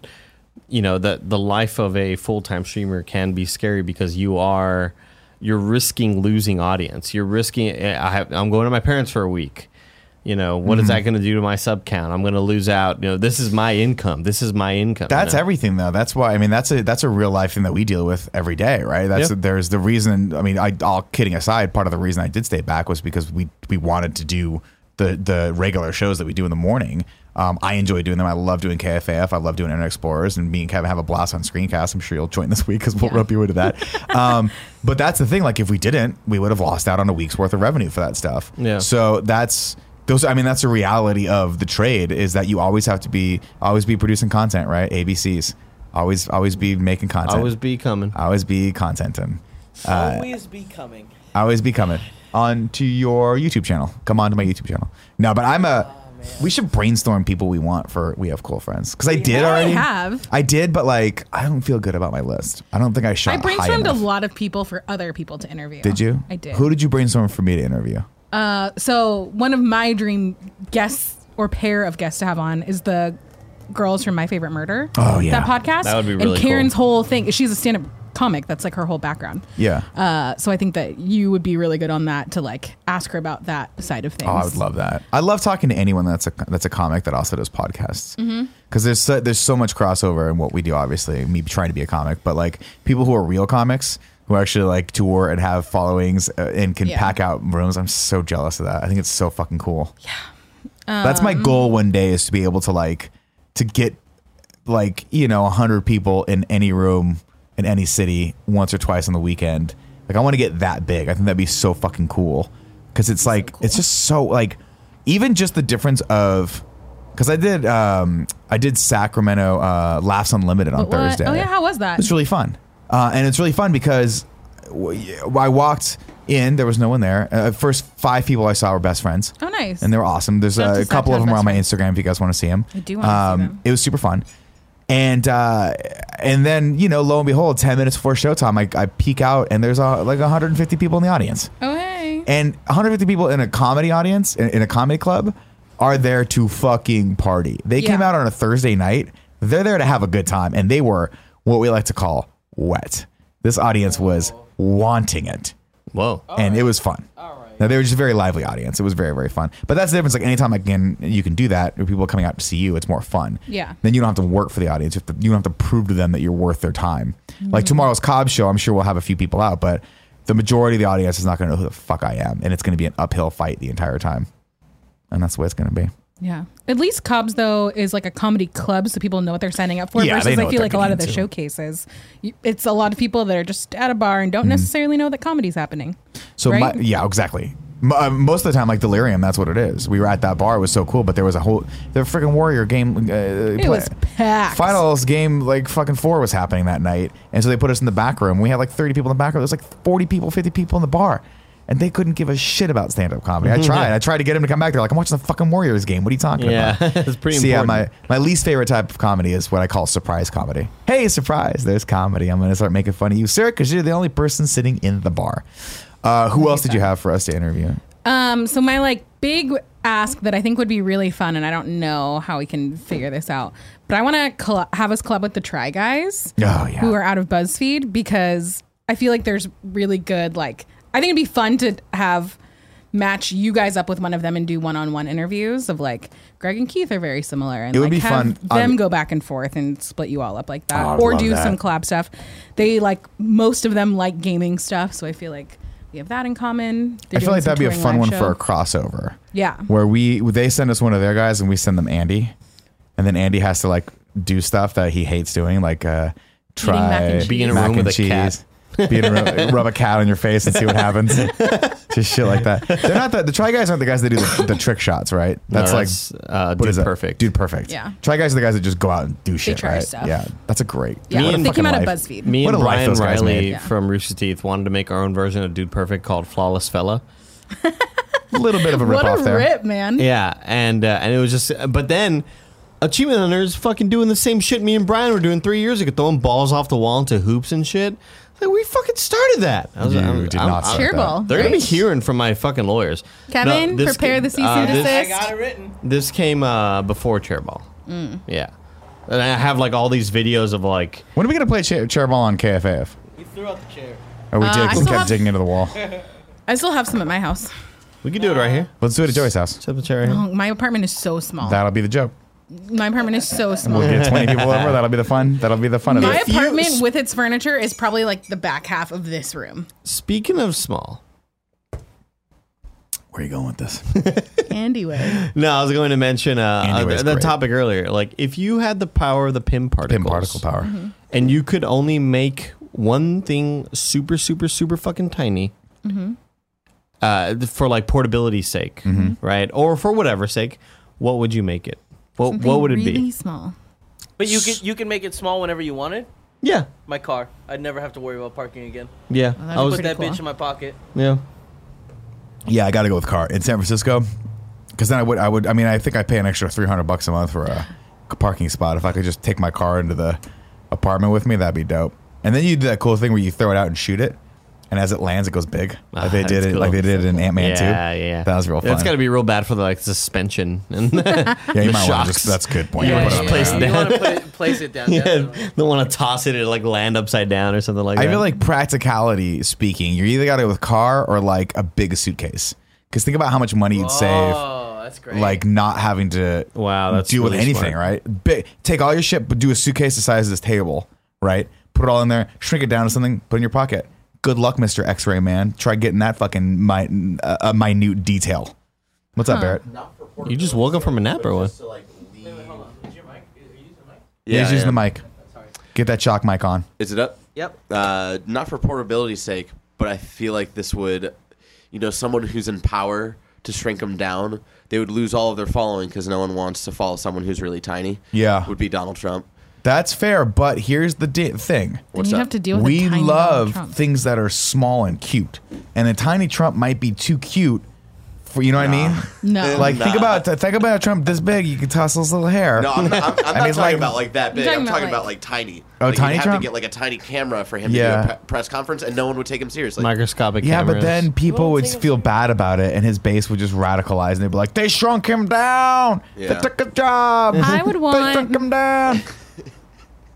Speaker 3: you know, the the life of a full time streamer can be scary because you are you're risking losing audience. You're risking. eh, I have, I'm going to my parents for a week. You know what
Speaker 1: Mm-hmm.
Speaker 3: is that going to do to my sub count? I'm going to lose out. You know this is my income. This is my income. you
Speaker 1: That's
Speaker 3: know?
Speaker 1: everything though. That's why I mean that's a that's a real life thing that we deal with every day, right? That's
Speaker 3: Yeah.
Speaker 1: there's the reason I mean I all kidding aside, part of the reason I did stay back was because we we wanted to do the the regular shows that we do in the morning. Um, I enjoy doing them. I love doing KFAF. I love doing Internet Explorers, and me and Kevin have a blast on screencast. I'm sure you'll join this week because we'll rope you into that. um, but that's the thing. Like if we didn't, we would have lost out on a week's worth of revenue for that stuff.
Speaker 3: Yeah.
Speaker 1: So that's those. I mean, that's the reality of the trade is that you always have to be always be producing content, right? ABCs. Always, always be making content.
Speaker 3: Always be coming.
Speaker 1: always be contenting. Uh,
Speaker 5: Always be coming.
Speaker 1: Always be coming onto your YouTube channel. Come on to my YouTube channel. No, but I'm a. we should brainstorm people we want for we have cool friends because I did
Speaker 2: We
Speaker 1: already.
Speaker 2: have.
Speaker 1: I did, but like I don't feel good about my list. I don't think I shot.
Speaker 2: I
Speaker 1: high
Speaker 2: brainstormed a
Speaker 1: enough.
Speaker 2: lot of people for other people to interview.
Speaker 1: Did you?
Speaker 2: I did.
Speaker 1: Who did you brainstorm for me to interview?
Speaker 2: Uh, so one of my dream guests or pair of guests to have on is the girls from My Favorite Murder.
Speaker 1: Oh, yeah.
Speaker 2: that podcast.
Speaker 3: That would be
Speaker 2: And
Speaker 3: really
Speaker 2: Karen's whole thing. She's a stand-up comic. That's like her whole background.
Speaker 1: Yeah.
Speaker 2: Uh, so I think that you would be really good on that to like ask her about that side of things.
Speaker 1: Oh, I would love that. I love talking to anyone that's a that's a comic that also does podcasts
Speaker 2: Mm-hmm.
Speaker 1: because there's so, there's so much crossover in what we do. Obviously, me trying to be a comic, but like people who are real comics who actually like tour and have followings uh, and can
Speaker 2: Yeah.
Speaker 1: pack out rooms. I'm so jealous of that. I think it's so fucking cool. Yeah, that's my
Speaker 2: Um,
Speaker 1: goal one day is to be able to like to get like you know 100 people in any room in any city once or twice on the weekend like i want to get that big i think that'd be so fucking cool because it's like it's just so like even just the difference of because i did um i did sacramento uh laughs unlimited on
Speaker 2: But what-
Speaker 1: thursday
Speaker 2: Oh yeah, how was that?
Speaker 1: it's really fun, uh, and it's really fun because w- I walked in. There was no one there. Uh, first five people I saw were best friends.
Speaker 2: Oh, nice.
Speaker 1: And they were awesome. There's
Speaker 2: Shout out
Speaker 1: uh,
Speaker 2: to
Speaker 1: a couple of
Speaker 2: Saptown
Speaker 1: them are on my
Speaker 2: Best
Speaker 1: Instagram if you guys want to see them.
Speaker 2: I do wanna see them.
Speaker 1: It was super fun, and uh, and then you know, lo and behold, ten minutes before showtime, I, I peek out and there's uh, like 150 people in the audience,
Speaker 2: oh hey.
Speaker 1: and 150 people in a comedy audience in, in a comedy club are there to fucking party. They came
Speaker 2: Yeah.
Speaker 1: out on a Thursday night. They're there to have a good time, and they were what we like to call wet. This audience was wanting it
Speaker 3: Whoa.
Speaker 1: and it was fun. All right. Now they were just a very lively audience. It was very very fun. But that's the difference. Like anytime I can, you can do that. Or people coming out to see you, it's more fun.
Speaker 2: Yeah.
Speaker 1: Then you don't have to work for the audience. You, have to- you don't have to prove to them that you're worth their time.
Speaker 2: Mm-hmm.
Speaker 1: Like tomorrow's Cobb show, I'm sure we'll have a few people out, but the majority of the audience is not going to know who the fuck I am, and it's going to be an uphill fight the entire time. And that's the way it's going to be.
Speaker 2: Yeah. At least Cobb's though is like a comedy club, so people know what they're signing up for.
Speaker 1: Yeah, they
Speaker 2: versus
Speaker 1: know
Speaker 2: I
Speaker 1: what
Speaker 2: feel
Speaker 1: they're
Speaker 2: like a lot
Speaker 1: getting
Speaker 2: of the
Speaker 1: into.
Speaker 2: showcases, you- it's a lot of people that are just at a bar
Speaker 1: Mm-hmm.
Speaker 2: and don't necessarily know that comedy's happening.
Speaker 1: So
Speaker 2: Right?
Speaker 1: my, yeah, exactly. M- uh, most of the time, like Delirium, that's what it is. We were at that bar; it was so cool. But there was a whole the freaking Warrior game. Uh,
Speaker 2: It was packed.
Speaker 1: Finals game like fucking four was happening that night, and so they put us in the back room. We had like thirty people in the back room. There's like forty people, fifty people in the bar, and they couldn't give a shit about stand up comedy.
Speaker 2: Mhm.
Speaker 1: I tried. I tried to get them to come back. They're like, "I'm watching the fucking Warriors game. What are you talking
Speaker 3: Yeah,
Speaker 1: about?"
Speaker 3: it's pretty
Speaker 1: See, yeah,
Speaker 3: important.
Speaker 1: my my least favorite type of comedy is what I call surprise comedy. Hey, surprise! There's comedy. I'm gonna start making fun of you, sir, because you're the only person sitting in the bar. Uh, who else did you have for us to interview?
Speaker 2: Um, so my like big ask that I think would be really fun, and I don't know how we can figure this out, but I want to coll- have us collab with the Try Guys,
Speaker 1: Oh, yeah.
Speaker 2: who are out of BuzzFeed, because I feel like there's really good like I think it'd be fun to have match you guys up with one of them and do one-on-one interviews of like Greg and Keith are very similar and
Speaker 1: It would be
Speaker 2: like have
Speaker 1: fun.
Speaker 2: them
Speaker 1: I'd-
Speaker 2: go back and forth and split you all up like that
Speaker 1: Oh, I would
Speaker 2: or
Speaker 1: love
Speaker 2: do
Speaker 1: that.
Speaker 2: some collab stuff. They like most of them like gaming stuff, so I feel like we have that in common. They're
Speaker 1: I feel
Speaker 2: doing
Speaker 1: like
Speaker 2: some
Speaker 1: that'd be a
Speaker 2: touring
Speaker 1: fun
Speaker 2: live
Speaker 1: one
Speaker 2: show.
Speaker 1: for a crossover.
Speaker 2: Yeah.
Speaker 1: where we they send us one of their guys and we send them Andy, and then Andy has to like do stuff that he hates doing, like uh, try
Speaker 2: mac and cheese. Be
Speaker 3: in a
Speaker 1: mac
Speaker 3: room
Speaker 1: and
Speaker 3: with a cat.
Speaker 1: cheese. Be in a room, rub a cat on your face and see what happens. Just shit like that. They're not the, the try guys aren't the guys that do the, the trick shots, right? That's
Speaker 3: No,
Speaker 1: like
Speaker 3: that's, uh,
Speaker 1: what
Speaker 3: Dude
Speaker 1: is that?
Speaker 3: Perfect.
Speaker 1: Dude perfect.
Speaker 2: Yeah.
Speaker 1: Try guys are the guys that just go out and do shit.
Speaker 2: try
Speaker 1: right?
Speaker 2: stuff.
Speaker 1: Yeah, that's a great.
Speaker 2: Yeah,
Speaker 1: what a
Speaker 2: they
Speaker 1: fucking
Speaker 2: came out of
Speaker 1: life.
Speaker 2: BuzzFeed.
Speaker 3: Me
Speaker 1: What
Speaker 3: and
Speaker 1: a life
Speaker 3: Brian
Speaker 1: those guys
Speaker 3: Riley
Speaker 1: made.
Speaker 3: from Rooster Teeth wanted to make our own version of Dude Perfect called Flawless Fella.
Speaker 1: A little bit of a rip
Speaker 2: what
Speaker 1: off
Speaker 2: a
Speaker 1: there.
Speaker 2: rip, man.
Speaker 3: Yeah, and uh, and it was just, but then Achievement Hunters fucking doing the same shit me and Brian were doing three years ago, throwing balls off the wall into hoops and shit. Like we fucking started that. I was
Speaker 1: You
Speaker 3: like, I'm-
Speaker 1: did
Speaker 3: I'm-
Speaker 1: not.
Speaker 3: I'm-
Speaker 1: start that.
Speaker 2: Cheerball.
Speaker 3: They're gonna be hearing from my fucking lawyers.
Speaker 2: Kevin,
Speaker 3: this
Speaker 2: prepare
Speaker 3: ca-
Speaker 2: the cease
Speaker 3: uh,
Speaker 2: and
Speaker 3: this-
Speaker 2: desist.
Speaker 5: Got it written.
Speaker 3: This came uh, before Chairball.
Speaker 2: Mm.
Speaker 3: Yeah, and I have like all these videos of like
Speaker 1: When are we gonna play chair, chairball on KFAF?
Speaker 5: He threw out the chair.
Speaker 1: Oh, we
Speaker 2: Uh, I
Speaker 1: did. 'cause We
Speaker 2: still
Speaker 1: kept
Speaker 2: have-
Speaker 1: digging into the wall.
Speaker 2: I still have some at my house.
Speaker 3: we could do it right here.
Speaker 1: Let's do it at Joey's house.
Speaker 3: Set the chair right here.
Speaker 2: Oh, my apartment is so small.
Speaker 1: That'll be the joke.
Speaker 2: my apartment is so small.
Speaker 1: We'll get 20 people over. That'll be the fun. That'll be the fun of
Speaker 2: My
Speaker 1: it.
Speaker 3: If you-
Speaker 2: apartment with its furniture is probably like the back half of this room.
Speaker 3: Speaking of small,
Speaker 1: Where are you going with this?
Speaker 2: Andy way.
Speaker 3: No, I was going to mention uh,
Speaker 1: Andy
Speaker 3: uh,
Speaker 1: was
Speaker 3: th- that
Speaker 1: great.
Speaker 3: topic earlier. Like, if you had the power of the pim
Speaker 1: Pin
Speaker 3: particles,
Speaker 1: particle power.
Speaker 3: and you could only make one thing super, super, super fucking tiny,
Speaker 2: Mm-hmm.
Speaker 3: uh, th- for like portability's sake,
Speaker 1: Mm-hmm.
Speaker 3: right, or for whatever sake, what would you make it? What What would it
Speaker 2: really
Speaker 3: be?
Speaker 2: small.
Speaker 5: But you can you can make it small whenever you wanted.
Speaker 3: Yeah,
Speaker 5: My car. I'd never have to worry about parking again.
Speaker 2: Oh,
Speaker 3: yeah.
Speaker 2: that'd
Speaker 3: I
Speaker 2: be
Speaker 3: was,
Speaker 5: Put
Speaker 2: Pretty
Speaker 5: that
Speaker 2: cool.
Speaker 5: bitch in my pocket.
Speaker 3: yeah.
Speaker 1: Yeah, I got to go with car in San Francisco, because then I would, I would, I mean, I think I pay an extra three hundred bucks a month for a parking spot. If I could just take my car into the apartment with me, that'd be dope. And then you do that cool thing where you throw it out and shoot it, and as it lands, it goes big. Like
Speaker 3: Ah,
Speaker 1: they did
Speaker 3: that's
Speaker 1: it,
Speaker 3: cool.
Speaker 1: like they did it in Ant Man
Speaker 3: yeah,
Speaker 1: too.
Speaker 3: yeah, yeah.
Speaker 1: that was real fun.
Speaker 3: That's got to be real bad for the like suspension and
Speaker 1: yeah, you
Speaker 3: the
Speaker 1: might want to
Speaker 3: shocks.
Speaker 1: just. That's a good point. You
Speaker 3: Yeah,
Speaker 1: put it
Speaker 3: just
Speaker 1: on
Speaker 3: place
Speaker 1: the-
Speaker 3: it
Speaker 5: You
Speaker 3: down.
Speaker 5: want to put it, place it down.
Speaker 3: yeah,
Speaker 5: definitely.
Speaker 3: don't want to toss it and like land upside down or something like
Speaker 1: I
Speaker 3: that.
Speaker 1: feel like practicality speaking, you either got to go with car or like a big suitcase. Because think about how much money you'd save,
Speaker 5: Oh, that's great.
Speaker 1: like not having to
Speaker 3: Wow, that's
Speaker 1: deal with
Speaker 3: really
Speaker 1: anything,
Speaker 3: smart.
Speaker 1: right? Big, take all your shit, but do a suitcase the size of this table, right? Put it all in there, shrink it down to something, put it in your pocket. Good luck, Mister X-ray man. Try getting that fucking mi- uh, uh, minute detail. What's up, Barrett?
Speaker 3: You just woke up from a nap or what?
Speaker 1: Yeah, he's using
Speaker 6: yeah.
Speaker 1: the mic. Get that shock mic on.
Speaker 6: Is it up?
Speaker 5: Yep.
Speaker 6: Uh, not for portability's sake, but I feel like this would, you know, someone who's in power to shrink them down, they would lose all of their following because no one wants to follow someone who's really tiny.
Speaker 1: Yeah.
Speaker 6: Would be Donald Trump.
Speaker 1: That's fair, but here's the di- thing.
Speaker 6: What's
Speaker 2: then you
Speaker 6: up?
Speaker 2: have to deal with a
Speaker 1: we
Speaker 2: tiny
Speaker 1: love
Speaker 2: Donald Trump.
Speaker 1: things that are small and cute, and a tiny Trump might be too cute for you know what I mean.
Speaker 2: No.
Speaker 1: Like think about think about a Trump this big, you can tussle his little hair.
Speaker 6: No, I'm not, I'm, I'm not
Speaker 1: mean,
Speaker 6: talking
Speaker 1: like-
Speaker 6: about like that big.
Speaker 2: talking
Speaker 6: I'm
Speaker 2: about,
Speaker 6: talking
Speaker 2: like-
Speaker 6: about like tiny.
Speaker 1: Oh,
Speaker 6: like,
Speaker 1: tiny
Speaker 6: You'd have
Speaker 1: Trump?
Speaker 6: to get like a tiny camera for him
Speaker 1: Yeah.
Speaker 6: to do a pe- press conference, and no one would take him seriously.
Speaker 3: Microscopic.
Speaker 1: yeah, but
Speaker 3: cameras.
Speaker 1: then people would feel bad about it, and his base would just radicalize, and they'd be like, "They shrunk him down.
Speaker 6: Yeah.
Speaker 1: They took a job.
Speaker 2: I would
Speaker 1: they shrunk
Speaker 2: want.
Speaker 1: him down."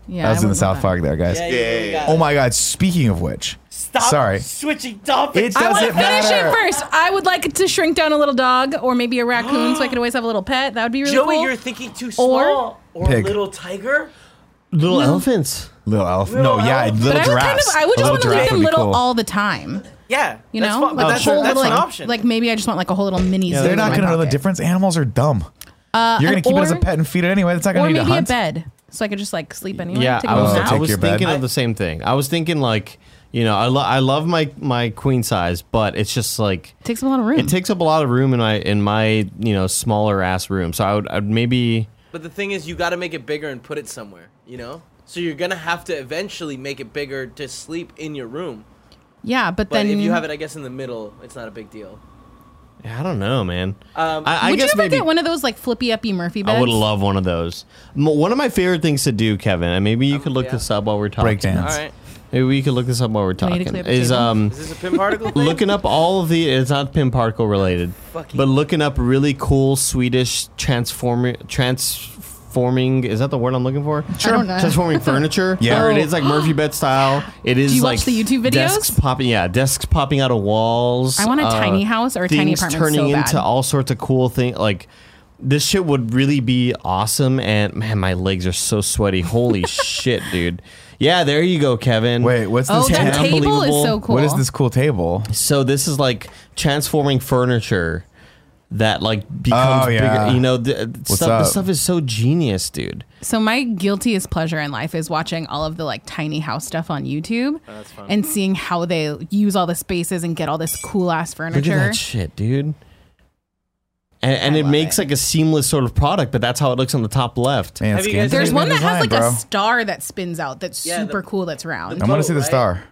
Speaker 2: Yeah,
Speaker 1: I was
Speaker 2: I
Speaker 1: in the
Speaker 2: would
Speaker 1: South
Speaker 2: want
Speaker 1: Park there, guys.
Speaker 5: Yeah, you really
Speaker 6: Yeah.
Speaker 5: got it.
Speaker 1: Oh my God! Speaking of which,
Speaker 5: Stop
Speaker 1: sorry.
Speaker 5: switching
Speaker 1: It
Speaker 5: topics.
Speaker 2: that. I want
Speaker 1: doesn't
Speaker 2: to finish
Speaker 1: matter.
Speaker 2: it first. I would like to shrink down a little dog or maybe a raccoon so I could always have a little pet. That would be really
Speaker 5: Joey,
Speaker 2: cool.
Speaker 5: you're thinking too
Speaker 2: Or-
Speaker 5: small. Or,
Speaker 1: Pig.
Speaker 5: little tiger?
Speaker 3: little elephants.
Speaker 1: Little elf.
Speaker 5: Little
Speaker 1: no, yeah,
Speaker 5: elf.
Speaker 1: little
Speaker 2: but I would kind of,
Speaker 1: giraffes.
Speaker 2: I would
Speaker 1: A
Speaker 2: just
Speaker 1: little
Speaker 2: want to leave
Speaker 1: giraffe
Speaker 2: them
Speaker 1: would be
Speaker 2: little
Speaker 1: cool.
Speaker 2: all the time.
Speaker 5: Yeah,
Speaker 2: You
Speaker 5: that's
Speaker 2: know,
Speaker 5: fine, but
Speaker 2: like
Speaker 5: that's,
Speaker 2: a whole
Speaker 5: that's
Speaker 2: little,
Speaker 5: an
Speaker 2: like,
Speaker 5: option.
Speaker 2: like maybe I just want like a whole little mini. zoo
Speaker 1: They're
Speaker 2: in
Speaker 1: not
Speaker 2: my
Speaker 1: going to know the
Speaker 2: pocket.
Speaker 1: difference. Animals are dumb.
Speaker 2: Uh,
Speaker 1: You're going to keep it as a
Speaker 2: or-
Speaker 1: pet and feed it anyway. That's not
Speaker 2: or
Speaker 1: going to need
Speaker 2: maybe
Speaker 1: to
Speaker 2: a
Speaker 1: hunt.
Speaker 2: bed, so I could just like sleep anywhere.
Speaker 3: Yeah,
Speaker 2: take a
Speaker 3: I was,
Speaker 2: little
Speaker 1: take
Speaker 3: I
Speaker 2: nap.
Speaker 3: was
Speaker 1: your bed.
Speaker 3: thinking of the same thing. I was thinking like, you know, I, lo- I love my my queen size, but it's just like
Speaker 2: takes up a lot of room.
Speaker 3: it takes up a lot of room in my in my you know smaller ass room. So I would I'd maybe
Speaker 5: but the thing is, you got to make it bigger and put it somewhere, you know? So you're going to have to eventually make it bigger to sleep in your room.
Speaker 2: yeah, but,
Speaker 5: But
Speaker 2: then
Speaker 5: if you have it, I guess, in the middle, it's not a big deal.
Speaker 3: I don't know, man.
Speaker 5: Um,
Speaker 3: I, I
Speaker 2: would
Speaker 3: guess
Speaker 2: you ever
Speaker 3: maybe
Speaker 2: get one of those like flippy uppy Murphy beds?
Speaker 3: I would love one of those. M- One of my favorite things to do, Kevin, and maybe
Speaker 2: Oh,
Speaker 3: you could look
Speaker 5: yeah.
Speaker 3: this up while we're talking.
Speaker 1: Breakdance.
Speaker 5: All right.
Speaker 3: Maybe we could look this up while
Speaker 2: I
Speaker 3: we're
Speaker 2: need to
Speaker 3: talking.
Speaker 2: clear the
Speaker 3: Is
Speaker 2: table?
Speaker 3: um.
Speaker 5: Is this a pin particle thing?
Speaker 3: looking up all of the it's not pin particle related
Speaker 5: Fucking-
Speaker 3: but looking up really cool swedish transformer transforming is that the word i'm looking for
Speaker 2: Sure. I don't know.
Speaker 3: transforming furniture
Speaker 1: Yeah.
Speaker 3: where it is like murphy bed style it is
Speaker 2: you watch
Speaker 3: like
Speaker 2: the YouTube videos?
Speaker 3: desks popping yeah desks popping out of walls
Speaker 2: I want a tiny house or a tiny
Speaker 3: uh, things
Speaker 2: apartment
Speaker 3: turning
Speaker 2: so bad.
Speaker 3: into all sorts of cool things like this shit would really be awesome and man my legs are so sweaty holy shit dude yeah there you go kevin
Speaker 1: Wait, what's
Speaker 2: Oh,
Speaker 1: this?
Speaker 2: that
Speaker 1: ta-
Speaker 2: table is so
Speaker 3: Unbelievable.
Speaker 2: cool.
Speaker 1: What is this cool table?
Speaker 3: so this is like transforming furniture that like becomes
Speaker 1: Oh, yeah.
Speaker 3: bigger. You know, the, stuff,
Speaker 1: up?
Speaker 3: this stuff is so genius, dude.
Speaker 2: So my guiltiest pleasure in life is watching all of the like tiny house stuff on YouTube
Speaker 3: Oh,
Speaker 2: and seeing how they use all the spaces and get all this cool ass
Speaker 3: Look at
Speaker 2: furniture.
Speaker 3: that shit, dude. And, and
Speaker 2: I
Speaker 3: it
Speaker 2: love
Speaker 3: makes
Speaker 2: it.
Speaker 3: like a seamless sort of product, but that's how it looks on the top left.
Speaker 1: Man,
Speaker 5: Have you
Speaker 1: Scandinavian
Speaker 5: guys-
Speaker 2: There's one that
Speaker 1: design,
Speaker 2: has like
Speaker 1: bro.
Speaker 2: a star that spins out that's
Speaker 5: Yeah, the-
Speaker 2: super cool that's round.
Speaker 1: I want to see the
Speaker 5: Right?
Speaker 1: star.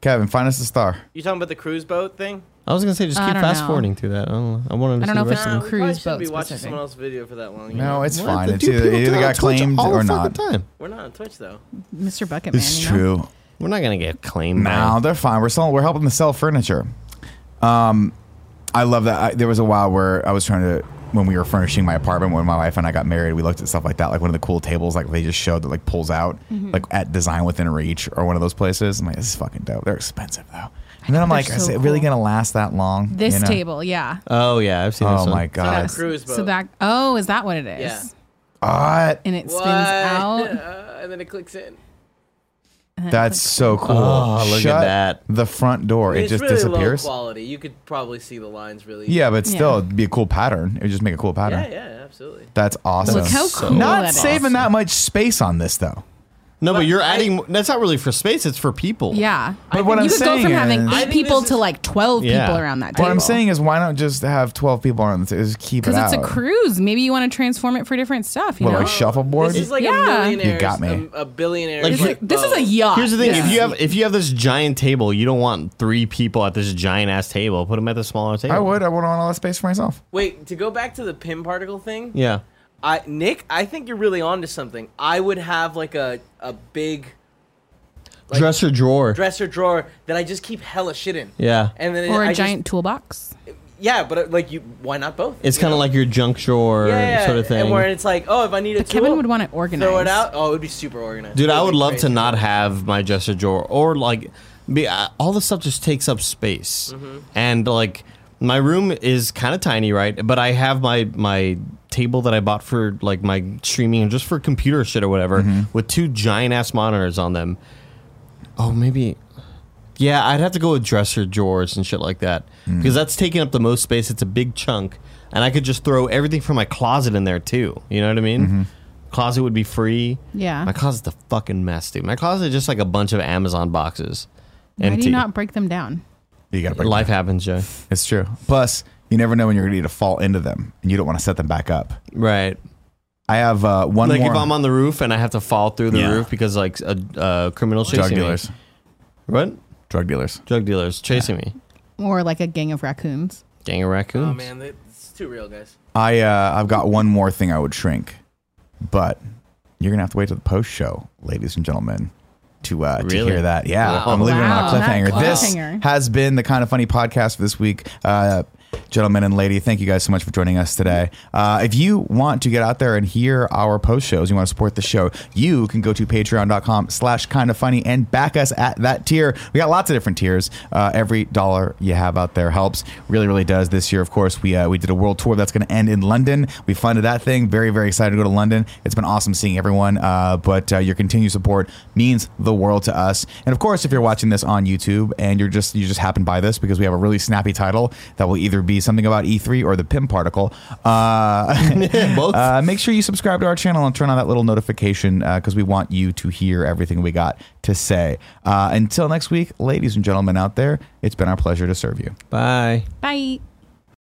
Speaker 1: Kevin, find us the star.
Speaker 5: You talking about the cruise boat thing?
Speaker 3: I was gonna say just
Speaker 2: I
Speaker 3: keep
Speaker 2: don't
Speaker 3: fast
Speaker 2: know.
Speaker 3: forwarding through that. I don't know. I wanted to
Speaker 2: I don't
Speaker 3: see
Speaker 2: know
Speaker 3: the
Speaker 2: if
Speaker 3: rest
Speaker 2: it's
Speaker 3: of
Speaker 2: a
Speaker 3: it.
Speaker 5: we probably
Speaker 2: cruise
Speaker 5: shouldn't
Speaker 2: boat
Speaker 5: be watching
Speaker 2: specific.
Speaker 5: someone else's video for that long. you know?
Speaker 1: No, it's
Speaker 3: What?
Speaker 1: fine.
Speaker 3: The
Speaker 1: It's
Speaker 3: two
Speaker 1: either,
Speaker 3: people
Speaker 1: it either
Speaker 3: down
Speaker 1: got
Speaker 3: on Twitch
Speaker 1: claimed
Speaker 3: all the
Speaker 1: or
Speaker 3: fucking
Speaker 1: not.
Speaker 3: time.
Speaker 5: We're not on Twitch though.
Speaker 2: Mr. Bucket
Speaker 1: It's
Speaker 2: Man, you know?
Speaker 1: true.
Speaker 3: We're not gonna get claimed.
Speaker 1: No,
Speaker 3: now.
Speaker 1: they're fine. We're selling. We're helping to sell furniture. Um, I love that. I, there was a while where I was trying to when we were furnishing my apartment when my wife and I got married. We looked at stuff like that, like one of the cool tables, like they just showed that like pulls out,
Speaker 2: Mm-hmm.
Speaker 1: like at Design Within Reach or one of those places. I'm like, this is fucking dope. They're expensive though. And then I'm like,
Speaker 2: they're
Speaker 1: is
Speaker 2: so
Speaker 1: it really
Speaker 2: cool.
Speaker 1: gonna last that long?
Speaker 2: This
Speaker 1: You know?
Speaker 2: table, yeah.
Speaker 3: Oh yeah, I've seen this.
Speaker 1: Oh
Speaker 3: one.
Speaker 1: my god.
Speaker 5: Yes. cruise
Speaker 2: So
Speaker 5: boat.
Speaker 2: that oh, is that what it is?
Speaker 5: Yeah.
Speaker 1: Ah,
Speaker 2: And it spins
Speaker 5: What?
Speaker 2: out.
Speaker 5: Uh, and then it clicks in.
Speaker 1: That's so cool.
Speaker 3: Oh, look at
Speaker 1: Shut
Speaker 3: that.
Speaker 1: The front door. It
Speaker 5: it's
Speaker 1: just
Speaker 5: really
Speaker 1: disappears.
Speaker 5: low quality. You could probably see the lines really.
Speaker 1: Yeah, but
Speaker 2: Yeah.
Speaker 1: still, it'd be a cool pattern. It would just make a cool pattern.
Speaker 5: Yeah, yeah, absolutely.
Speaker 1: That's awesome.
Speaker 2: Look how
Speaker 3: So-
Speaker 2: cool
Speaker 1: Not
Speaker 2: that is.
Speaker 1: saving that much space on this though.
Speaker 3: No, but,
Speaker 5: But
Speaker 3: you're
Speaker 5: I-
Speaker 3: adding. That's not really for space. It's for people.
Speaker 2: Yeah.
Speaker 1: But what
Speaker 2: you
Speaker 1: I'm
Speaker 2: could go
Speaker 1: saying
Speaker 2: from having
Speaker 1: is-
Speaker 5: I
Speaker 2: eight
Speaker 5: think
Speaker 2: people
Speaker 5: this
Speaker 2: to
Speaker 5: is-
Speaker 2: like 12
Speaker 3: Yeah.
Speaker 2: people around that table.
Speaker 1: What I'm saying is, why not just have 12 people on this? Just keep it
Speaker 2: because it's
Speaker 1: out.
Speaker 2: a cruise. Maybe you want to transform it for different stuff. You
Speaker 1: What,
Speaker 2: know,
Speaker 1: like shuffleboard?
Speaker 5: This is like
Speaker 2: Yeah.
Speaker 5: a millionaire.
Speaker 1: You got me.
Speaker 5: A, a billionaire.
Speaker 3: Like,
Speaker 2: It's like- this is a
Speaker 5: boat.
Speaker 2: yacht.
Speaker 3: Here's the thing:
Speaker 2: Yeah.
Speaker 3: if you have if you have this giant table, you don't want three people at this giant ass table. Put them at the smaller table.
Speaker 1: I would. I would want all that space for myself.
Speaker 5: Wait, to go back to the pin particle thing.
Speaker 3: Yeah.
Speaker 5: I Nick, I think you're really onto something. I would have like a a big Like-
Speaker 3: Dresser drawer.
Speaker 5: dresser drawer that I just keep hella shit in.
Speaker 3: yeah.
Speaker 5: And then
Speaker 2: or
Speaker 5: a
Speaker 2: a giant toolbox.
Speaker 5: yeah, but uh, like you, why not both?
Speaker 3: it's
Speaker 5: You
Speaker 3: kind of
Speaker 5: know?
Speaker 3: like your junk drawer
Speaker 5: yeah, yeah,
Speaker 3: sort of thing.
Speaker 5: And where it's like, oh, if I need a
Speaker 2: But Kevin
Speaker 5: tool,
Speaker 2: would want it organized.
Speaker 5: Throw it out. Oh, it would be super organized.
Speaker 3: Dude,
Speaker 5: It
Speaker 3: I would
Speaker 5: be
Speaker 3: love to
Speaker 5: crazy.
Speaker 3: not have my dresser drawer or like be, uh, all the stuff just takes up space.
Speaker 5: Mm-hmm.
Speaker 3: And like my room is kind of tiny, right? But I have my my table that I bought for like my streaming and just for computer shit or whatever with two giant ass monitors on them. Oh, maybe yeah, I'd have to go with dresser drawers and shit like that because that's taking up the most space. It's a big chunk, and I could just throw everything from my closet in there too. You know what I mean? Closet would be free.
Speaker 2: Yeah.
Speaker 3: my closet's a fucking mess, dude. My closet is just like a bunch of Amazon boxes,
Speaker 2: Why
Speaker 3: empty.
Speaker 2: do you not break them down?
Speaker 1: You got to break.
Speaker 3: Life happens, Joe.
Speaker 1: It's true. Plus, you never know when you're going to fall into them, and you don't want to set them back up.
Speaker 3: Right.
Speaker 1: I have uh, one
Speaker 3: Like
Speaker 1: more.
Speaker 3: if I'm on the roof and I have to fall through the
Speaker 1: Yeah.
Speaker 3: roof because like a uh, criminal chasing
Speaker 1: drug
Speaker 3: me.
Speaker 1: dealers.
Speaker 3: What?
Speaker 1: Drug dealers.
Speaker 3: Drug dealers chasing me.
Speaker 2: Or like a gang of raccoons.
Speaker 3: Gang of raccoons.
Speaker 5: Oh man, that- it's too real, guys.
Speaker 1: I uh, I've got one more thing I would shrink, but you're gonna have to wait till the post show, ladies and gentlemen, to uh, to
Speaker 3: Really?
Speaker 1: hear that. Yeah,
Speaker 3: Wow.
Speaker 1: I'm leaving
Speaker 2: Wow,
Speaker 1: it on a cliffhanger.
Speaker 2: that
Speaker 1: This
Speaker 2: cliffhanger.
Speaker 1: has been the kind of funny podcast for this week. Uh, Gentlemen and lady, thank you guys so much for joining us today. Uh, if you want to get out there and hear our post shows, you want to support the show, you can go to patreon.com slash kind of funny and back us at that tier. We got lots of different tiers. Uh, every dollar you have out there helps. Really, really does. This year, of course, we uh, we did a world tour that's going to end in London. We funded that thing. Very, very excited to go to London. It's been awesome seeing everyone. Uh, but uh, your continued support means the world to us. And of course, if you're watching this on YouTube and you're just you just happen by this because we have a really snappy title that will either be something about E3 or the PIM particle. Uh,
Speaker 3: Both.
Speaker 1: Uh, make sure you subscribe to our channel and turn on that little notification because we want you to hear everything we got to say. Uh, until next week, ladies and gentlemen out there, it's been our pleasure to serve you.
Speaker 3: Bye.
Speaker 2: Bye.